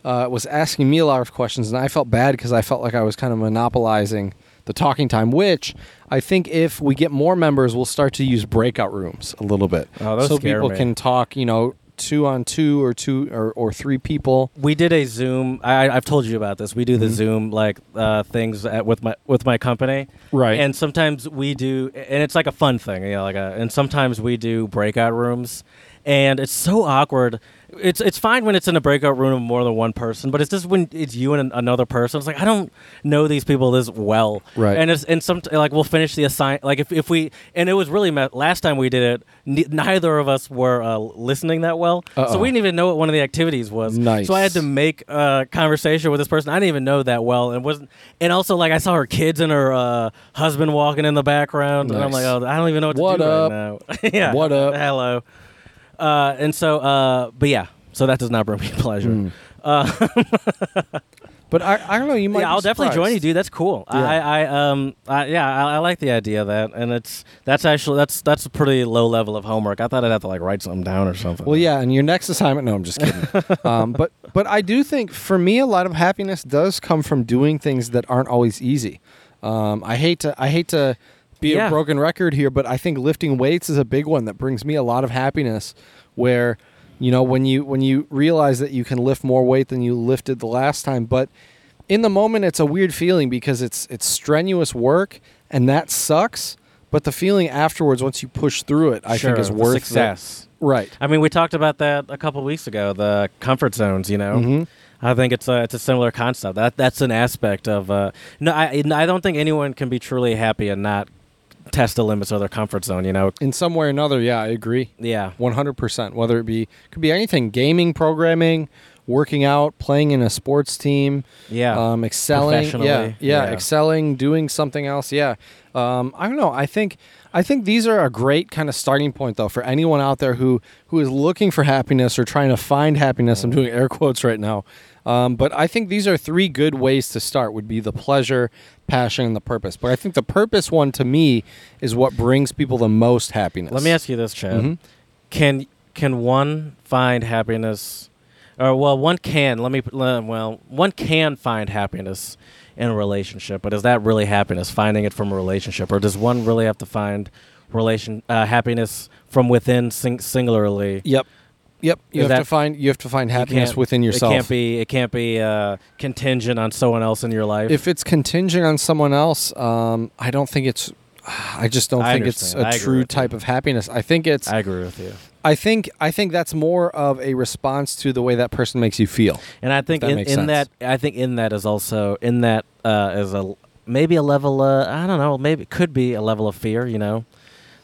Speaker 1: uh, was asking me a lot of questions, and I felt bad because I felt like I was kind of monopolizing the talking time. Which I think if we get more members, we'll start to use breakout rooms a little bit,
Speaker 2: Oh, those
Speaker 1: so
Speaker 2: scare
Speaker 1: people
Speaker 2: me.
Speaker 1: can talk. You know, two on two or two or, or three people.
Speaker 2: We did a Zoom. I, I've told you about this. We do the
Speaker 1: Mm-hmm.
Speaker 2: Zoom like uh, things at, with my with my company,
Speaker 1: Right.
Speaker 2: And sometimes we do, and it's like a fun thing, you know, like a. And sometimes we do breakout rooms, and it's so awkward it's it's fine when it's in a breakout room of more than one person, but it's just when it's you and an- another person. It's like I don't know these people this well,
Speaker 1: Right.
Speaker 2: And it's and some like we'll finish the assign like if, if we and it was really me- last time we did it, ne- neither of us were uh, listening that well,
Speaker 1: Uh-oh.
Speaker 2: so we didn't even know what one of the activities was.
Speaker 1: Nice.
Speaker 2: So I had to make a conversation with this person I didn't even know that well, and wasn't and also like I saw her kids and her uh, husband walking in the background, and I'm
Speaker 1: Nice.
Speaker 2: like, oh, I don't even know what to
Speaker 1: What
Speaker 2: do
Speaker 1: up?
Speaker 2: right now. <laughs> yeah,
Speaker 1: What up?
Speaker 2: Hello. Uh, and so, uh, but yeah, so that does not bring me <laughs> pleasure.
Speaker 1: Mm.
Speaker 2: Uh,
Speaker 1: But I, I don't know. You might.
Speaker 2: yeah,
Speaker 1: be
Speaker 2: I'll definitely join you,
Speaker 1: surprised.
Speaker 2: dude. That's cool.
Speaker 1: Yeah.
Speaker 2: I, I, um, I, yeah, I, I like the idea of that, and it's that's actually that's that's a pretty low level of homework. I thought I'd have to like write something down or something.
Speaker 1: Well, yeah, and your next assignment. No, I'm just kidding.
Speaker 2: <laughs>
Speaker 1: um, but but I do think for me, a lot of happiness does come from doing things that aren't always easy. Um, I hate to I hate to be a
Speaker 2: Yeah.
Speaker 1: broken record here, but I think lifting weights is a big one that brings me a lot of happiness. Where you know when you when you realize that you can lift more weight than you lifted the last time, but in the moment it's a weird feeling because it's it's strenuous work and that sucks. But the feeling afterwards, once you push through it, I
Speaker 2: Sure,
Speaker 1: think is
Speaker 2: the
Speaker 1: worth it.
Speaker 2: success.
Speaker 1: Right.
Speaker 2: I mean, we talked about that a couple weeks ago. The comfort zones, you know.
Speaker 1: Mhm.
Speaker 2: I think it's a it's a similar concept. That that's an aspect of. Uh, no, I I don't think anyone can be truly happy and not test the limits of their comfort zone. You know.
Speaker 1: in some way or another yeah i agree
Speaker 2: Yeah.
Speaker 1: 100% whether it be could be anything gaming programming working out playing in a sports team
Speaker 2: Yeah.
Speaker 1: um excelling yeah,
Speaker 2: Professionally,
Speaker 1: yeah
Speaker 2: yeah.
Speaker 1: excelling doing something else yeah um i don't know i think i think these are a great kind of starting point though for anyone out there who who is looking for happiness or trying to find happiness i'm
Speaker 2: Mm.
Speaker 1: doing air quotes right now um, but i think these are three good ways to start would be the pleasure passion and the purpose but i think the purpose one to me is what brings people the most happiness
Speaker 2: Let me ask you this, Chad.
Speaker 1: Mhm.
Speaker 2: Can can one find happiness? Or well, one can. Let me. le- Well, one can find happiness in a relationship, but is that really happiness? Finding it from a relationship, or does one really have to find relation uh, happiness from within sing- singularly?
Speaker 1: Yep. Yep. You
Speaker 2: Is
Speaker 1: have to
Speaker 2: that-
Speaker 1: find you have to find
Speaker 2: You
Speaker 1: happiness
Speaker 2: can't-
Speaker 1: within yourself.
Speaker 2: It can't be. It can't be uh, contingent on someone else in your life.
Speaker 1: if it's contingent on someone else, um, I don't think it's I just don't
Speaker 2: I
Speaker 1: think it's
Speaker 2: understand. I
Speaker 1: a
Speaker 2: agree
Speaker 1: true
Speaker 2: with you.
Speaker 1: type of happiness. I think it's
Speaker 2: I
Speaker 1: I,
Speaker 2: agree with you.
Speaker 1: think I think that's more of a response to the way that person makes you feel.
Speaker 2: And I think
Speaker 1: that
Speaker 2: in,
Speaker 1: makes
Speaker 2: in
Speaker 1: sense.
Speaker 2: that, I think in that is also in that uh, is a maybe a level. Uh, I don't know. Maybe it could be a level of fear. You know,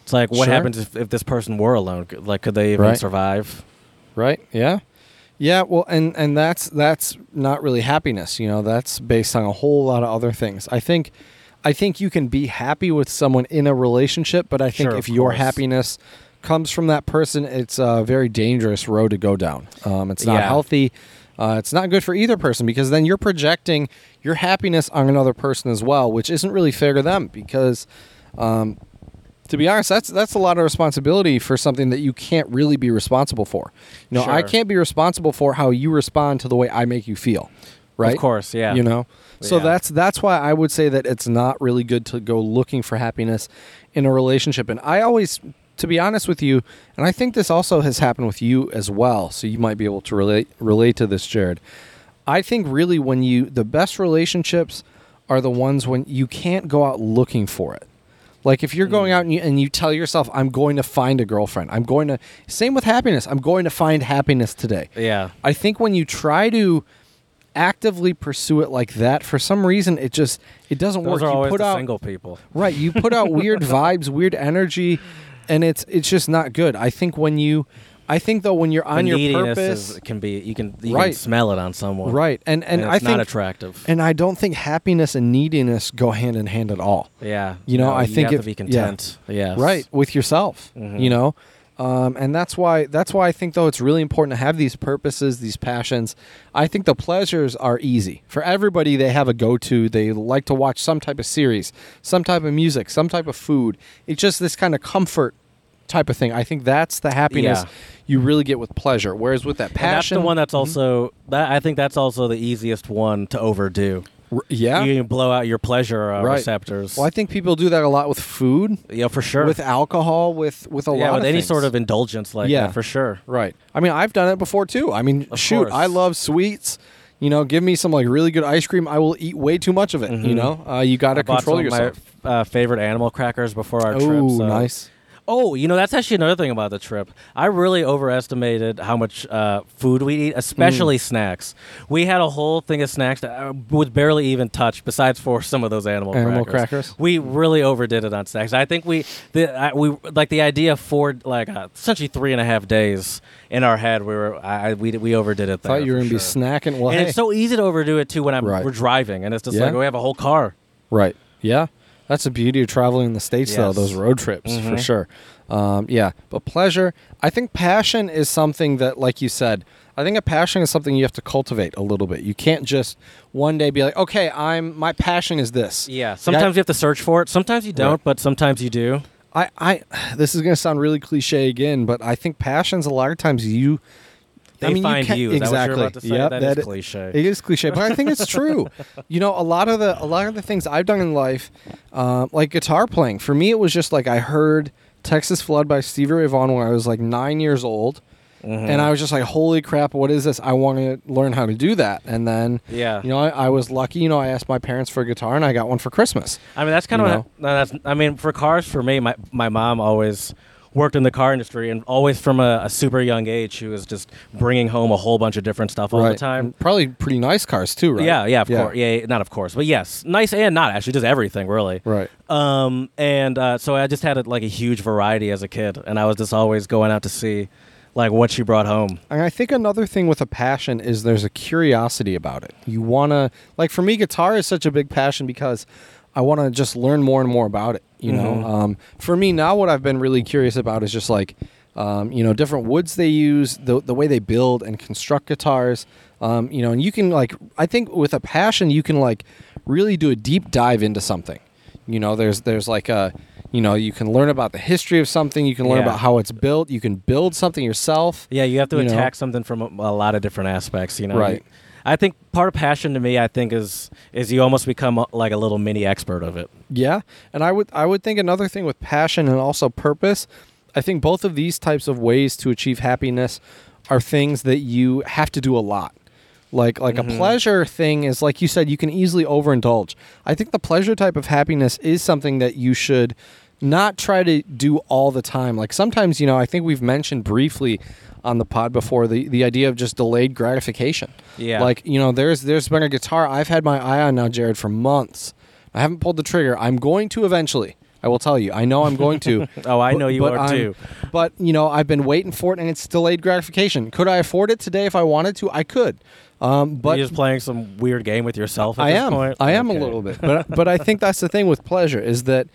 Speaker 2: it's like what
Speaker 1: Sure.
Speaker 2: happens if, if this person were alone? Could- Like, could they even
Speaker 1: Right.
Speaker 2: survive?
Speaker 1: Right? Yeah. Yeah, well and and that's that's not really happiness, you know. That's based on a whole lot of other things. I think I think you can be happy with someone in a relationship, but I think
Speaker 2: Sure,
Speaker 1: if
Speaker 2: of
Speaker 1: your
Speaker 2: course.
Speaker 1: happiness comes from that person, it's a very dangerous road to go down. Um, it's not
Speaker 2: Yeah.
Speaker 1: healthy. Uh, it's not good for either person because then you're projecting your happiness on another person as well, which isn't really fair to them because. Um, to be honest, that's that's a lot of responsibility for something that you can't really be responsible for. You know, I
Speaker 2: Sure.
Speaker 1: can't be responsible for how you respond to the way I make you feel, right?
Speaker 2: course, yeah.
Speaker 1: You know, so
Speaker 2: Yeah.
Speaker 1: that's that's why I would say that it's not really good to go looking for happiness in a relationship. And I always, to be honest with you, and I think this also has happened with you as well. So you might be able to relate relate to this, Jared. I think really when you the best relationships are the ones when you can't go out looking for it. Like if you're going out and you, and you tell yourself, "I'm going to find a girlfriend. I'm going to." Same with happiness. I'm going to find happiness today.
Speaker 2: Yeah.
Speaker 1: I think when you try to actively pursue it like that, for some reason, it just it doesn't work.
Speaker 2: Those are
Speaker 1: you
Speaker 2: always
Speaker 1: put
Speaker 2: the
Speaker 1: out
Speaker 2: single people.
Speaker 1: right. You put out
Speaker 2: <laughs>
Speaker 1: weird vibes, weird energy, and it's it's just not good. I think when you, I think though when you're on
Speaker 2: The
Speaker 1: your
Speaker 2: neediness
Speaker 1: purpose,
Speaker 2: is, can be. You can you can
Speaker 1: Right.
Speaker 2: smell it on someone.
Speaker 1: right, and and,
Speaker 2: it's
Speaker 1: I
Speaker 2: not
Speaker 1: think
Speaker 2: attractive.
Speaker 1: and I don't think happiness and neediness go hand in hand at all.
Speaker 2: yeah.
Speaker 1: you know, I
Speaker 2: you
Speaker 1: think
Speaker 2: have
Speaker 1: if-
Speaker 2: to be
Speaker 1: yeah.
Speaker 2: content. Yes.
Speaker 1: right with yourself
Speaker 2: Mhm.
Speaker 1: you know um, and that's why that's why i think though it's really important to have these purposes these passions i think the pleasures are easy for everybody they have a go-to they like to watch some type of series some type of music some type of food it's just this kind of comfort type of thing i think that's the happiness
Speaker 2: Yeah.
Speaker 1: you really get with pleasure whereas with that
Speaker 2: And that's
Speaker 1: passion Mm-hmm.
Speaker 2: the one that's also that I think that's also the easiest one to overdo.
Speaker 1: r- yeah
Speaker 2: You can blow out your pleasure uh,
Speaker 1: Right.
Speaker 2: receptors.
Speaker 1: well i think people do that a lot with food
Speaker 2: Yeah, for sure.
Speaker 1: with alcohol with with a
Speaker 2: yeah,
Speaker 1: lot
Speaker 2: with
Speaker 1: of
Speaker 2: any
Speaker 1: things.
Speaker 2: sort of indulgence like
Speaker 1: Yeah.
Speaker 2: that, for sure.
Speaker 1: Right. I mean, I've done it before too. I mean,
Speaker 2: Of
Speaker 1: shoot,
Speaker 2: course.
Speaker 1: I love sweets. You know, give me some like really good ice cream. I will eat way too much of it. You know, uh, you got to
Speaker 2: Mm-hmm. Bought
Speaker 1: control
Speaker 2: some of
Speaker 1: yourself.
Speaker 2: my uh, favorite animal crackers before our trip.
Speaker 1: Oh,
Speaker 2: so-
Speaker 1: nice.
Speaker 2: Oh, you know that's actually another thing about the trip. I really overestimated how much uh, food we eat, especially
Speaker 1: Mm.
Speaker 2: snacks. We had a whole thing of snacks that I would barely even touch, besides for some of those animal
Speaker 1: Animal
Speaker 2: crackers.
Speaker 1: crackers?
Speaker 2: We really overdid it on snacks. I think we the I, we like the idea for like uh, essentially three and a half days in our head. We were I, I- we we overdid it.
Speaker 1: I thought
Speaker 2: there
Speaker 1: you were
Speaker 2: for
Speaker 1: gonna be
Speaker 2: sure.
Speaker 1: snacking. Well,
Speaker 2: And
Speaker 1: hey.
Speaker 2: it's so easy to overdo it too when I'm
Speaker 1: Right.
Speaker 2: we're driving, and it's just
Speaker 1: Yeah.
Speaker 2: like we have a whole car.
Speaker 1: Right. Yeah. That's the beauty of traveling in the states, though.
Speaker 2: Yes. Mm-hmm.
Speaker 1: Those road trips, for sure. Um, yeah. But pleasure, I think passion is something that, like you said, I think a passion is something you have to cultivate a little bit. You can't just one day be like, okay, I'm my passion is this.
Speaker 2: Yeah. Sometimes you have to search for it. Sometimes you don't,
Speaker 1: Right.
Speaker 2: but sometimes you do.
Speaker 1: I, I, this is gonna sound really cliche again, but I think passions a lot of times you.
Speaker 2: They
Speaker 1: I mean,
Speaker 2: find
Speaker 1: you, can't-
Speaker 2: you. Is that what you're
Speaker 1: exactly.
Speaker 2: about to say?
Speaker 1: Yep,
Speaker 2: That is
Speaker 1: i-
Speaker 2: cliche.
Speaker 1: It is cliche, but I think it's
Speaker 2: <laughs>
Speaker 1: true. you know, a lot of the a lot of the things I've done in life, uh, like guitar playing. For me, it was just like I heard "Texas Flood" by Stevie Ray Vaughan when I was like nine years old,
Speaker 2: Mm-hmm.
Speaker 1: and I was just like, "Holy crap! What is this? I want to learn how to do that." And then,
Speaker 2: Yeah.
Speaker 1: you know, I, I was lucky. You know, I asked my parents for a guitar, and I got one for Christmas.
Speaker 2: I mean, that's kind
Speaker 1: You
Speaker 2: of
Speaker 1: know?
Speaker 2: what I, no, that's. I mean, for cars, for me, my my mom always worked in the car industry, and always from a, a super young age, she was just bringing home a whole bunch of different stuff all the time.
Speaker 1: And probably pretty nice cars too, right?
Speaker 2: Yeah, yeah, of course. Yeah, not of course, but yes, nice and not actually, just everything really.
Speaker 1: Right.
Speaker 2: Um, and uh, so I just had a, like a huge variety as a kid, and I was just always going out to see, like, what she brought home.
Speaker 1: And I think another thing with a passion is there's a curiosity about it. You want to, like for me, guitar is such a big passion because I want to just learn more and more about it. You know, um, for me now, what I've been really curious about is just like, um, you know, different woods they use, the, the way they build and construct guitars. Um, you know, and you can like, I think with a passion, you can like really do a deep dive into something. You know, there's there's like a, you know, you can learn about the history of something. You can learn
Speaker 2: Yeah.
Speaker 1: about how it's built. You can build something yourself.
Speaker 2: Yeah, you have to
Speaker 1: You know?
Speaker 2: attack something from a, a lot of different aspects. You know,
Speaker 1: Right.
Speaker 2: I think part of passion to me, I think, is is you almost become uh, like a little mini expert of it.
Speaker 1: Yeah, and I would I would think another thing with passion and also purpose, I think both of these types of ways to achieve happiness are things that you have to do a lot. Like like a pleasure thing is like you said you can easily overindulge. I think the pleasure type of happiness is something that you should not try to do all the time. Like sometimes, you know, I think we've mentioned briefly on the pod before the the idea of just delayed gratification.
Speaker 2: Yeah.
Speaker 1: Like you know, there's there's been a guitar I've had my eye on now, Jared, for months. I haven't pulled the trigger. I'm going to eventually. I will tell you. I know I'm going to.
Speaker 2: <laughs> Oh, I
Speaker 1: Bu-
Speaker 2: know you
Speaker 1: but
Speaker 2: are
Speaker 1: I'm-
Speaker 2: too.
Speaker 1: But you know, I've been waiting for it, and it's delayed gratification. Could I afford it today if I wanted to? I could. Um, but
Speaker 2: You're just playing some weird game with yourself. At
Speaker 1: I
Speaker 2: this
Speaker 1: am.
Speaker 2: Point.
Speaker 1: I am
Speaker 2: Okay.
Speaker 1: a little bit, but <laughs> but I think that's the thing with pleasure is that.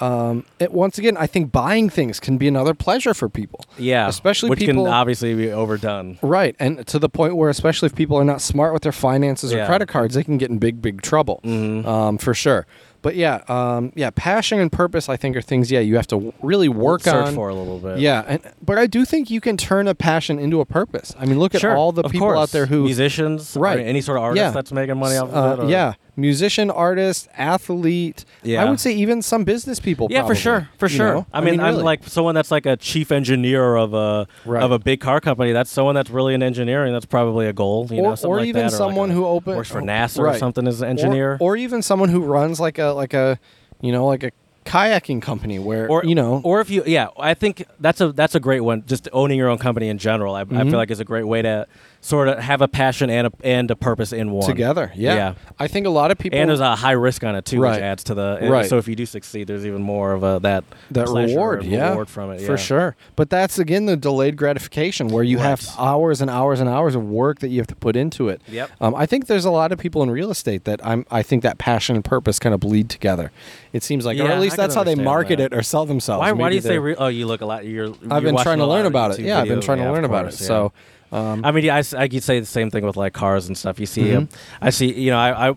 Speaker 1: Um, it, once again, I think buying things can be another pleasure for people.
Speaker 2: Yeah,
Speaker 1: especially
Speaker 2: which
Speaker 1: people
Speaker 2: can obviously be overdone.
Speaker 1: Right, and to the point where, especially if people are not smart with their finances or
Speaker 2: Yeah. Mm-hmm.
Speaker 1: credit cards, they can get in big, big trouble, um, for sure. But yeah, um, yeah, passion and purpose, I think, are things. Yeah, you have to w- really work
Speaker 2: Search
Speaker 1: on.
Speaker 2: for a little bit.
Speaker 1: Yeah, and but I do think you can turn a passion into a purpose. I mean, look
Speaker 2: Sure,
Speaker 1: at all the
Speaker 2: of
Speaker 1: people out
Speaker 2: course.
Speaker 1: there who
Speaker 2: musicians, or
Speaker 1: Right.
Speaker 2: any sort of artist
Speaker 1: Yeah.
Speaker 2: that's making money off
Speaker 1: uh,
Speaker 2: of it. or-
Speaker 1: yeah, musician, artist, athlete. I
Speaker 2: Yeah.
Speaker 1: would say even some business people.
Speaker 2: Yeah,
Speaker 1: probably,
Speaker 2: for sure, for
Speaker 1: you
Speaker 2: sure.
Speaker 1: know?
Speaker 2: I, mean, I'm
Speaker 1: really.
Speaker 2: like someone that's like a chief engineer of a
Speaker 1: Right.
Speaker 2: of a big car company. That's someone that's really in engineering. That's probably a goal, you know,
Speaker 1: Or-
Speaker 2: something
Speaker 1: or
Speaker 2: like
Speaker 1: even
Speaker 2: that, like
Speaker 1: someone
Speaker 2: a-
Speaker 1: who open-
Speaker 2: works for
Speaker 1: oh,
Speaker 2: NASA
Speaker 1: right.
Speaker 2: or something as an
Speaker 1: Or-
Speaker 2: engineer.
Speaker 1: or, even someone who runs like a like a, you know, like a kayaking company where
Speaker 2: or
Speaker 1: you know
Speaker 2: or if you yeah i think that's a that's a great one just owning your own company in general i,
Speaker 1: Mm-hmm.
Speaker 2: I feel like is a great way to sort of have a passion and a, and a purpose in one
Speaker 1: together. Yeah.
Speaker 2: yeah
Speaker 1: I think a lot of people
Speaker 2: and there's a high risk on it too
Speaker 1: Right.
Speaker 2: which adds to the
Speaker 1: Right.
Speaker 2: so if you do succeed there's even more of a that
Speaker 1: that
Speaker 2: pleasure
Speaker 1: reward,
Speaker 2: and
Speaker 1: yeah,
Speaker 2: reward from it yeah.
Speaker 1: for sure. But that's again the delayed gratification where you have
Speaker 2: Right.
Speaker 1: hours and hours and hours of work that you have to put into it.
Speaker 2: Yep.
Speaker 1: Um, I think there's a lot of people in real estate that I'm. I think that passion and purpose kind of bleed together. It seems like, or
Speaker 2: Yeah,
Speaker 1: at least
Speaker 2: I can
Speaker 1: that's how they
Speaker 2: understand
Speaker 1: market
Speaker 2: that.
Speaker 1: it or sell themselves.
Speaker 2: why, why
Speaker 1: Maybe
Speaker 2: do you say
Speaker 1: they're-
Speaker 2: re- oh you look a lot you're
Speaker 1: I've
Speaker 2: you're
Speaker 1: been trying
Speaker 2: watching
Speaker 1: to
Speaker 2: a lot
Speaker 1: learn
Speaker 2: of
Speaker 1: about it.
Speaker 2: YouTube
Speaker 1: Yeah, I've been
Speaker 2: videos.
Speaker 1: trying
Speaker 2: Yeah,
Speaker 1: to
Speaker 2: of
Speaker 1: learn about it.
Speaker 2: course, yeah.
Speaker 1: So, Um,
Speaker 2: I mean, yeah, I, s- I could say the same thing with like cars and stuff. You see,
Speaker 1: Mm-hmm.
Speaker 2: um, I see, you know, I, I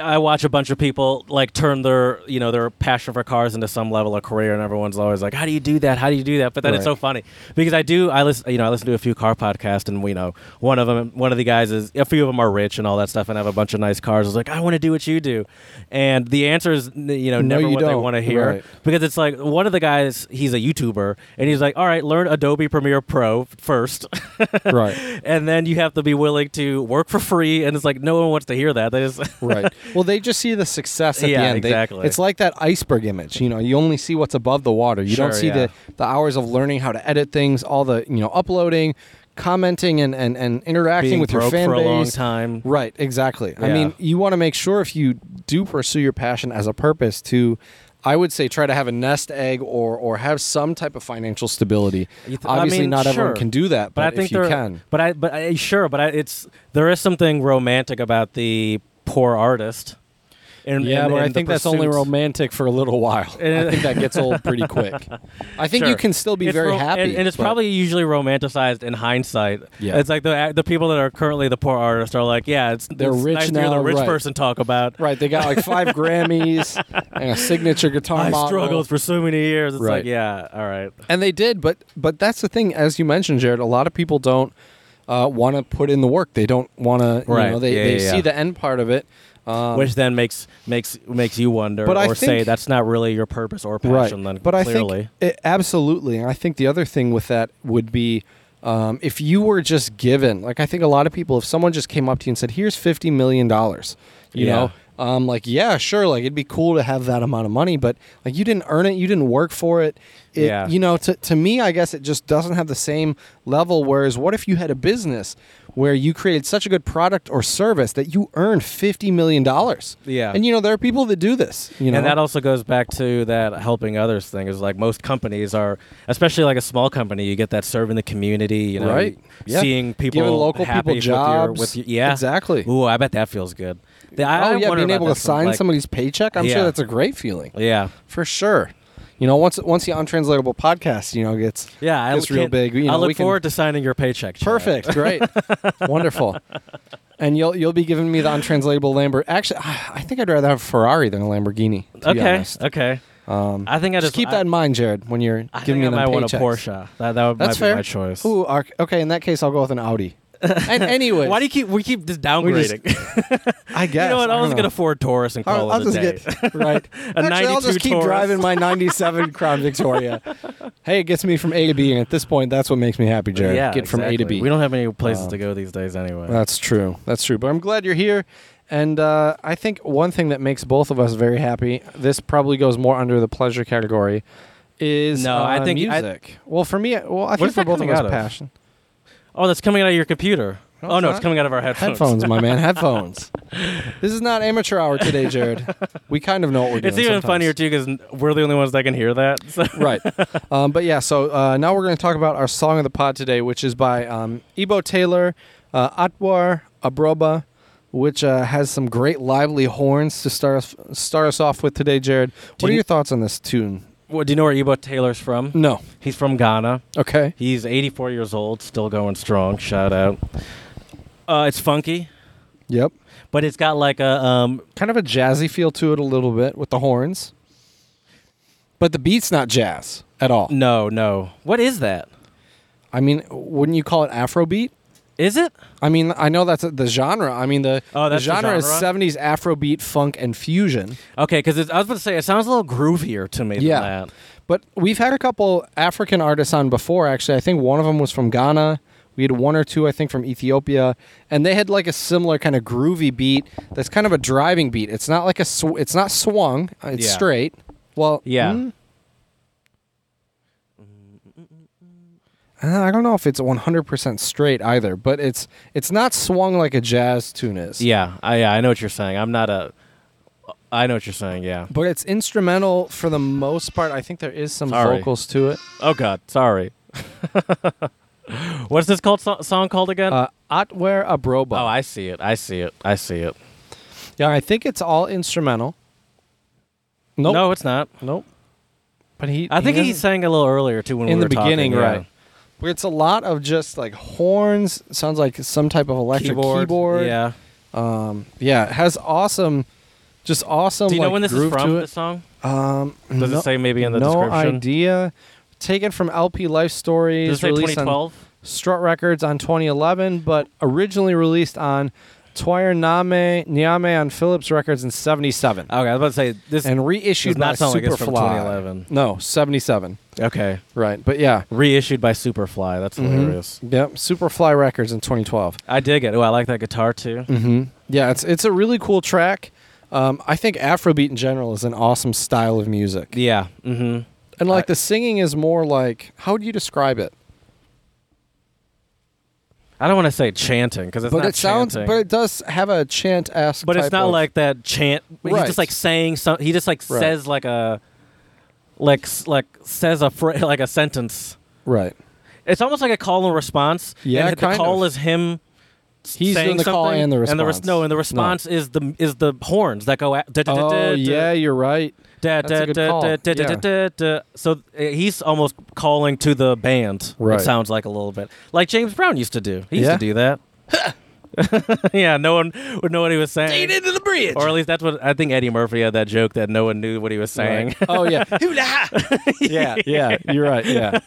Speaker 2: I watch a bunch of people like turn their you know their passion for cars into some level of career, and everyone's always like, "How do you do that? How do you do that?" But then it's
Speaker 1: Right.
Speaker 2: so funny because I do I listen you know I listen to a few car podcasts, and we know one of them one of the guys is a few of them are rich and all that stuff, and have a bunch of nice cars. I was like, "I want to do what you do," and the answer is n- you know
Speaker 1: No,
Speaker 2: never
Speaker 1: you
Speaker 2: what they
Speaker 1: don't.
Speaker 2: want to hear
Speaker 1: Right.
Speaker 2: because it's like one of the guys he's a YouTuber and he's like, "All right, learn Adobe Premiere Pro first. <laughs>
Speaker 1: right,
Speaker 2: and then you have to be willing to work for free and it's like no one wants to hear that they just
Speaker 1: <laughs> right. Well, they just see the success at
Speaker 2: Yeah,
Speaker 1: the end. They-
Speaker 2: exactly.
Speaker 1: it's like that iceberg image. You know, you only see what's above the water. You don't
Speaker 2: Sure,
Speaker 1: see
Speaker 2: yeah.
Speaker 1: the, the hours of learning how to edit things, all the you know uploading, commenting, and and, and interacting
Speaker 2: <laughs> Being
Speaker 1: with your
Speaker 2: broke
Speaker 1: fan
Speaker 2: for a
Speaker 1: base.
Speaker 2: long time.
Speaker 1: Right, exactly. I
Speaker 2: Yeah.
Speaker 1: mean, you want to make sure if you do pursue your passion as a purpose to I would say try to have a nest egg or or have some type of financial stability.
Speaker 2: You th- I
Speaker 1: Obviously
Speaker 2: mean,
Speaker 1: not everyone
Speaker 2: sure.
Speaker 1: can do that, but,
Speaker 2: but I think
Speaker 1: if you
Speaker 2: there,
Speaker 1: can.
Speaker 2: But I, but I, sure, but I, it's there is something romantic about the poor artist. And
Speaker 1: Yeah, but I think that's only
Speaker 2: romantic.
Speaker 1: romantic for a little while. I
Speaker 2: And-
Speaker 1: think that gets old pretty quick.
Speaker 2: <laughs>
Speaker 1: I think you
Speaker 2: Sure.
Speaker 1: can still be
Speaker 2: It's
Speaker 1: very
Speaker 2: ro-
Speaker 1: happy,
Speaker 2: and, and it's
Speaker 1: but-
Speaker 2: probably usually romanticized in hindsight.
Speaker 1: Yeah.
Speaker 2: it's like the the people that are currently the poor artists are like, yeah, it's
Speaker 1: They're
Speaker 2: it's
Speaker 1: rich
Speaker 2: nice to hear
Speaker 1: now,
Speaker 2: the rich
Speaker 1: right.
Speaker 2: person talk about.
Speaker 1: right. They got like
Speaker 2: <laughs>
Speaker 1: five Grammys and a signature guitar.
Speaker 2: I
Speaker 1: model.
Speaker 2: struggled for so many years. It's
Speaker 1: Right.
Speaker 2: like, yeah, all right.
Speaker 1: and they did but but that's the thing as you mentioned jared a lot of people don't uh, want to put in the work they don't want to you
Speaker 2: Right.
Speaker 1: know they,
Speaker 2: Yeah,
Speaker 1: they
Speaker 2: yeah,
Speaker 1: see
Speaker 2: yeah.
Speaker 1: the end part of it um,
Speaker 2: Which then makes makes makes you wonder
Speaker 1: But I
Speaker 2: or say
Speaker 1: think-
Speaker 2: that's not really your purpose or passion. Then
Speaker 1: but
Speaker 2: clearly.
Speaker 1: I think it, absolutely, and I think the other thing with that would be um, if you were just given, like I think a lot of people, if someone just came up to you and said, "Here's fifty million dollars," you
Speaker 2: Yeah.
Speaker 1: know. Um, like yeah, sure. Like it'd be cool to have that amount of money, but like you didn't earn it, you didn't work for it. it
Speaker 2: Yeah.
Speaker 1: You know, to to me, I guess it just doesn't have the same level. Whereas, what if you had a business where you created such a good product or service that you earned fifty million dollars?
Speaker 2: Yeah.
Speaker 1: And you know, there are people that do this. You know,
Speaker 2: and that also goes back to that helping others thing is like most companies are especially like a small company you get that serving the community you know
Speaker 1: Right. Yeah.
Speaker 2: seeing people
Speaker 1: Giving local
Speaker 2: happy
Speaker 1: people
Speaker 2: with your-
Speaker 1: jobs.
Speaker 2: with your, yeah
Speaker 1: Exactly.
Speaker 2: ooh i bet that feels good The- I,
Speaker 1: oh
Speaker 2: I
Speaker 1: yeah,
Speaker 2: wonder
Speaker 1: being
Speaker 2: about
Speaker 1: able
Speaker 2: that
Speaker 1: to sign
Speaker 2: some- like-
Speaker 1: somebody's paycheck, I'm sure
Speaker 2: Yeah.
Speaker 1: that's a great feeling
Speaker 2: yeah
Speaker 1: for sure. You know, once once the untranslatable podcast, you know, gets
Speaker 2: yeah I
Speaker 1: gets real
Speaker 2: can't-
Speaker 1: big. You know,
Speaker 2: i look
Speaker 1: we can-
Speaker 2: forward to signing your paycheck Chad.
Speaker 1: perfect,
Speaker 2: <laughs>
Speaker 1: great, wonderful. And you'll you'll be giving me the untranslatable Lamborghini. Actually, I think I'd rather have a Ferrari than a Lamborghini. To be
Speaker 2: okay
Speaker 1: honest.
Speaker 2: okay
Speaker 1: Um,
Speaker 2: i think i
Speaker 1: just
Speaker 2: just,
Speaker 1: keep
Speaker 2: I,
Speaker 1: that in mind, Jared, when you're
Speaker 2: I
Speaker 1: giving
Speaker 2: think
Speaker 1: me
Speaker 2: I
Speaker 1: the
Speaker 2: might want a
Speaker 1: paychecks.
Speaker 2: Porsche. That, that would- might
Speaker 1: That's fair.
Speaker 2: be my choice.
Speaker 1: Ooh, ar- okay. In that case, I'll go with an
Speaker 2: <laughs>
Speaker 1: Audi. and anyways,
Speaker 2: Why do you keep we keep just
Speaker 1: we just-
Speaker 2: downgrading? <laughs>
Speaker 1: I guess
Speaker 2: you know what?
Speaker 1: I
Speaker 2: I
Speaker 1: don't
Speaker 2: was gonna
Speaker 1: know.
Speaker 2: afford Taurus and call
Speaker 1: I'll,
Speaker 2: it
Speaker 1: I'll
Speaker 2: a
Speaker 1: just
Speaker 2: day. <laughs>
Speaker 1: get right. <laughs> Actually, I'll
Speaker 2: 92
Speaker 1: just keep
Speaker 2: Taurus.
Speaker 1: driving my '97
Speaker 2: <laughs>
Speaker 1: Crown Victoria. Hey, it gets me from A to B, and at this point, that's what makes me happy, Jared.
Speaker 2: Yeah,
Speaker 1: Get from A to
Speaker 2: exactly.
Speaker 1: B.
Speaker 2: We don't have any places
Speaker 1: Um,
Speaker 2: to go these days anyway.
Speaker 1: that's true. That's true. But I'm glad you're here, and uh, I think one thing that makes both of us very happy. This probably goes more under the pleasure category. Is
Speaker 2: No, I
Speaker 1: uh,
Speaker 2: think I-
Speaker 1: music. well, for me, well, I think
Speaker 2: does
Speaker 1: for
Speaker 2: that
Speaker 1: both of
Speaker 2: come
Speaker 1: us,
Speaker 2: out of?
Speaker 1: passion.
Speaker 2: oh, that's coming out of your computer.
Speaker 1: No,
Speaker 2: oh
Speaker 1: it's
Speaker 2: no, it's
Speaker 1: not.
Speaker 2: coming out of our headphones.
Speaker 1: Headphones, my
Speaker 2: <laughs>
Speaker 1: man. Headphones. This is not amateur hour today,
Speaker 2: <laughs>
Speaker 1: Jared. We kind of know what we're doing.
Speaker 2: It's even
Speaker 1: sometimes.
Speaker 2: funnier too because we're the only ones that can hear that. <laughs> So.
Speaker 1: <laughs> right. Um, but yeah, so uh, now we're going to talk about our song of the pod today, which is by um, Ebo Taylor, uh, Atwar Abroba, which uh, has some great lively horns to start us, start us off with today, Jared. What
Speaker 2: Do
Speaker 1: are
Speaker 2: you-
Speaker 1: your thoughts on this tune?
Speaker 2: Well, do you know where Ebo Taylor's from?
Speaker 1: No.
Speaker 2: He's from Ghana.
Speaker 1: Okay.
Speaker 2: He's 84 years old, still going strong. Shout out. Uh, it's funky,
Speaker 1: Yep.
Speaker 2: but it's got like a um,
Speaker 1: Kind of a jazzy feel to it a little bit with the horns, but the beat's not jazz at all.
Speaker 2: no, no. What is that?
Speaker 1: I mean, wouldn't you call it Afrobeat?
Speaker 2: Is it?
Speaker 1: I mean, I know that's the genre. I mean, the,
Speaker 2: Oh, that's
Speaker 1: the
Speaker 2: the
Speaker 1: genre is
Speaker 2: genre?
Speaker 1: 70s Afrobeat, funk, and fusion.
Speaker 2: Okay, because I was about to say it sounds a little groovier to me
Speaker 1: Yeah.
Speaker 2: than that.
Speaker 1: But we've had a couple African artists on before, actually. I think one of them was from Ghana. We had one or two, I think, from Ethiopia, and they had like a similar kind of groovy beat. That's kind of a driving beat. It's not like a sw- it's not swung. uh, It's
Speaker 2: Yeah.
Speaker 1: straight. Well,
Speaker 2: Yeah.
Speaker 1: mm. Uh, I don't know if it's 100% straight either, but it's it's not swung like a jazz tune is.
Speaker 2: Yeah, I, yeah, I know what you're saying. I'm not a. I know what you're saying. Yeah.
Speaker 1: But it's instrumental for the most part. I think there is some
Speaker 2: Sorry.
Speaker 1: vocals to it.
Speaker 2: Oh God, sorry. <laughs> What's this called so- song called again?
Speaker 1: Uh, Atwer Abroba.
Speaker 2: oh, I see it. I see it. I see it.
Speaker 1: Yeah, I think it's all instrumental. Nope.
Speaker 2: No, it's not.
Speaker 1: Nope. But he
Speaker 2: I think he,
Speaker 1: doesn't-
Speaker 2: sang a little earlier too when
Speaker 1: in
Speaker 2: we
Speaker 1: the
Speaker 2: were talking,
Speaker 1: beginning,
Speaker 2: yeah.
Speaker 1: right. Where it's a lot of just like horns, sounds like some type of electric
Speaker 2: Keyboard.
Speaker 1: keyboard.
Speaker 2: Yeah.
Speaker 1: Um yeah, it has awesome just awesome
Speaker 2: Do you know
Speaker 1: like,
Speaker 2: when this is
Speaker 1: groove
Speaker 2: from?
Speaker 1: to
Speaker 2: This song?
Speaker 1: it. Um
Speaker 2: Does
Speaker 1: no,
Speaker 2: it say maybe in the
Speaker 1: no
Speaker 2: description?
Speaker 1: idea. Taken from LP Life Stories,
Speaker 2: Does it say
Speaker 1: released on
Speaker 2: 2012?
Speaker 1: Strut Records on 2011, but originally released on Twire Name Niame on Philips Records in 77.
Speaker 2: Okay, I was about to say this.
Speaker 1: and reissued
Speaker 2: does not
Speaker 1: by
Speaker 2: sound like it's
Speaker 1: Superfly.
Speaker 2: from 2011.
Speaker 1: No, 77.
Speaker 2: okay,
Speaker 1: Right, but yeah.
Speaker 2: reissued by Superfly. That's
Speaker 1: Mm-hmm.
Speaker 2: hilarious.
Speaker 1: Yep, Superfly Records in 2012.
Speaker 2: I dig it. Oh, I like that guitar too.
Speaker 1: Mm-hmm. Yeah, it's it's a really cool track. Um, I think Afrobeat in general is an awesome style of music.
Speaker 2: Yeah. Mm-hmm.
Speaker 1: And like the singing is more like how would you describe it?
Speaker 2: I don't want to say chanting because it's
Speaker 1: But
Speaker 2: not
Speaker 1: it sounds
Speaker 2: chanting.
Speaker 1: but it does have a chant esque
Speaker 2: But it's not like that chant. He's
Speaker 1: Right.
Speaker 2: just like saying some. He just like
Speaker 1: Right.
Speaker 2: says like a, like s- like says a fra- <laughs> like a sentence.
Speaker 1: Right.
Speaker 2: It's almost like a call and response.
Speaker 1: Yeah,
Speaker 2: and the
Speaker 1: kind
Speaker 2: call
Speaker 1: of.
Speaker 2: is him. s-
Speaker 1: He's
Speaker 2: saying
Speaker 1: doing the call
Speaker 2: something,
Speaker 1: and the
Speaker 2: And the res-
Speaker 1: response.
Speaker 2: no, and the
Speaker 1: No.
Speaker 2: response is the is the horns that go. At, da, da, da,
Speaker 1: Oh
Speaker 2: da,
Speaker 1: yeah, you're right.
Speaker 2: da,
Speaker 1: that's a
Speaker 2: da,
Speaker 1: good
Speaker 2: da,
Speaker 1: call.
Speaker 2: da, da, da,
Speaker 1: Yeah.
Speaker 2: da, da. So uh, he's almost calling to the band.
Speaker 1: Right.
Speaker 2: It sounds like a little bit like James Brown used to do. He used
Speaker 1: Yeah.
Speaker 2: to do that. <laughs> yeah, no one would know what he was saying.
Speaker 1: into the bridge.
Speaker 2: Or at least that's what I think Eddie Murphy had that joke that no one knew what he was saying.
Speaker 1: Oh <laughs> yeah. yeah, yeah, you're right. Yeah.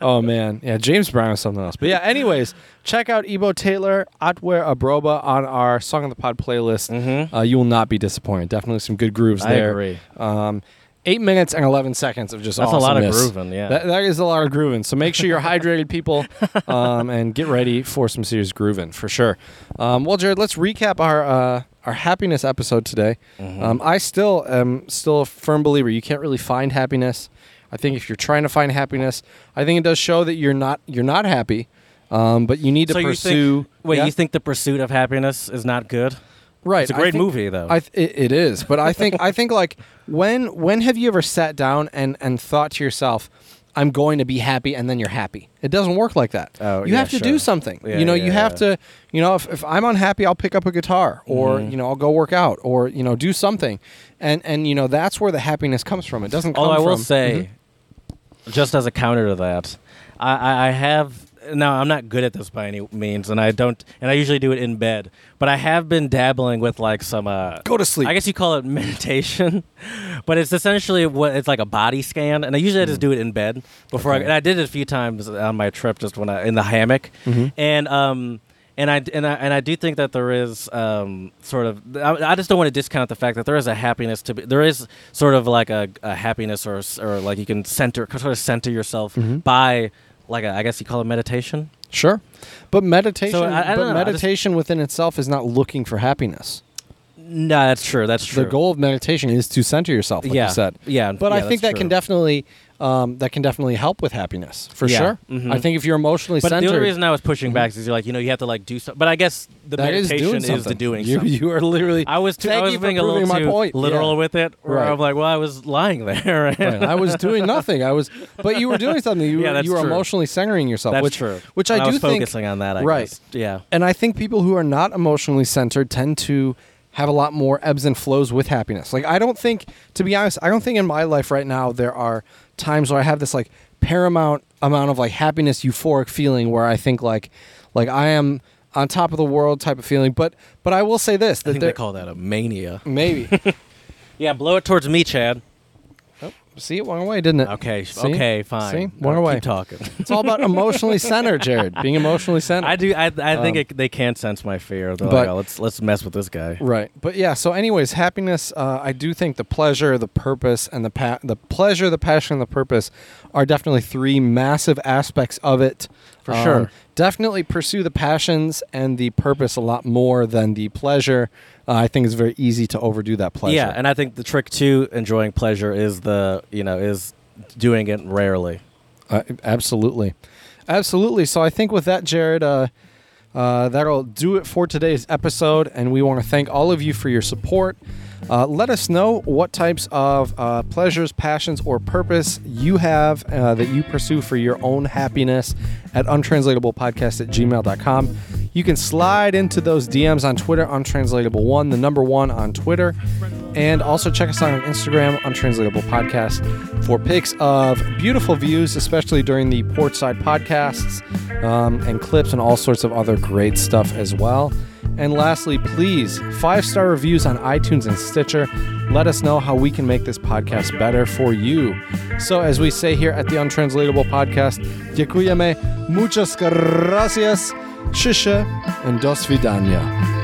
Speaker 1: Oh man, yeah. James Brown is something else. But yeah, anyways, check out Ebo Taylor, Atwer Abroba on our Song of the Pod playlist.
Speaker 2: Mhm.
Speaker 1: Uh, you will not be disappointed. Definitely some good grooves
Speaker 2: I
Speaker 1: there.
Speaker 2: agree.
Speaker 1: Um, eight minutes and eleven seconds of just
Speaker 2: That's a lot of
Speaker 1: awesomeness.
Speaker 2: grooving, yeah.
Speaker 1: That, that is a lot of grooving. So make sure you're hydrated,
Speaker 2: <laughs>
Speaker 1: people, um, and get ready for some serious grooving for sure. Um, well, Jared, let's recap our uh, our happiness episode today.
Speaker 2: Mm-hmm.
Speaker 1: Um, I still am still a firm believer you can't really find happiness. I think if you're trying to find happiness, I think it does show that you're not you're not happy, um, but you need to
Speaker 2: <laughs> so
Speaker 1: pursue.
Speaker 2: you think, wait,
Speaker 1: Yeah?
Speaker 2: you think the pursuit of happiness is not good?
Speaker 1: Right,
Speaker 2: It's a
Speaker 1: I
Speaker 2: great
Speaker 1: think-
Speaker 2: movie, though.
Speaker 1: I th- it, it is, but I think I think like when when have you ever sat down and and thought to yourself, "I'm going to be happy," and then you're happy? It doesn't work like that.
Speaker 2: Oh,
Speaker 1: you
Speaker 2: yeah,
Speaker 1: have to
Speaker 2: sure.
Speaker 1: do something.
Speaker 2: Yeah,
Speaker 1: you know,
Speaker 2: yeah,
Speaker 1: you have
Speaker 2: yeah. Mm-hmm.
Speaker 1: to. You know, if, if I'm unhappy, I'll pick up a guitar, or you know, I'll go work out, or you know, do something, and and you know, that's where the happiness comes from. It doesn't. Come
Speaker 2: Although I will
Speaker 1: from- Mm-hmm.
Speaker 2: say, just as a counter to that, I, I, I have now I'm not good at this by any means, and I don't, and I usually do it in bed. But I have been dabbling with like some uh,
Speaker 1: Go to sleep.
Speaker 2: I guess you call it <laughs> meditation, but it's essentially what it's like a body scan, and I usually I just do it in bed before. I,
Speaker 1: Mm. Okay.
Speaker 2: and I did it a few times on my trip, just when I in the hammock,
Speaker 1: Mm-hmm.
Speaker 2: and um. And I, and I and I do think that there is um, sort of I, I just don't want to discount the fact that there is a happiness to be there is sort of like a, a happiness or s- or like you can center sort of center yourself
Speaker 1: Mm-hmm.
Speaker 2: by like a, I guess you call it meditation.
Speaker 1: sure, but meditation,
Speaker 2: So, I- I don't
Speaker 1: but
Speaker 2: know, I just-
Speaker 1: meditation within itself is not looking for happiness.
Speaker 2: No, that's true. That's true.
Speaker 1: The goal of meditation is to center yourself, like
Speaker 2: yeah,
Speaker 1: you said.
Speaker 2: yeah.
Speaker 1: But
Speaker 2: yeah,
Speaker 1: I think
Speaker 2: that's
Speaker 1: that can
Speaker 2: true.
Speaker 1: definitely um, that can definitely help with happiness for
Speaker 2: Yeah,
Speaker 1: sure.
Speaker 2: mhm.
Speaker 1: I think if you're emotionally
Speaker 2: But
Speaker 1: centered,
Speaker 2: the only reason I was pushing back is you're like, you know, you have to like do something. But I guess the
Speaker 1: Mm-hmm. that is
Speaker 2: meditation
Speaker 1: doing
Speaker 2: is,
Speaker 1: something.
Speaker 2: the doing
Speaker 1: you,
Speaker 2: something.
Speaker 1: You are literally.
Speaker 2: I was too,
Speaker 1: Thank
Speaker 2: I was
Speaker 1: you for
Speaker 2: being a little
Speaker 1: proving my
Speaker 2: too
Speaker 1: point.
Speaker 2: literal
Speaker 1: Yeah.
Speaker 2: with it. Where
Speaker 1: Right.
Speaker 2: I'm like, well, I was lying there. and-
Speaker 1: <laughs> Right.
Speaker 2: <laughs>
Speaker 1: I was doing nothing. I was, but you were doing something. You,
Speaker 2: Yeah,
Speaker 1: were-
Speaker 2: that's
Speaker 1: you were
Speaker 2: true.
Speaker 1: emotionally centering yourself,
Speaker 2: That's
Speaker 1: which,
Speaker 2: true.
Speaker 1: which I
Speaker 2: And
Speaker 1: do
Speaker 2: was
Speaker 1: think.
Speaker 2: focusing on that. I
Speaker 1: right.
Speaker 2: guess. Yeah.
Speaker 1: And I think people who are not emotionally centered tend to have a lot more ebbs and flows with happiness. Like I don't think to be honest, I don't think in my life right now there are times where I have this like paramount amount of like happiness euphoric feeling where I think like like I am on top of the world type of feeling, but but I will say this that
Speaker 2: I think
Speaker 1: there,
Speaker 2: they call that a mania.
Speaker 1: maybe
Speaker 2: <laughs> Yeah, blow it towards me, Chad.
Speaker 1: see it went away, didn't it?
Speaker 2: Okay. sh-
Speaker 1: See?
Speaker 2: Okay. Fine.
Speaker 1: See?
Speaker 2: I'll
Speaker 1: Went away.
Speaker 2: Keep talking. <laughs>
Speaker 1: It's all about emotionally centered, Jared. Being emotionally centered.
Speaker 2: I do. I, I think it, they can sense my fear. They're like,
Speaker 1: Um, But-
Speaker 2: oh, let's let's mess with this guy.
Speaker 1: Right. But yeah, so anyways, happiness, uh, I do think the pleasure, the purpose, and the pa- the pleasure, the passion, and the purpose are definitely three massive aspects of it. Um,
Speaker 2: For sure.
Speaker 1: Definitely pursue the passions and the purpose a lot more than the pleasure. Uh, I think it's very easy to overdo that pleasure.
Speaker 2: Yeah, and I think the trick to enjoying pleasure is the you know is doing it rarely.
Speaker 1: Uh, absolutely, absolutely. So I think with that, Jared, uh, uh, that'll do it for today's episode, and we want to thank all of you for your support. Uh, let us know what types of uh, pleasures, passions, or purpose you have uh, that you pursue for your own happiness at untranslatablepodcast at gmail.com. You can slide into those DMs on Twitter, untranslatable1, the number one on Twitter. And also check us out on Instagram, Untranslatable Podcast, for pics of beautiful views, especially during the Portside podcasts, um, and clips and all sorts of other great stuff as well. And lastly, please, five star reviews on iTunes and Stitcher. Let us know how we can make this podcast better for you. So, as we say here at the Untranslatable Podcast, Děkujeme, muchas gracias, shisha, and dos vidania.